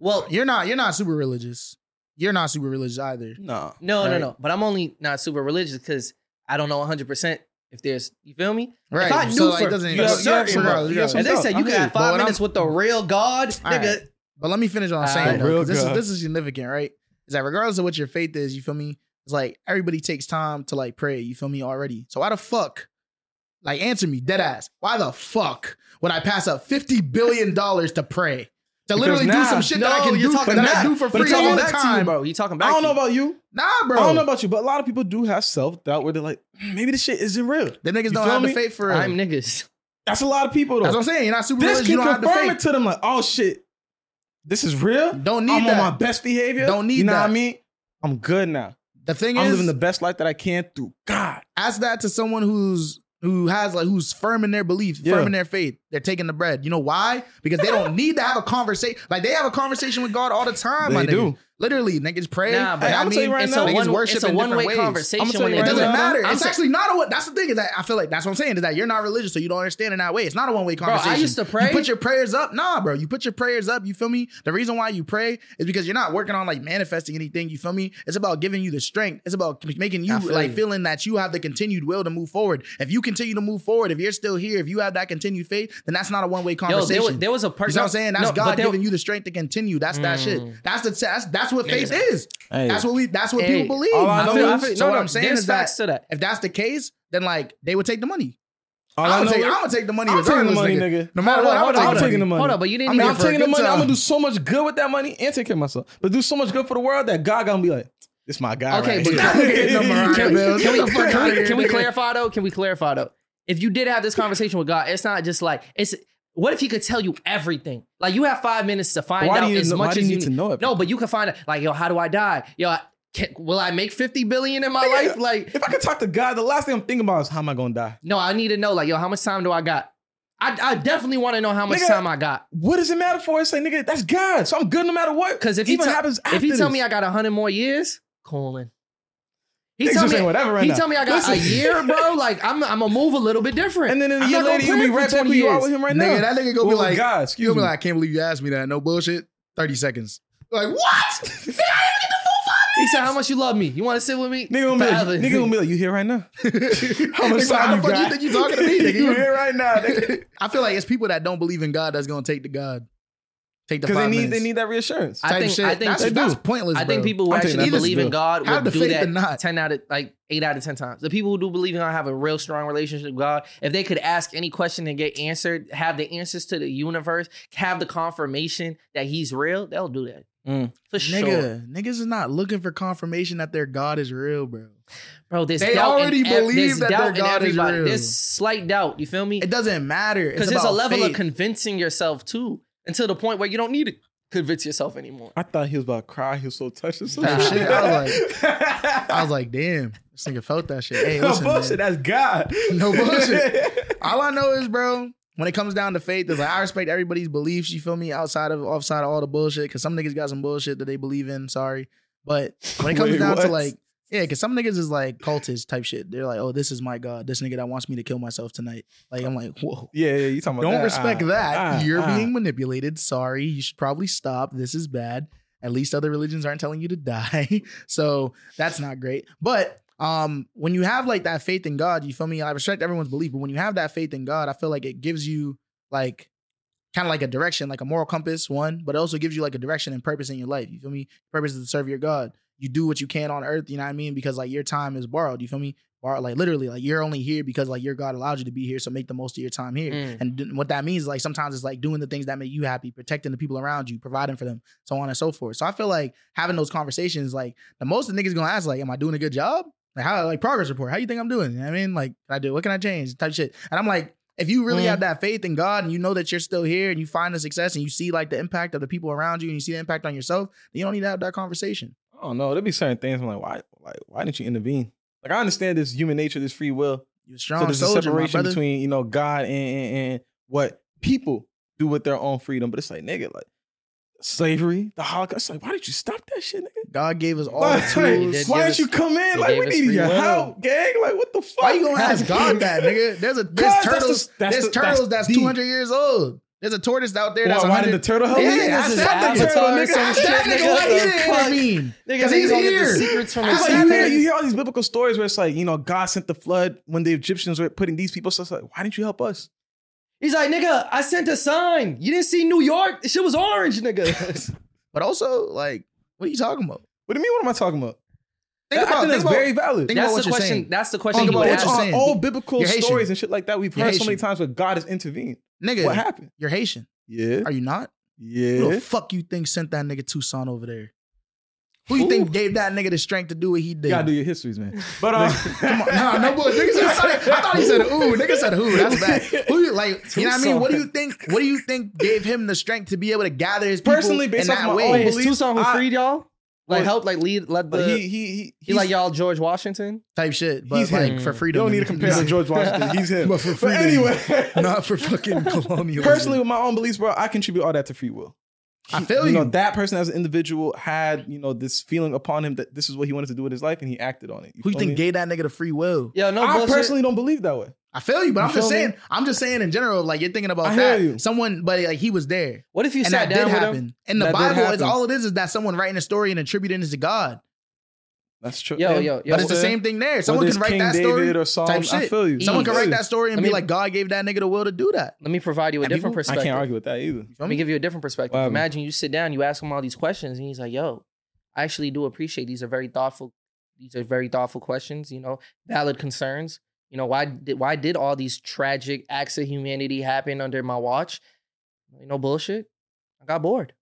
Speaker 1: Well,
Speaker 3: You're not. You're not super religious. You're not super religious either.
Speaker 2: No,
Speaker 1: no, no,
Speaker 3: Right.
Speaker 1: no. But I'm only not super religious because I don't know 100 percent If there's, you feel me?
Speaker 3: Right.
Speaker 1: If I knew
Speaker 3: so like,
Speaker 1: for-
Speaker 3: it doesn't
Speaker 1: you have-
Speaker 3: exist.
Speaker 1: you have
Speaker 3: Yeah,
Speaker 1: some-
Speaker 3: regardless,
Speaker 2: you have some-
Speaker 1: And they
Speaker 2: No,
Speaker 1: said
Speaker 2: I
Speaker 1: you
Speaker 2: hear
Speaker 1: can
Speaker 2: you,
Speaker 1: have
Speaker 3: but
Speaker 1: five
Speaker 3: what
Speaker 1: minutes with the real God,
Speaker 3: All
Speaker 1: nigga.
Speaker 3: But let me finish on
Speaker 1: All
Speaker 3: saying
Speaker 1: right.
Speaker 3: though, 'cause
Speaker 2: Ah, Real
Speaker 3: this is
Speaker 2: God.
Speaker 3: this is significant, right? Is that regardless of what your faith is, you feel me? It's like everybody takes time to like pray, you feel me already. So why the fuck? Like answer me, dead ass. Why the fuck would I pass up fifty billion dollars to pray? To literally do
Speaker 2: now-
Speaker 3: some shit
Speaker 1: No,
Speaker 3: that I can
Speaker 1: you're
Speaker 3: do
Speaker 1: talking
Speaker 3: that I
Speaker 1: back.
Speaker 3: do for
Speaker 2: But
Speaker 1: He
Speaker 3: free all
Speaker 1: talking
Speaker 3: the
Speaker 1: back to you,
Speaker 3: time.
Speaker 1: bro. He talking back.
Speaker 2: I
Speaker 1: to
Speaker 2: don't know
Speaker 1: you.
Speaker 2: about you.
Speaker 3: Nah, bro.
Speaker 2: I don't know about you, but a lot of people do have self doubt where they're like, "Hmm, maybe this shit isn't real.
Speaker 3: Them niggas
Speaker 2: You
Speaker 3: don't
Speaker 2: feel
Speaker 3: have the
Speaker 2: me?
Speaker 3: faith for real.
Speaker 1: I'm niggas.
Speaker 2: That's a lot of people though.
Speaker 3: That's what I'm saying. You're not super
Speaker 2: this
Speaker 3: religious. You
Speaker 2: can
Speaker 3: don't have the
Speaker 2: confirm it
Speaker 3: faith.
Speaker 2: to them like, oh shit, this is real.
Speaker 3: Don't need
Speaker 2: I'm
Speaker 3: that.
Speaker 2: on my best behavior.
Speaker 3: Don't need
Speaker 2: you know
Speaker 3: that.
Speaker 2: what I mean? I'm good now.
Speaker 3: the thing
Speaker 2: I'm
Speaker 3: is,
Speaker 2: living the best life that I can through God.
Speaker 3: ask that to someone who's who has like who's firm in their belief,
Speaker 2: Yeah.
Speaker 3: firm in their faith. They're taking the bread. You know why? Because they don't need to have a conversation. Like they have a conversation with God all the time. my
Speaker 2: They
Speaker 3: nigga.
Speaker 2: do.
Speaker 3: Literally, niggas pray.
Speaker 1: Nah, but
Speaker 3: Like,
Speaker 2: I'ma
Speaker 3: I mean,
Speaker 2: tell you right
Speaker 3: it's
Speaker 2: now,
Speaker 3: a
Speaker 2: niggas
Speaker 3: one, worship
Speaker 1: it's a
Speaker 3: in different
Speaker 1: one-way
Speaker 3: ways.
Speaker 1: conversation.
Speaker 2: I'ma tell
Speaker 1: when
Speaker 2: you
Speaker 3: It
Speaker 2: right
Speaker 3: doesn't
Speaker 2: now,
Speaker 3: matter.
Speaker 1: I'm
Speaker 3: it's
Speaker 1: sa-
Speaker 3: actually not a. one- That's the thing is that I feel like that's what I'm saying is that you're not religious, so you don't understand it that way. It's not a one way
Speaker 1: I
Speaker 3: conversation.
Speaker 1: used to pray.
Speaker 3: You put your prayers up, nah, bro. You put your prayers up. You feel me? The reason why you pray is because you're not working on like manifesting anything. You feel me? It's about giving you the strength. It's about making you
Speaker 1: I feel
Speaker 3: like
Speaker 1: you.
Speaker 3: feeling that you have the continued will to move forward. If you continue to move forward, if you're still here, if you have that continued faith, then that's not a one way
Speaker 1: Yo,
Speaker 3: conversation.
Speaker 1: there was, there was a person.
Speaker 3: you know what I'm saying? That's God
Speaker 1: there,
Speaker 3: giving you the strength to continue. That's that
Speaker 1: Mm.
Speaker 3: shit. That's the that's that's what faith
Speaker 1: Nigga.
Speaker 3: is. That's what we. That's what
Speaker 1: Hey,
Speaker 3: people believe.
Speaker 2: all
Speaker 1: I
Speaker 2: I
Speaker 3: You
Speaker 2: know
Speaker 1: feel,
Speaker 3: me?
Speaker 1: I feel,
Speaker 3: so
Speaker 1: no,
Speaker 3: what
Speaker 1: no,
Speaker 3: I'm saying
Speaker 1: there's
Speaker 3: is that
Speaker 1: facts to that.
Speaker 3: if that's the case, then like they would take the money.
Speaker 2: All
Speaker 3: I'm
Speaker 2: I
Speaker 3: gonna
Speaker 2: know
Speaker 3: take,
Speaker 2: is-
Speaker 3: I'm gonna take the money.
Speaker 2: I'm taking the
Speaker 3: regardless,
Speaker 2: money,
Speaker 3: nigga.
Speaker 2: nigga.
Speaker 3: No matter what,
Speaker 2: Hold on,
Speaker 3: I'm
Speaker 2: I'm taking the money.
Speaker 1: Hold up, but you didn't
Speaker 2: I mean,
Speaker 1: even.
Speaker 2: I'm taking the
Speaker 3: good
Speaker 2: money. I'm
Speaker 3: time.
Speaker 2: gonna do so much good with that money and take care of myself, but do so much good for the world that God gonna be like, "This my guy."
Speaker 1: Okay,
Speaker 2: right
Speaker 1: but
Speaker 2: here.
Speaker 1: can
Speaker 3: we get number right,
Speaker 2: Can-
Speaker 3: Bill?
Speaker 2: can we-
Speaker 3: Get the fuck
Speaker 2: can we-
Speaker 3: outta here,
Speaker 1: can we
Speaker 3: nigga.
Speaker 1: clarify though? Can we clarify though? If you did have this conversation with God, it's not just like it's. What if He could tell you everything? Like you have five minutes to find
Speaker 2: Why
Speaker 1: out
Speaker 2: do you
Speaker 1: as
Speaker 2: know- why
Speaker 1: much
Speaker 2: do
Speaker 1: as
Speaker 2: you
Speaker 1: you
Speaker 2: need to know it?
Speaker 1: No, but you can find out. Like yo, how do I die? Yo, I- can, will I make fifty billion in my life? Like
Speaker 2: If I could talk to God, the last thing I'm thinking about is how am I gonna die.
Speaker 1: no, I need to know. Like yo, how much time do I got? I, I definitely want to know how much
Speaker 2: Nigga,
Speaker 1: time I got.
Speaker 2: What does it matter for? It's like, nigga, that's God, so I'm good no matter what.
Speaker 1: Because if he
Speaker 2: even
Speaker 1: tell-
Speaker 2: happens,
Speaker 1: if he
Speaker 2: after
Speaker 1: tell
Speaker 2: this.
Speaker 1: me I got hundred more years, calling. He
Speaker 2: Niggas
Speaker 1: tell
Speaker 2: just
Speaker 1: me
Speaker 2: saying whatever right
Speaker 1: he
Speaker 2: now.
Speaker 1: tell me I got a
Speaker 2: Listen.
Speaker 1: year, bro. Like I'm I'm gonna move a little bit different.
Speaker 2: and then in a
Speaker 1: I'm
Speaker 2: year
Speaker 1: not gonna
Speaker 2: later, you'll
Speaker 1: plan
Speaker 2: be
Speaker 1: for
Speaker 2: right
Speaker 1: 20
Speaker 2: back where you are
Speaker 1: years.
Speaker 2: with him right now.
Speaker 3: Nigga, that nigga gonna be
Speaker 2: Well,
Speaker 3: like,
Speaker 2: God,
Speaker 3: You'll
Speaker 2: excuse
Speaker 3: be
Speaker 2: me.
Speaker 3: like, I can't believe you asked me that. No bullshit. 30 seconds. Like, what? Nigga, I
Speaker 1: He said, "How much you love me? You want to sit with me
Speaker 2: Nigga gonna, be
Speaker 1: forever?"
Speaker 2: like, nigga gonna be like, you here right now?
Speaker 3: didn't even get the full five minutes.
Speaker 2: How much
Speaker 3: Nigga, how
Speaker 2: time
Speaker 3: the
Speaker 2: you
Speaker 3: fuck
Speaker 2: got?
Speaker 3: you think you talking to me, nigga?
Speaker 2: you here right now? Because
Speaker 3: I feel like it's people that don't believe in God that's gonna take the God. Take the
Speaker 2: they
Speaker 3: five
Speaker 2: need
Speaker 3: minutes.
Speaker 2: they need that reassurance.
Speaker 1: I
Speaker 3: type
Speaker 1: think
Speaker 3: shit.
Speaker 1: I think
Speaker 3: that's,
Speaker 2: they
Speaker 3: that's
Speaker 2: do.
Speaker 3: pointless.
Speaker 1: I think
Speaker 3: bro.
Speaker 1: people who
Speaker 2: I'm taking
Speaker 1: actually
Speaker 2: that
Speaker 1: believe in
Speaker 2: possibility.
Speaker 1: God
Speaker 3: Have
Speaker 1: would
Speaker 3: the
Speaker 1: do
Speaker 3: faith
Speaker 1: that
Speaker 3: or not.
Speaker 1: ten out of like eight out of ten times. The people who do believe in God have a real strong relationship with God. If they could ask any question and get answered, have the answers to the universe, have the confirmation that He's real, they'll do that
Speaker 2: Mm.
Speaker 1: for sure,
Speaker 3: Nigga, niggas is not looking for confirmation that their God is real, bro.
Speaker 1: bro. There's
Speaker 3: They
Speaker 1: doubt in
Speaker 3: already
Speaker 1: ev- there's
Speaker 3: believe that their
Speaker 1: doubt in
Speaker 3: God is
Speaker 1: everybody.
Speaker 3: real.
Speaker 1: There's slight doubt. You feel me?
Speaker 3: It doesn't matter.
Speaker 1: Because
Speaker 3: Because
Speaker 1: there's a level of convincing yourself too, until the point where you don't need to convince yourself anymore.
Speaker 2: I thought he was about to cry. He was so touched. Or something.
Speaker 3: Nah, shit, I was I
Speaker 2: like,
Speaker 3: was like, damn, this nigga felt that shit. Hey,
Speaker 2: no
Speaker 3: listen, man.
Speaker 2: bullshit. That's God.
Speaker 3: No bullshit. All I know is, bro, when it comes down to faith, is like I respect everybody's beliefs. You feel me? Outside of offside of all the bullshit, because some niggas got some bullshit that they believe in. Sorry, but when it comes
Speaker 2: Wait,
Speaker 3: down to
Speaker 2: what?
Speaker 3: like, yeah, because some niggas is like cultist type shit. They're like, oh, this is my god. This nigga that wants me to kill myself tonight. Like I'm like, whoa.
Speaker 2: yeah, yeah. You talking about?
Speaker 3: Don't
Speaker 2: that.
Speaker 3: respect
Speaker 2: Ah,
Speaker 3: that.
Speaker 2: ah,
Speaker 3: You're
Speaker 2: ah.
Speaker 3: being manipulated. Sorry. You should probably stop. This is bad. At least other religions aren't telling you to die. so that's not great. But um, when you have like that faith in God, you feel me? I respect everyone's belief, but when you have that faith in God, I feel like it gives you like kind of like a direction, like a moral compass, one, but it also gives you like a direction and purpose in your life. You feel me? Purpose is to serve your God. You do what you can on earth, you know what I mean? Because like your time is borrowed. You feel me? Borrowed, like literally, like you're only here because like your God allowed you to be here. So make the most of your time here.
Speaker 1: Mm.
Speaker 3: And th- what that means is like sometimes it's like doing the things that make you happy, protecting the people around you, providing for them, so on and so forth. So I feel like having those conversations, like the most of the niggas gonna ask, like, am I doing a good job? Like how like progress report? How you think I'm doing? You know what I mean, like, can I do? What can I change? Type shit. And I'm like, if you really
Speaker 1: Mm.
Speaker 2: Mm-hmm.
Speaker 3: have that faith in God and you know that you're still here and you find the success and you see like the impact of the people around you and you see the impact on yourself, then you don't need to have that conversation.
Speaker 2: I don't know. There'll be certain things I'm like, why, like, why didn't you intervene? Like, I understand this human nature, this free will.
Speaker 3: You're a
Speaker 2: so
Speaker 3: strong
Speaker 2: there's
Speaker 3: soldier,
Speaker 2: a separation
Speaker 3: my brother.
Speaker 2: between you know God and, and and what people do with their own freedom. But it's like, nigga, like slavery, the Holocaust. Like, why did you stop that shit, nigga?
Speaker 3: God gave us all
Speaker 2: Why,
Speaker 3: the tools.
Speaker 1: did give
Speaker 2: why didn't
Speaker 1: us-
Speaker 2: you come in?
Speaker 1: they
Speaker 2: Like,
Speaker 1: gave
Speaker 2: we
Speaker 1: us
Speaker 2: needed
Speaker 1: free
Speaker 2: your
Speaker 1: will.
Speaker 2: help, gang. Like, what the fuck?
Speaker 3: Why you gonna ask God that, nigga? There's a there's
Speaker 2: God, that's
Speaker 3: turtles.
Speaker 2: the- that's
Speaker 3: there's
Speaker 2: the-
Speaker 3: turtles
Speaker 2: that's
Speaker 3: that's,
Speaker 2: deep.
Speaker 3: 200 years old. There's a tortoise out there
Speaker 2: Why,
Speaker 3: that's
Speaker 2: why did the
Speaker 3: 100
Speaker 2: turtle help
Speaker 3: Yeah,
Speaker 2: me?
Speaker 3: I
Speaker 1: Niggas is
Speaker 3: said the
Speaker 1: Avatar
Speaker 2: turtle,
Speaker 1: or
Speaker 2: nigga.
Speaker 1: some
Speaker 2: I
Speaker 1: shit,
Speaker 3: That nigga,
Speaker 1: nigga.
Speaker 3: why
Speaker 1: What
Speaker 3: you
Speaker 1: the
Speaker 3: didn't
Speaker 1: fuck?
Speaker 3: intervene?
Speaker 1: Nigga,
Speaker 3: 'Cause
Speaker 1: niggas
Speaker 3: he's
Speaker 1: gonna get
Speaker 3: here.
Speaker 1: the secrets from
Speaker 3: I
Speaker 1: his
Speaker 2: It's like
Speaker 3: said
Speaker 2: you
Speaker 1: grandparents.
Speaker 2: hear, you hear all these biblical stories where it's like, you know, God sent the flood when the Egyptians were putting these people. So it's like, why didn't you help us?
Speaker 1: He's like, nigga, I sent a sign. You didn't see New York? The shit was orange, nigga.
Speaker 3: But also, like, what are you talking about?
Speaker 2: What do you mean? What am I talking about?
Speaker 3: Think
Speaker 2: I
Speaker 3: about,
Speaker 2: think
Speaker 3: think
Speaker 2: that's
Speaker 3: about
Speaker 2: very valid.
Speaker 3: think about
Speaker 1: That's
Speaker 3: what
Speaker 1: the
Speaker 3: you're
Speaker 1: question.
Speaker 3: saying.
Speaker 1: That's the
Speaker 2: Think
Speaker 1: question
Speaker 3: think
Speaker 1: you
Speaker 2: about
Speaker 1: would
Speaker 3: what
Speaker 2: it
Speaker 1: ask.
Speaker 3: you're
Speaker 2: on
Speaker 3: saying.
Speaker 2: all biblical
Speaker 3: You're Haitian.
Speaker 2: stories and shit like that. We've
Speaker 3: You're
Speaker 2: heard so many
Speaker 3: Haitian.
Speaker 2: times where God has intervened.
Speaker 3: Nigga,
Speaker 2: What happened?
Speaker 3: you're Haitian.
Speaker 2: Yeah,
Speaker 3: Are you not? Who
Speaker 2: yeah.
Speaker 3: the fuck you think sent that nigga Tucson over there? Who you
Speaker 2: Who?
Speaker 3: think gave that nigga the strength to do what he
Speaker 2: You
Speaker 3: did?
Speaker 2: gotta do your histories, man. But um, come
Speaker 3: on. Nah, no bull. Nigga said, sorry. I thought he said ooh. Nigga said who? That's bad. Who you like? You know what I mean? What do you think? What do you think gave him the strength to be able to gather his people
Speaker 2: Personally, based
Speaker 3: in
Speaker 2: off
Speaker 3: that
Speaker 2: my
Speaker 3: way?
Speaker 2: own
Speaker 1: Wait, is
Speaker 2: beliefs,
Speaker 1: Tucson who
Speaker 2: I-
Speaker 1: freed y'all? Like
Speaker 2: Well,
Speaker 1: help, like lead, led the.
Speaker 2: But he
Speaker 1: He,
Speaker 2: he he
Speaker 1: like
Speaker 2: he's-
Speaker 1: y'all George Washington.
Speaker 3: type shit, but
Speaker 2: He's Mm.
Speaker 3: like
Speaker 1: him.
Speaker 3: for
Speaker 2: You
Speaker 3: freedom.
Speaker 2: don't need to compare to George Washington. He's him.
Speaker 3: But for
Speaker 2: But
Speaker 3: freedom.
Speaker 2: anyway,
Speaker 3: Not for fucking colonialism.
Speaker 2: personally, with my own beliefs, bro, I contribute all that to free will.
Speaker 3: I feel
Speaker 2: know
Speaker 3: you.
Speaker 2: that person as an individual had you know this feeling upon him that this is what he wanted to do with his life, and he acted on it.
Speaker 3: who you
Speaker 2: feel
Speaker 3: think
Speaker 2: me?
Speaker 3: gave that nigga the free will?
Speaker 1: Yo, no
Speaker 2: I
Speaker 1: bullshit.
Speaker 2: personally don't believe that way.
Speaker 3: I feel you, but
Speaker 2: You
Speaker 3: I'm just
Speaker 2: feel me?
Speaker 3: saying. I'm just saying in general. Like you're thinking about
Speaker 2: I hear
Speaker 3: that.
Speaker 2: you.
Speaker 3: Someone, but like he was there.
Speaker 1: what if you
Speaker 3: and
Speaker 1: sat
Speaker 3: that
Speaker 1: down
Speaker 3: did
Speaker 1: with him?
Speaker 3: happen. In the
Speaker 2: That did
Speaker 3: Bible, it's
Speaker 2: happen.
Speaker 3: all it is is that someone writing a story and attributing it to God.
Speaker 2: That's true.
Speaker 1: Yo,
Speaker 2: Yeah.
Speaker 1: yo, yo.
Speaker 3: but it's the same thing there. Someone
Speaker 2: Whether
Speaker 3: can
Speaker 2: it's
Speaker 3: write
Speaker 2: King
Speaker 3: that
Speaker 2: David
Speaker 3: story.
Speaker 2: or Psalm.
Speaker 3: type
Speaker 2: I
Speaker 3: shit.
Speaker 2: feel you.
Speaker 3: Someone
Speaker 2: I
Speaker 3: can
Speaker 2: feel
Speaker 3: write
Speaker 2: you.
Speaker 3: that story and
Speaker 1: Let
Speaker 3: be
Speaker 1: me-
Speaker 3: like, God gave that nigga the will to do that.
Speaker 1: Let me provide you a
Speaker 3: And
Speaker 1: different
Speaker 3: people-
Speaker 2: I
Speaker 1: perspective.
Speaker 2: can't argue with that either.
Speaker 1: Let me give you a different perspective.
Speaker 2: Wow.
Speaker 1: Imagine you sit down, you ask him all these questions, and he's like, "Yo, I actually do appreciate these are very thoughtful. These are very thoughtful questions. You know, valid concerns. You know, why did why did all these tragic acts of humanity happen under my watch? You know, bullshit. I got bored.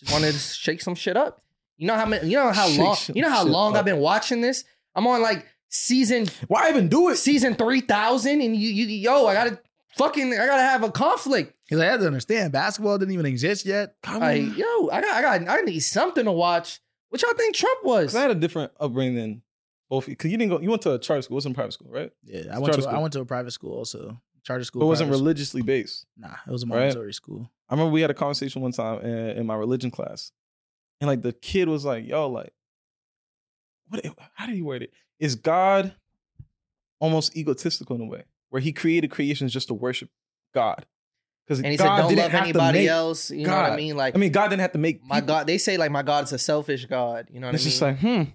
Speaker 1: Just wanted to shake some shit up. You know how many, you know how
Speaker 2: Shake
Speaker 1: long
Speaker 2: some
Speaker 1: you know how
Speaker 2: shit
Speaker 1: long
Speaker 2: up.
Speaker 1: I've been watching this. I'm on like season
Speaker 2: Why even do it?
Speaker 1: season three thousand, and you you yo, I gotta fucking I gotta have a conflict.
Speaker 3: He's like, I have to understand, basketball didn't even exist yet.
Speaker 2: Come
Speaker 1: Like,
Speaker 2: on.
Speaker 1: yo, I got, I got, I need something to watch. What y'all think Trump was?
Speaker 2: Cause I had a different upbringing than both. Because you didn't go. You went to a charter school. It wasn't private school, right?
Speaker 3: Yeah, I
Speaker 2: It's
Speaker 3: went,
Speaker 2: charter
Speaker 3: to, I
Speaker 2: school.
Speaker 3: went to a private school also. Charter school.
Speaker 2: But it wasn't
Speaker 3: private
Speaker 2: religiously based.
Speaker 3: school. Nah, it was a
Speaker 2: Right.
Speaker 3: Montessori school.
Speaker 2: I remember we had a conversation one time in, in my religion class, and like the kid was like, "Yo, like, what? How did he word it? Is God almost egotistical in a way, where He created creations just to worship God? Because
Speaker 1: and he
Speaker 2: God
Speaker 1: said, "Don't
Speaker 2: didn't
Speaker 1: love
Speaker 2: have to
Speaker 1: anybody
Speaker 2: make-
Speaker 1: else." You know what I
Speaker 2: God.
Speaker 1: mean? Like,
Speaker 2: I mean, God didn't have to make
Speaker 1: my
Speaker 2: people.
Speaker 1: God, they say like my God is a selfish God. You know what
Speaker 2: And it's
Speaker 1: I mean?
Speaker 2: just like, hmm.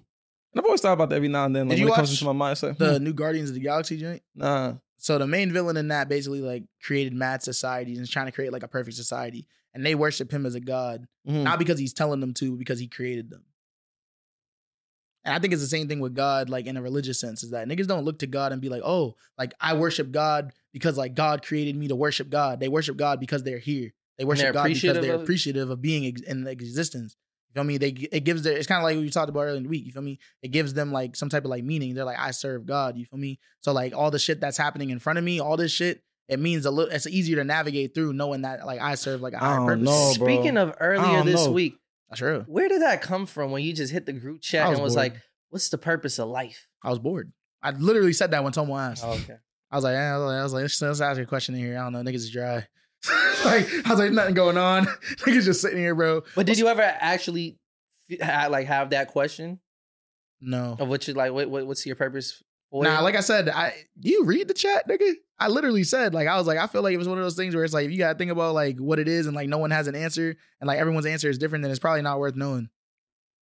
Speaker 2: And I've always thought about that every now and then. Like
Speaker 3: Did
Speaker 2: when
Speaker 3: you
Speaker 2: it comes
Speaker 3: watch
Speaker 2: into my mind, it's like,
Speaker 3: The
Speaker 2: hmm,
Speaker 3: new Guardians of the Galaxy joint.
Speaker 2: nah.
Speaker 3: So the main villain in that basically like created mad societies and is trying to create like a perfect society. And they worship him as a god.
Speaker 1: Mm.
Speaker 2: mhm.
Speaker 3: not because he's telling them to, because he created them. And I think it's the same thing with God, like in a religious sense, is that niggas don't look to God and be like, oh, like I worship God because like God created me to worship God. They worship God because they're here. They worship
Speaker 1: they're
Speaker 3: God because
Speaker 1: appreciative
Speaker 3: they're
Speaker 1: of it.
Speaker 3: appreciative of being ex- in existence. You feel me? They it gives their it's kind of like what we talked about earlier in the week. You feel me? It gives them like some type of like meaning. They're like, I serve God. You feel me? So like all the shit that's happening in front of me, all this shit, it means a little. It's easier to navigate through knowing that like I serve like a higher
Speaker 1: Oh,
Speaker 2: don't
Speaker 3: purpose.
Speaker 2: know, bro.
Speaker 1: Speaking of
Speaker 2: I
Speaker 1: earlier
Speaker 2: don't
Speaker 1: this
Speaker 2: know.
Speaker 1: week,
Speaker 3: That's true.
Speaker 1: where did that come from? When you just hit the group chat
Speaker 3: I
Speaker 1: and was
Speaker 3: bored.
Speaker 1: like, "What's the purpose of life?"
Speaker 3: I was bored. I literally said that when someone asked.
Speaker 1: okay.
Speaker 3: I was like, eh, I was like, I was like, let's, let's ask a question in here. I don't know, niggas is dry. like, I was like, nothing going on. niggas just sitting here, bro.
Speaker 1: But did you ever actually f- ha- like have that question
Speaker 3: No.
Speaker 1: of what you like? What, what what's your purpose? For
Speaker 3: Nah,
Speaker 1: it?
Speaker 3: like I said, I do you read the chat, nigga? I literally said, like, I was like, I feel like it was one of those things where it's like, if you gotta think about like what it is, and like no one has an answer, and like everyone's answer is different, then it's probably not worth knowing.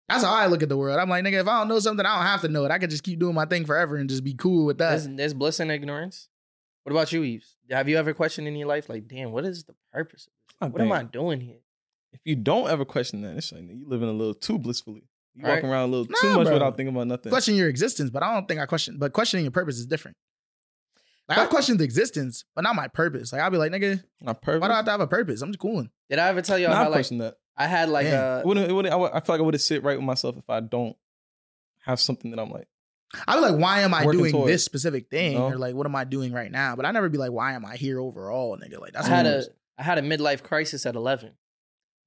Speaker 3: That's how I look at the world. I'm like, nigga, if I don't know something, I don't have to know it. I could just keep doing my thing forever and just be cool with that.
Speaker 1: There's, there's bliss in ignorance. What about you, Eves? Have you ever questioned in your life, like, damn, what is the purpose?
Speaker 2: I
Speaker 1: Of this? What am
Speaker 2: think-
Speaker 1: I doing here?
Speaker 2: if you don't ever question that, it's like you living a little too blissfully. You
Speaker 1: All
Speaker 2: walk
Speaker 1: right.
Speaker 2: around a little
Speaker 3: Nah,
Speaker 2: too much
Speaker 3: bro.
Speaker 2: without thinking about nothing.
Speaker 3: question your existence, but I don't think I question. But questioning your purpose is different. Like I
Speaker 1: But-
Speaker 3: question the existence, but not my purpose. Like I'll be like, nigga,
Speaker 2: Not perfect.
Speaker 3: why do I have to have a purpose? I'm just cooling.
Speaker 1: Did I ever tell y'all
Speaker 2: Nah, I
Speaker 1: how like
Speaker 2: question that.
Speaker 1: I had like
Speaker 3: Damn.
Speaker 1: a
Speaker 2: It wouldn't, it wouldn't, I, would- I feel like I would have sit right with myself if I don't have something that I'm like.
Speaker 3: I'll be like, why am I
Speaker 2: Working
Speaker 3: doing
Speaker 2: towards-
Speaker 3: this specific thing?
Speaker 2: No.
Speaker 3: Or like, what am I doing right now? But I never be like, why am I here overall, nigga? Like
Speaker 1: I
Speaker 3: that's
Speaker 1: had
Speaker 3: what it
Speaker 1: a
Speaker 3: is.
Speaker 1: I had a midlife crisis at 11.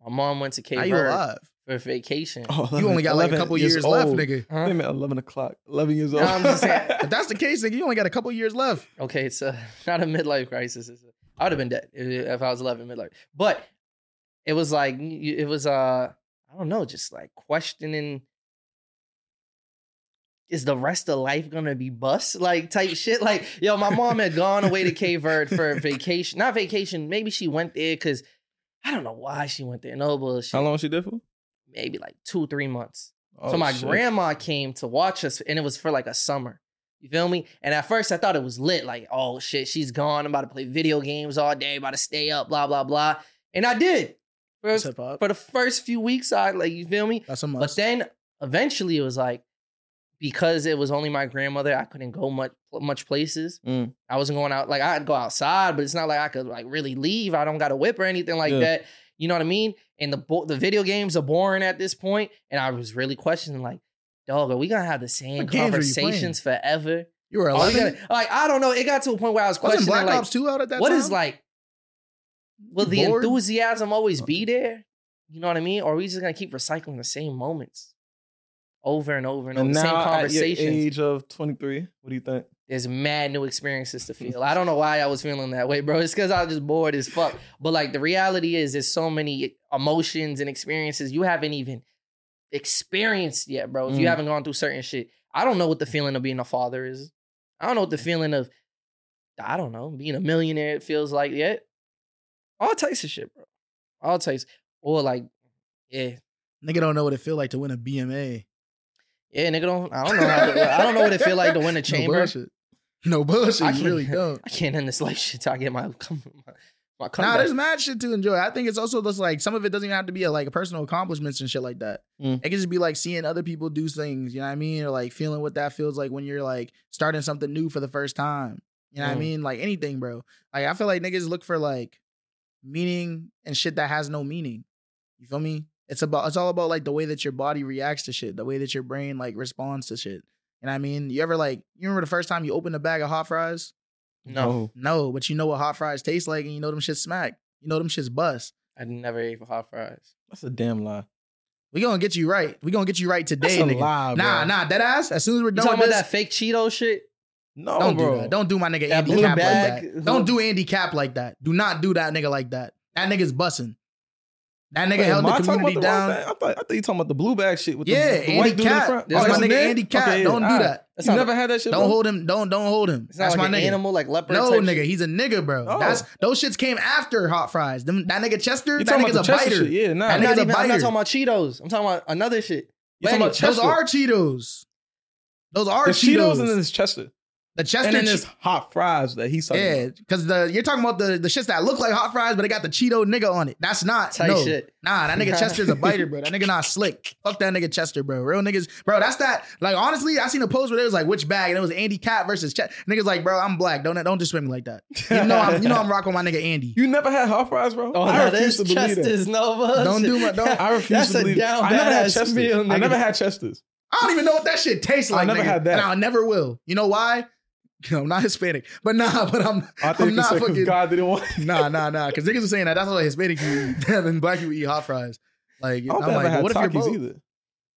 Speaker 1: My mom went to Cape
Speaker 3: How you
Speaker 1: Verde
Speaker 3: alive?
Speaker 1: for vacation.
Speaker 2: Oh,
Speaker 3: You
Speaker 2: 11
Speaker 3: only got like a
Speaker 2: 11
Speaker 3: couple
Speaker 2: years
Speaker 3: years, left,
Speaker 2: old.
Speaker 3: nigga.
Speaker 1: Huh?
Speaker 2: Wait a minute, 11 o'clock, 11 years
Speaker 1: No,
Speaker 2: old.
Speaker 1: I'm just saying,
Speaker 3: If that's the case, nigga, you only got a couple years left.
Speaker 1: Okay, it's uh not a midlife crisis. It's a- I would have been dead if if I was 11 midlife. But it was like it was uh I don't know, just like questioning is the rest of life gonna be bust like type shit? Like, yo, my mom had gone away to Cape Verde for vacation. Not vacation. Maybe she went there because I don't know why she went there. No bullshit.
Speaker 2: How long was she there for?
Speaker 1: Maybe like two, three months.
Speaker 2: Oh,
Speaker 1: so my
Speaker 2: shit.
Speaker 1: grandma came to watch us, and it was for like a summer. You feel me? And at first, I thought it was lit. Like, oh shit, she's gone. I'm about to play video games all day. About to stay up. Blah blah blah. And I did for,
Speaker 3: That's hip-hop.
Speaker 1: for the first few weeks. I like you feel me.
Speaker 3: That's a
Speaker 1: But
Speaker 3: must.
Speaker 1: then eventually, it was like because it was only my grandmother. I couldn't go much much places.
Speaker 2: Mm.
Speaker 1: I wasn't going out. Like I'd go outside, but it's not like I could like really leave. I don't got a whip or anything like
Speaker 2: Yeah.
Speaker 1: that. You know what I mean? And the bo- the video games are boring at this point, and I was really questioning like, dog, are we gonna have the same
Speaker 3: What games are you
Speaker 1: conversations forever?
Speaker 3: you were
Speaker 1: Are we
Speaker 3: 11.
Speaker 1: gonna, like I don't know. It got to a point where I was
Speaker 3: Wasn't
Speaker 1: questioning
Speaker 3: Black
Speaker 1: like,
Speaker 3: Ops 2 out at that
Speaker 1: what
Speaker 3: time?
Speaker 1: is like will the
Speaker 3: Bored?
Speaker 1: enthusiasm always be there you know what i mean or are we just gonna keep recycling the same moments over and over and over
Speaker 2: And
Speaker 1: the same
Speaker 2: now at your
Speaker 1: conversations
Speaker 2: age of 23, what do you think?
Speaker 1: there's mad new experiences to feel i don't know why i was feeling that way bro it's because i was just bored as fuck but like the reality is there's so many emotions and experiences you haven't even experienced yet bro if you
Speaker 2: Mm.
Speaker 1: haven't gone through certain shit i don't know what the feeling of being a father is i don't know what the feeling of i don't know being a millionaire it feels like yet all types of shit bro all types or like yeah
Speaker 3: Nigga don't know what it feel like to win a BMA.
Speaker 1: yeah nigga don't i don't know how to, i don't know what it feel like to win a
Speaker 3: No
Speaker 1: chamber
Speaker 3: bullshit. No bullshit.
Speaker 1: I
Speaker 3: you
Speaker 1: can-
Speaker 3: really don't.
Speaker 1: I can't end this life shit till I get my my, my
Speaker 3: Nah,
Speaker 1: comeback.
Speaker 3: there's mad shit to enjoy. I think it's also just like some of it doesn't even have to be a, like personal accomplishments and shit like that.
Speaker 2: Mm.
Speaker 3: It can just be like seeing other people do things, you know what I mean? Or like feeling what that feels like when you're like starting something new for the first time. You know what I
Speaker 1: Mm.
Speaker 3: mean? Like anything, bro. Like I feel like niggas look for like meaning and shit that has no meaning. You feel me? It's about it's all about like the way that your body reacts to shit, the way that your brain like responds to shit. You know what I mean? You ever like you remember the first time you opened a bag of hot fries?
Speaker 1: no,
Speaker 3: No, but you know what hot fries taste like, and you know them shits smack. You know them shits bust.
Speaker 1: I never ate hot fries.
Speaker 2: That's a damn lie.
Speaker 3: We gonna get you right. We gonna get you right
Speaker 2: That's
Speaker 3: today,
Speaker 2: a
Speaker 3: nigga.
Speaker 2: lie, bro.
Speaker 3: nah, nah, that ass. As soon as we're
Speaker 1: You
Speaker 3: done
Speaker 1: talking
Speaker 3: with
Speaker 1: about
Speaker 3: this,
Speaker 1: that fake Cheeto shit?
Speaker 2: No,
Speaker 3: don't
Speaker 2: bro.
Speaker 3: do that. Don't do my nigga
Speaker 1: That
Speaker 3: Andy
Speaker 1: blue
Speaker 3: Cap
Speaker 1: bag.
Speaker 3: like that. Don't do Andy Cap like that. Do not do that nigga like that. That nigga's bussing. That nigga
Speaker 2: Wait,
Speaker 3: held
Speaker 2: am I
Speaker 3: the
Speaker 2: talking about
Speaker 3: community
Speaker 2: the wrong
Speaker 3: down.
Speaker 2: bag? I thought, I thought you talking about the blue bag shit with
Speaker 3: Yeah,
Speaker 2: the, the
Speaker 3: Andy
Speaker 2: white dude in the
Speaker 3: Cap.
Speaker 2: front.
Speaker 1: That's
Speaker 2: Oh,
Speaker 1: my
Speaker 2: that's
Speaker 1: nigga
Speaker 2: it?
Speaker 3: Andy Cap.
Speaker 2: Okay, yeah.
Speaker 3: Don't do
Speaker 2: Alright.
Speaker 3: that.
Speaker 1: That's
Speaker 2: You
Speaker 1: not
Speaker 2: never had that shit.
Speaker 3: Don't
Speaker 2: bro?
Speaker 3: hold him. Don't don't hold him.
Speaker 1: It's not
Speaker 3: That's
Speaker 1: like
Speaker 3: my
Speaker 1: an
Speaker 3: nigga.
Speaker 1: animal like leopard.
Speaker 3: No,
Speaker 1: type
Speaker 3: nigga,
Speaker 1: shit?
Speaker 3: he's a nigga, bro.
Speaker 2: Oh.
Speaker 3: That's those shits came after hot fries. Them, that nigga Chester,
Speaker 2: You
Speaker 3: that
Speaker 2: talking about
Speaker 3: nigga's
Speaker 2: the
Speaker 3: a
Speaker 2: Chester
Speaker 3: biter.
Speaker 2: shit? Yeah, nah.
Speaker 1: I'm
Speaker 3: That nigga's
Speaker 1: not,
Speaker 3: a
Speaker 1: even, I'm not
Speaker 3: biter.
Speaker 1: talking about Cheetos. I'm talking about another shit.
Speaker 2: You talking about
Speaker 1: Anyway,
Speaker 3: Those
Speaker 2: Chester?
Speaker 3: are Cheetos. Those are
Speaker 2: The
Speaker 3: Cheetos.
Speaker 2: Cheetos and then there's Chester.
Speaker 3: the Chester
Speaker 2: And then there's
Speaker 3: Cheetos.
Speaker 2: hot fries that he's talking
Speaker 3: Yeah, because the you're talking about the, the shits that look like hot fries, but they got the Cheeto nigga on it. That's not
Speaker 1: Type
Speaker 3: no.
Speaker 1: shit.
Speaker 3: Nah, that nigga Chester's a biter, bro. That nigga not slick. Fuck that nigga Chester, bro. Real niggas, bro. That's that. Like honestly, I seen a post where it was like which bag, and it was Andy Cat versus Chester. Niggas like, bro, I'm black. Don't don't disrespect me like that. You know, I'm, you know, I'm rocking my nigga Andy.
Speaker 2: You never had hot fries, bro?
Speaker 1: Oh,
Speaker 2: I
Speaker 1: no,
Speaker 2: refuse
Speaker 1: that's
Speaker 2: to believe that.
Speaker 1: Chester's Nova.
Speaker 3: Don't do my- don't-
Speaker 2: I refuse
Speaker 1: That's
Speaker 2: to
Speaker 1: a
Speaker 2: believe
Speaker 1: down
Speaker 2: I never had
Speaker 1: badass
Speaker 2: Chesters.
Speaker 1: meal,
Speaker 2: I
Speaker 1: nigga.
Speaker 2: never had Chesters.
Speaker 3: I don't even know what that shit tastes
Speaker 2: I
Speaker 3: like.
Speaker 2: never
Speaker 3: nigga.
Speaker 2: had that.
Speaker 3: and I never will. You know why? I'm not Hispanic, but nah, but I'm
Speaker 2: I think
Speaker 3: I'm
Speaker 2: it's
Speaker 3: not
Speaker 2: because
Speaker 3: fucking-
Speaker 2: God didn't want.
Speaker 3: nah, nah, nah. Because niggas are saying that. That's all Hispanic people eat. and black people eat hot fries. Like,
Speaker 2: I
Speaker 3: I'm
Speaker 2: don't think I
Speaker 3: like,
Speaker 2: ever had
Speaker 3: what if you're
Speaker 2: Takis
Speaker 3: both?
Speaker 2: either.
Speaker 3: You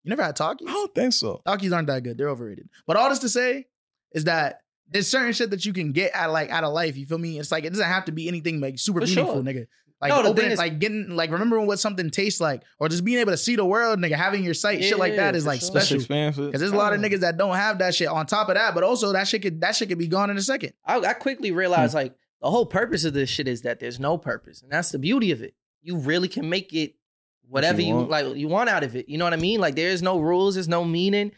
Speaker 3: never had Takis?
Speaker 2: I don't think so.
Speaker 3: Takis aren't that good. They're overrated. But all this to say is that there's certain shit that you can get out like out of life. You feel me? It's like it doesn't have to be anything like super
Speaker 1: For
Speaker 3: meaningful,
Speaker 1: sure.
Speaker 3: nigga. Like
Speaker 1: No, the
Speaker 3: opening,
Speaker 1: thing is-
Speaker 3: like getting, like remembering what something tastes like, or just being able to see the world, nigga. Having your sight, shit like
Speaker 1: Yeah,
Speaker 3: that is
Speaker 1: for
Speaker 3: like
Speaker 1: sure.
Speaker 2: That's
Speaker 3: special.
Speaker 2: expensive.
Speaker 3: Because there's a lot of niggas that don't have that shit. On top of that, but also that shit could that shit could be gone in a second.
Speaker 1: I, I
Speaker 2: Hmm.
Speaker 1: quickly realized like the whole purpose of this shit is that there's no purpose, and that's the beauty of it. You really can make it whatever
Speaker 2: you
Speaker 1: you,
Speaker 2: want.
Speaker 1: like you want out of it. You know what I mean? Like there is no rules, there's no meaning.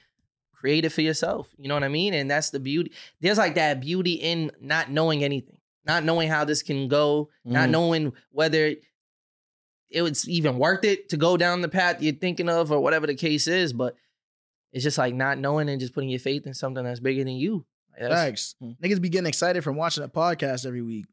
Speaker 1: Create it for yourself. You know what I mean? And that's the beauty. There's like that beauty in not knowing anything, not knowing how this can go, not
Speaker 2: Mhm.
Speaker 1: knowing whether it was even worth it to go down the path you're thinking of or whatever the case is. But it's just like not knowing and just putting your faith in something that's bigger than you. Like, that's-
Speaker 3: Facts.
Speaker 1: Mm.
Speaker 2: Hmm.
Speaker 3: Niggas be getting excited from watching a podcast every week.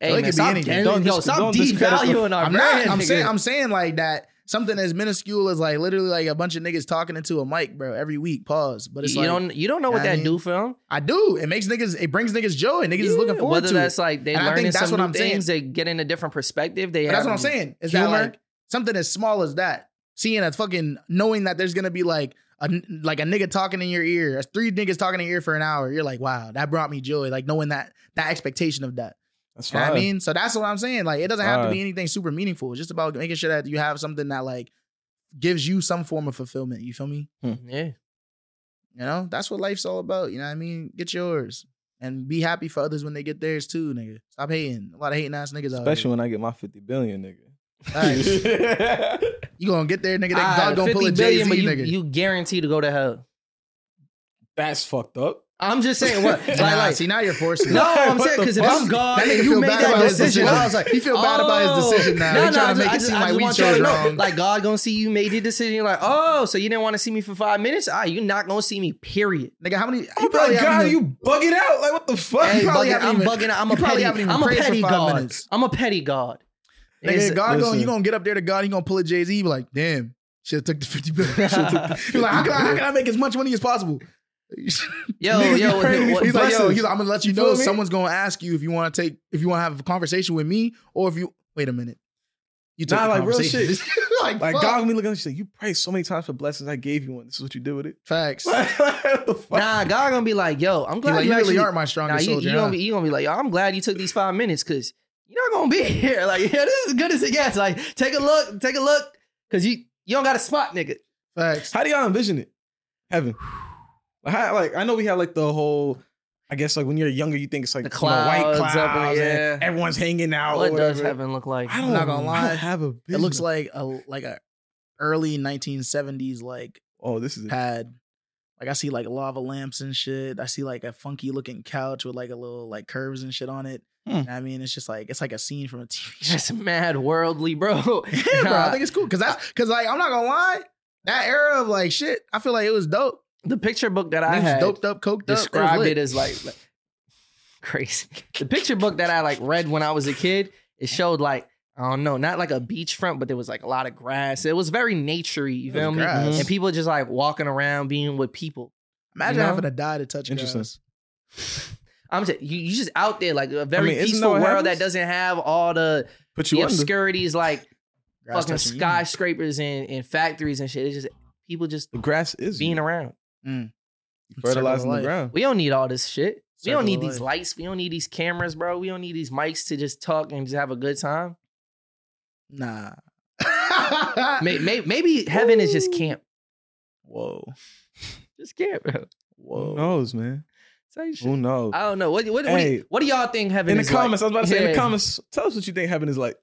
Speaker 1: Hey,
Speaker 3: Yo, it
Speaker 1: man,
Speaker 3: could be
Speaker 1: stop,
Speaker 3: anything.
Speaker 1: de-
Speaker 2: Don't
Speaker 1: yo,
Speaker 2: dis-
Speaker 1: stop
Speaker 2: don't discredit the-
Speaker 1: devaluing our
Speaker 3: I'm
Speaker 1: brand.
Speaker 3: not. I'm
Speaker 1: nigga.
Speaker 3: saying. I'm saying like that. Something as minuscule as like literally like a bunch of niggas talking into a mic, bro, every week. Pause. But it's
Speaker 1: you
Speaker 3: like
Speaker 1: don't you don't know
Speaker 3: I
Speaker 1: what that
Speaker 3: mean,
Speaker 1: do for them.
Speaker 3: I do. It makes niggas. It brings niggas joy, and niggas is looking forward
Speaker 1: whether
Speaker 3: to
Speaker 1: that's
Speaker 3: it.
Speaker 1: like they
Speaker 3: And I think
Speaker 1: learning
Speaker 3: that's
Speaker 1: some
Speaker 3: what
Speaker 1: new
Speaker 3: I'm saying.
Speaker 1: things, they get in a different perspective. They
Speaker 3: But that's what I'm
Speaker 1: have-
Speaker 3: saying. Is
Speaker 1: humor.
Speaker 3: that like something as small as that? Seeing a fucking knowing that there's gonna be like a like a nigga talking in your ear, three niggas talking in your ear for an hour. You're like, wow, that brought me joy. Like knowing that that expectation of that.
Speaker 2: That's
Speaker 3: You know what
Speaker 2: fine.
Speaker 3: I mean, so that's what I'm saying. Like, it doesn't have to
Speaker 2: Fine.
Speaker 3: be anything super meaningful. It's just about making sure that you have something that like gives you some form of fulfillment. You feel me?
Speaker 1: Yeah,
Speaker 3: You know, that's what life's all about. You know what I mean? Get yours and be happy for others when they get theirs too, nigga. Stop hating. A lot of hating ass niggas out
Speaker 2: Especially when I get my 50 billion,
Speaker 3: here. Facts.
Speaker 2: nigga.
Speaker 3: you gonna get there, nigga. That
Speaker 1: Ah,
Speaker 3: dog gonna pull a
Speaker 1: 50
Speaker 3: Jay Z,
Speaker 1: billion, but you,
Speaker 3: nigga.
Speaker 1: you guarantee to go to hell.
Speaker 2: That's fucked up.
Speaker 1: I'm just saying what like,
Speaker 3: nah,
Speaker 1: like
Speaker 3: see, now you're forcing.
Speaker 1: no,
Speaker 3: it.
Speaker 1: I'm
Speaker 2: What
Speaker 1: saying
Speaker 2: the
Speaker 1: because if
Speaker 2: fuck?
Speaker 1: I'm God,
Speaker 3: That nigga
Speaker 1: if you
Speaker 3: feel
Speaker 1: make
Speaker 3: bad about
Speaker 1: that
Speaker 3: his
Speaker 1: decision,
Speaker 3: decision.
Speaker 1: I was like,
Speaker 3: He feel bad about his
Speaker 1: oh.
Speaker 3: decision now. He tryna
Speaker 1: I just-
Speaker 3: make it
Speaker 1: I just-
Speaker 3: seem
Speaker 1: I
Speaker 3: like
Speaker 1: just
Speaker 3: we
Speaker 1: want y'all
Speaker 3: chose
Speaker 1: to know,
Speaker 3: wrong.
Speaker 1: Like God gonna see you made your decision. You're like, oh, so you didn't want to see me for five minutes? Ah, you not gonna see me. Period.
Speaker 3: nigga, how many?
Speaker 2: Oh my god, you bugging out? Like what the fuck?
Speaker 1: Hey,
Speaker 3: you probably
Speaker 1: bugging-
Speaker 3: haven't
Speaker 1: I'm
Speaker 3: even-
Speaker 1: bugging. I'm
Speaker 3: you
Speaker 1: a
Speaker 3: probably
Speaker 1: petty.
Speaker 3: haven't even
Speaker 1: I'm a
Speaker 3: prayed for
Speaker 1: petty
Speaker 3: five
Speaker 1: god.
Speaker 3: minutes.
Speaker 1: I'm a petty god. Niggas-
Speaker 3: Nigga, God
Speaker 2: Listen.
Speaker 3: going, you gonna get up there to God, he gonna pull a Jay Z, be like, damn, should have took the 50 billion. He
Speaker 2: Should've
Speaker 3: was like, how can, I, how can I make as much money as possible? he's
Speaker 1: yo,
Speaker 2: Niggas be
Speaker 1: yo,
Speaker 2: praying
Speaker 1: what- what-
Speaker 2: for
Speaker 3: like, yo,
Speaker 2: blessings.
Speaker 3: he's like, I'm gonna let you,
Speaker 2: You
Speaker 3: know
Speaker 2: feel me?
Speaker 3: someone's gonna ask you if you wanna take, if you wanna have a conversation with me, or if you, wait a minute. You took
Speaker 2: Nah,
Speaker 3: the
Speaker 2: like, real
Speaker 3: conversation. like,
Speaker 2: Like
Speaker 3: fuck.
Speaker 2: God when we look at you say, you prayed so many times for blessings I gave you one. This is what you did with it.
Speaker 3: Facts. He
Speaker 2: Like, what the fuck?
Speaker 1: nah, God gonna be like, yo, I'm glad
Speaker 3: like,
Speaker 1: you
Speaker 3: you really
Speaker 1: actually
Speaker 3: are my
Speaker 1: Nah,
Speaker 3: strongest
Speaker 1: you,
Speaker 3: soldier.
Speaker 1: you
Speaker 3: huh?
Speaker 1: gonna be you gonna be like, yo, I'm glad you took these five minutes because you're not gonna be here. Like, yeah, this is as good as it gets. Like, take a look, take a look, because you you don't got a spot, nigga.
Speaker 3: Facts.
Speaker 2: How do y'all envision it? Heaven. Like, how- like I know we had like the whole. I guess like when you're younger, you think it's like
Speaker 1: The
Speaker 2: you know, white
Speaker 1: clouds up
Speaker 2: clouds,
Speaker 1: in the
Speaker 2: and
Speaker 1: air.
Speaker 2: everyone's hanging
Speaker 3: Oh,
Speaker 2: out.
Speaker 1: what
Speaker 2: or
Speaker 1: does
Speaker 2: whatever.
Speaker 1: heaven look like?
Speaker 2: I don't,
Speaker 3: I'm not gonna
Speaker 2: I
Speaker 3: lie.
Speaker 2: don't have a. Vision.
Speaker 3: It looks like a like a early 1970s like
Speaker 2: Oh, this is it.
Speaker 3: pad. Like I see like lava lamps and shit. I see like a funky looking couch with like a little like curves and shit on it.
Speaker 2: Hmm.
Speaker 3: You know what I mean, it's just like it's like a scene from a TV show.
Speaker 1: That's mad worldly, bro.
Speaker 3: yeah, bro, I
Speaker 1: Nah,
Speaker 3: think it's cool because that's because like I'm not gonna lie, that era of like shit, I feel like it was dope.
Speaker 1: the picture book that I
Speaker 3: Niggas
Speaker 1: had
Speaker 3: doped up, coked up,
Speaker 1: described
Speaker 3: was
Speaker 1: it,
Speaker 3: lit.
Speaker 1: as like, like, crazy. The picture book that I like read when I was a kid, it showed like I don't know, not like a beachfront, but there was like a lot of grass. It was very naturey, you
Speaker 3: It was
Speaker 1: feel me?
Speaker 3: grass.
Speaker 1: And people just like walking around, being with people.
Speaker 3: Imagine
Speaker 1: you know?
Speaker 3: having to die to touch
Speaker 2: Interesting.
Speaker 3: grass.
Speaker 1: I'm just you, you just out there like a very
Speaker 2: mean, isn't
Speaker 1: peaceful
Speaker 2: that
Speaker 1: world
Speaker 2: what
Speaker 1: that
Speaker 2: happens?
Speaker 1: doesn't have all the,
Speaker 2: Put
Speaker 1: the
Speaker 2: you under.
Speaker 1: obscurities like
Speaker 3: Grass
Speaker 1: fucking
Speaker 3: touching you.
Speaker 1: skyscrapers and, and factories and shit. It's just people just
Speaker 2: The grass is
Speaker 1: being
Speaker 2: you.
Speaker 1: around.
Speaker 2: fertilizing
Speaker 3: Circle
Speaker 2: the
Speaker 3: of life.
Speaker 2: ground.
Speaker 1: We don't need all this shit. We don't
Speaker 3: Circle
Speaker 1: need
Speaker 3: of
Speaker 1: these
Speaker 3: life.
Speaker 1: lights. We don't need these cameras, bro. We don't need these mics to just talk and just have a good time.
Speaker 3: Nah.
Speaker 2: Ah.
Speaker 1: Maybe, maybe, heaven is just
Speaker 3: Woo.
Speaker 1: camp.
Speaker 3: Whoa.
Speaker 1: Just camp, bro.
Speaker 2: Who
Speaker 3: Whoa.
Speaker 2: knows, man?
Speaker 1: Type shit.
Speaker 2: Who knows?
Speaker 1: I don't know. What, what, what, do
Speaker 2: Hey.
Speaker 1: you- what do y'all think heaven
Speaker 2: in the
Speaker 1: is like?
Speaker 2: comments, I was about to say in
Speaker 1: Yeah.
Speaker 2: the comments, tell us what you think heaven is like.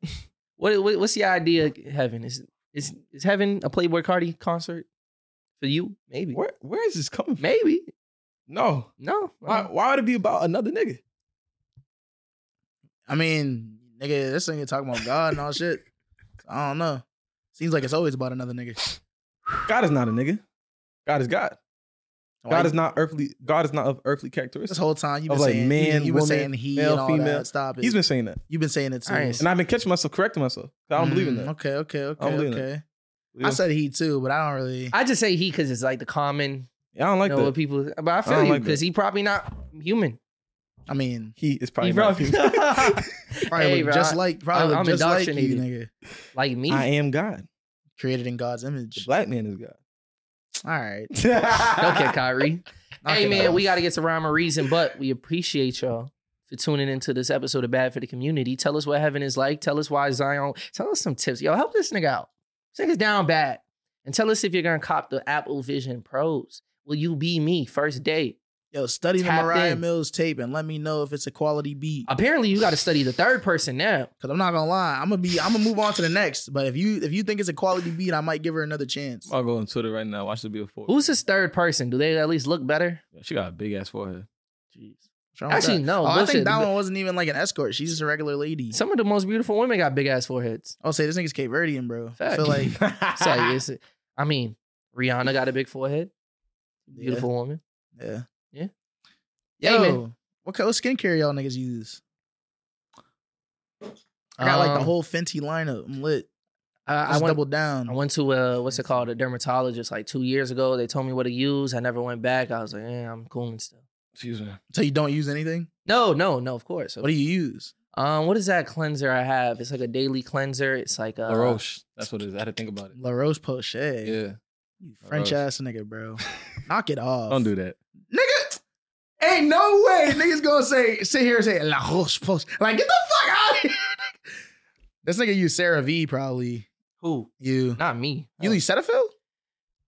Speaker 1: What, what, what's the idea of heaven? Is, is, is heaven a Playboy Cardi concert? For you? Maybe.
Speaker 2: Where where is this coming from?
Speaker 1: Maybe.
Speaker 2: No.
Speaker 1: No.
Speaker 2: Why, why would it be about another nigga?
Speaker 3: I mean, nigga, this nigga talking about God and all shit. I don't know. Seems like it's always about another nigga.
Speaker 2: God is not a nigga. God is God.
Speaker 3: Why
Speaker 2: God
Speaker 3: you-
Speaker 2: is not earthly. God is not of earthly
Speaker 3: this
Speaker 2: characteristics.
Speaker 3: whole time you've
Speaker 2: Of,
Speaker 3: been
Speaker 2: like,
Speaker 3: saying
Speaker 2: man,
Speaker 3: you, you
Speaker 2: woman,
Speaker 3: been saying he
Speaker 2: male,
Speaker 3: and all
Speaker 2: female.
Speaker 3: that. Stop it.
Speaker 2: He's been saying that,
Speaker 3: you've been saying it too.
Speaker 1: I ain't-
Speaker 2: and I've been catching myself correcting myself. I don't believe in
Speaker 3: Mm,
Speaker 2: that.
Speaker 3: Okay, okay, okay,
Speaker 2: don't believe in
Speaker 3: okay.
Speaker 2: Yeah.
Speaker 3: I said he too, but I don't really.
Speaker 1: I just say he because it's like the common,
Speaker 2: I don't like
Speaker 1: you know,
Speaker 2: that.
Speaker 1: what people. But I feel
Speaker 2: don't
Speaker 1: you
Speaker 2: like that.
Speaker 1: because he probably not human.
Speaker 3: I mean,
Speaker 2: he is probably
Speaker 1: he
Speaker 2: not
Speaker 1: probably
Speaker 2: human.
Speaker 3: probably
Speaker 1: Hey,
Speaker 3: look
Speaker 1: bro,
Speaker 3: just
Speaker 1: I-
Speaker 3: like probably
Speaker 1: I'm
Speaker 3: look just like you,
Speaker 1: indoctrinated.
Speaker 3: nigga.
Speaker 1: like me.
Speaker 2: I am God.
Speaker 3: Created in God's
Speaker 2: The
Speaker 3: image.
Speaker 2: black man is God.
Speaker 3: All right.
Speaker 1: okay, Kyrie. hey
Speaker 3: Okay.
Speaker 1: man, we got to get to rhyme or reason, but we appreciate y'all for tuning into this episode of Bad for the Community. Tell us what heaven is like. Tell us why Zion. Tell us some tips. Yo, help this nigga out. This nigga's down bad. And tell us if you're gonna cop the Apple Vision Pros. Will you be me first day?
Speaker 3: Yo, study the
Speaker 1: Tapped
Speaker 3: Mariah
Speaker 1: in.
Speaker 3: Mills tape and let me know if it's a quality beat.
Speaker 1: Apparently, you got to study the third person now.
Speaker 3: Cause I'm not gonna lie, I'm gonna be, I'm gonna move on to the next. But if you if you think it's a quality beat, I might give her another chance.
Speaker 4: I'll go on Twitter right now. Watch the be before.
Speaker 1: Who's this third person? Do they at least look better?
Speaker 4: She got a big ass forehead.
Speaker 1: Jeez.
Speaker 3: What's wrong with
Speaker 1: Actually,
Speaker 3: that?
Speaker 1: no.
Speaker 3: Oh, I
Speaker 1: bullshit.
Speaker 3: think that one wasn't even like an escort. She's just a regular lady.
Speaker 1: Some of the most beautiful women got big ass foreheads.
Speaker 3: I'll say this nigga's Cape Verdean, bro. I
Speaker 1: Fact.
Speaker 3: feel like
Speaker 1: So it's, I mean, Rihanna got a big forehead. Beautiful woman.
Speaker 3: yeah,
Speaker 1: Yeah.
Speaker 3: Yo,
Speaker 1: Hey, man.
Speaker 3: what kind of skincare y'all niggas use? I got like the
Speaker 1: Um,
Speaker 3: whole Fenty lineup. I'm lit.
Speaker 1: I- I
Speaker 3: Just
Speaker 1: went
Speaker 3: double down.
Speaker 1: I went to a what's it called a dermatologist like two years ago. They told me what to use. I never went back. I was like, yeah, I'm cool and stuff.
Speaker 4: Excuse me.
Speaker 3: so you don't use anything?
Speaker 1: No, no, no. Of course.
Speaker 3: What do you use?
Speaker 1: um, what is that cleanser I have? It's like a daily cleanser. It's like
Speaker 3: Uh,
Speaker 1: uh,
Speaker 4: La
Speaker 1: a
Speaker 4: Roche. That's what it is. I had to think about it.
Speaker 3: La Rose Posay.
Speaker 4: Yeah.
Speaker 3: You French ass nigga, bro. Knock it off.
Speaker 4: Don't do that.
Speaker 3: nigga. Ain't no way niggas gonna say sit here and say La Roche Post. Like get the fuck out of here. This nigga used Sarah V probably.
Speaker 1: who?
Speaker 3: You
Speaker 1: Not me.
Speaker 3: you use Cetaphil?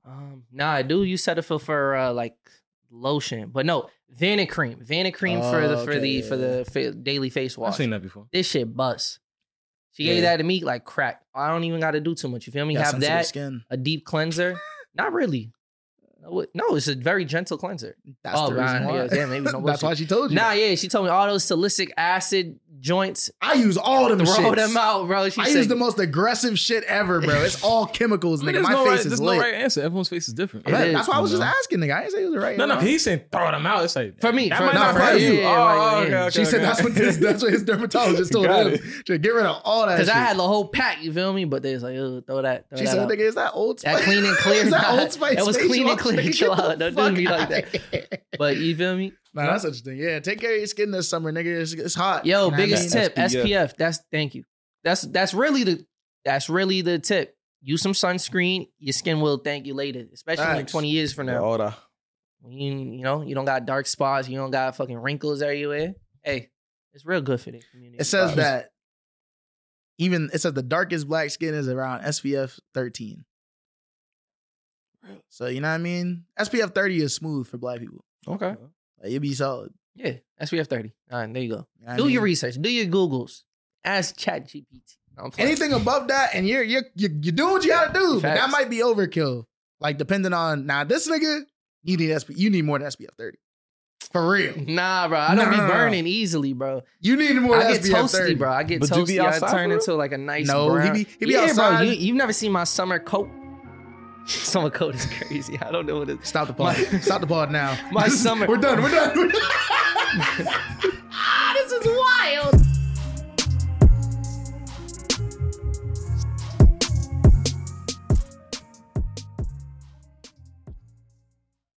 Speaker 1: Um, nah, I do. You set it for for uh, like lotion, but no Vanna cream. Vanna cream for
Speaker 3: Oh,
Speaker 1: the for
Speaker 3: okay,
Speaker 1: the
Speaker 3: yeah,
Speaker 1: for the fa- daily face
Speaker 4: I've
Speaker 1: wash.
Speaker 4: seen that before.
Speaker 1: This shit bust. She
Speaker 3: Yeah.
Speaker 1: gave that to me like crack. I don't even got to do too much. You feel me?
Speaker 3: Got
Speaker 1: Have
Speaker 3: sensitive
Speaker 1: that
Speaker 3: skin.
Speaker 1: a deep cleanser. Not really. No, it- no, it's a very gentle cleanser.
Speaker 3: That's
Speaker 1: Oh,
Speaker 3: the reason
Speaker 1: right.
Speaker 3: why.
Speaker 1: Yeah, damn, maybe no
Speaker 3: That's
Speaker 1: bullshit.
Speaker 3: why she told you.
Speaker 1: Nah, yeah, she told me all those salicylic acid joints.
Speaker 3: I use all them
Speaker 1: Throw
Speaker 3: shits.
Speaker 1: them out, bro. She
Speaker 3: I
Speaker 1: said,
Speaker 3: use the most aggressive shit ever, bro. It's all chemicals,
Speaker 4: I mean,
Speaker 3: nigga.
Speaker 4: there's
Speaker 3: My
Speaker 4: no
Speaker 3: face
Speaker 4: right,
Speaker 3: is
Speaker 4: there's
Speaker 3: lit.
Speaker 4: no right answer. Everyone's face is different.
Speaker 1: It
Speaker 3: Right,
Speaker 1: is,
Speaker 3: that's why I was
Speaker 4: you
Speaker 3: just
Speaker 4: know.
Speaker 3: asking, nigga. I didn't say it was the right.
Speaker 4: No, no,
Speaker 3: answer.
Speaker 4: he's saying throw them out. It's like
Speaker 1: For me,
Speaker 4: that
Speaker 1: for-
Speaker 4: might
Speaker 3: nah,
Speaker 4: not
Speaker 3: for
Speaker 4: apply to
Speaker 3: you.
Speaker 4: you.
Speaker 1: Yeah,
Speaker 4: Oh,
Speaker 1: right,
Speaker 4: oh,
Speaker 1: yeah,
Speaker 4: okay,
Speaker 1: yeah.
Speaker 4: okay,
Speaker 3: She said
Speaker 4: okay.
Speaker 3: that's what his, that's what his dermatologist told
Speaker 2: Got
Speaker 3: him.
Speaker 2: it.
Speaker 3: Should get rid of all that.
Speaker 1: because
Speaker 3: shit.
Speaker 1: I had the whole pack. You feel me? But they was like, Ugh, throw that. Throw
Speaker 3: She
Speaker 1: that
Speaker 3: said,
Speaker 1: out.
Speaker 3: "Nigga, is that old
Speaker 1: That
Speaker 3: spice?
Speaker 1: clean and clear
Speaker 3: is that
Speaker 1: not-
Speaker 3: old spice?
Speaker 1: that was
Speaker 3: face
Speaker 1: clean and
Speaker 3: wash?
Speaker 1: clear.
Speaker 3: Nigga,
Speaker 1: Chill
Speaker 3: get the
Speaker 1: out. Don't do me
Speaker 3: fuck
Speaker 1: like
Speaker 3: outta here.
Speaker 1: But you feel me?
Speaker 3: Nah, that's such a thing. Yeah, take care of your skin this summer, nigga. It's, it's hot.
Speaker 1: Yo,
Speaker 3: You know what I
Speaker 1: biggest
Speaker 3: mean?
Speaker 1: tip, SPF. That's thank you. That's that's really the that's really the tip. Use some sunscreen. Your skin will thank you later, especially in
Speaker 3: Facts.
Speaker 1: twenty years from now.
Speaker 2: All that.
Speaker 1: When you you know you don't got dark spots, you don't got fucking wrinkles everywhere. Hey, it's real good for the community.
Speaker 3: It says
Speaker 1: bro.
Speaker 3: that even it says the darkest black skin is around SPF 13. So you know what I mean? SPF 30 is smooth for black people.
Speaker 2: Okay.
Speaker 3: Like, you'll be solid.
Speaker 1: yeah, SPF thirty. All right, there you go.
Speaker 3: You know what I
Speaker 1: do
Speaker 3: mean?
Speaker 1: your research. Do your googles. Ask ChatGPT. No, I'm playing.
Speaker 3: Anything above that, and you're you're you're, you're doing what you gotta do. But that
Speaker 1: Facts.
Speaker 3: might be overkill. Like depending on now, this nigga, you need SP, you need more than SPF 30. For real,
Speaker 1: Nah, bro. I don't be
Speaker 3: No, no, no, no.
Speaker 1: burning easily, bro.
Speaker 3: you need more than
Speaker 1: I
Speaker 3: SPF
Speaker 1: get toasty,
Speaker 3: 30.
Speaker 1: bro. I get
Speaker 2: But you be
Speaker 1: toasty. I
Speaker 2: outside
Speaker 1: turn
Speaker 2: for real?
Speaker 1: into like a nice
Speaker 3: No,
Speaker 1: brown.
Speaker 3: he be he be
Speaker 1: yeah,
Speaker 3: outside.
Speaker 1: bro. You, you've never seen my summer coat. summer coat is crazy. I don't know what it is.
Speaker 3: Stop the pod.
Speaker 1: My-
Speaker 3: Stop the pod now.
Speaker 1: My summer-
Speaker 3: We're done. We're done.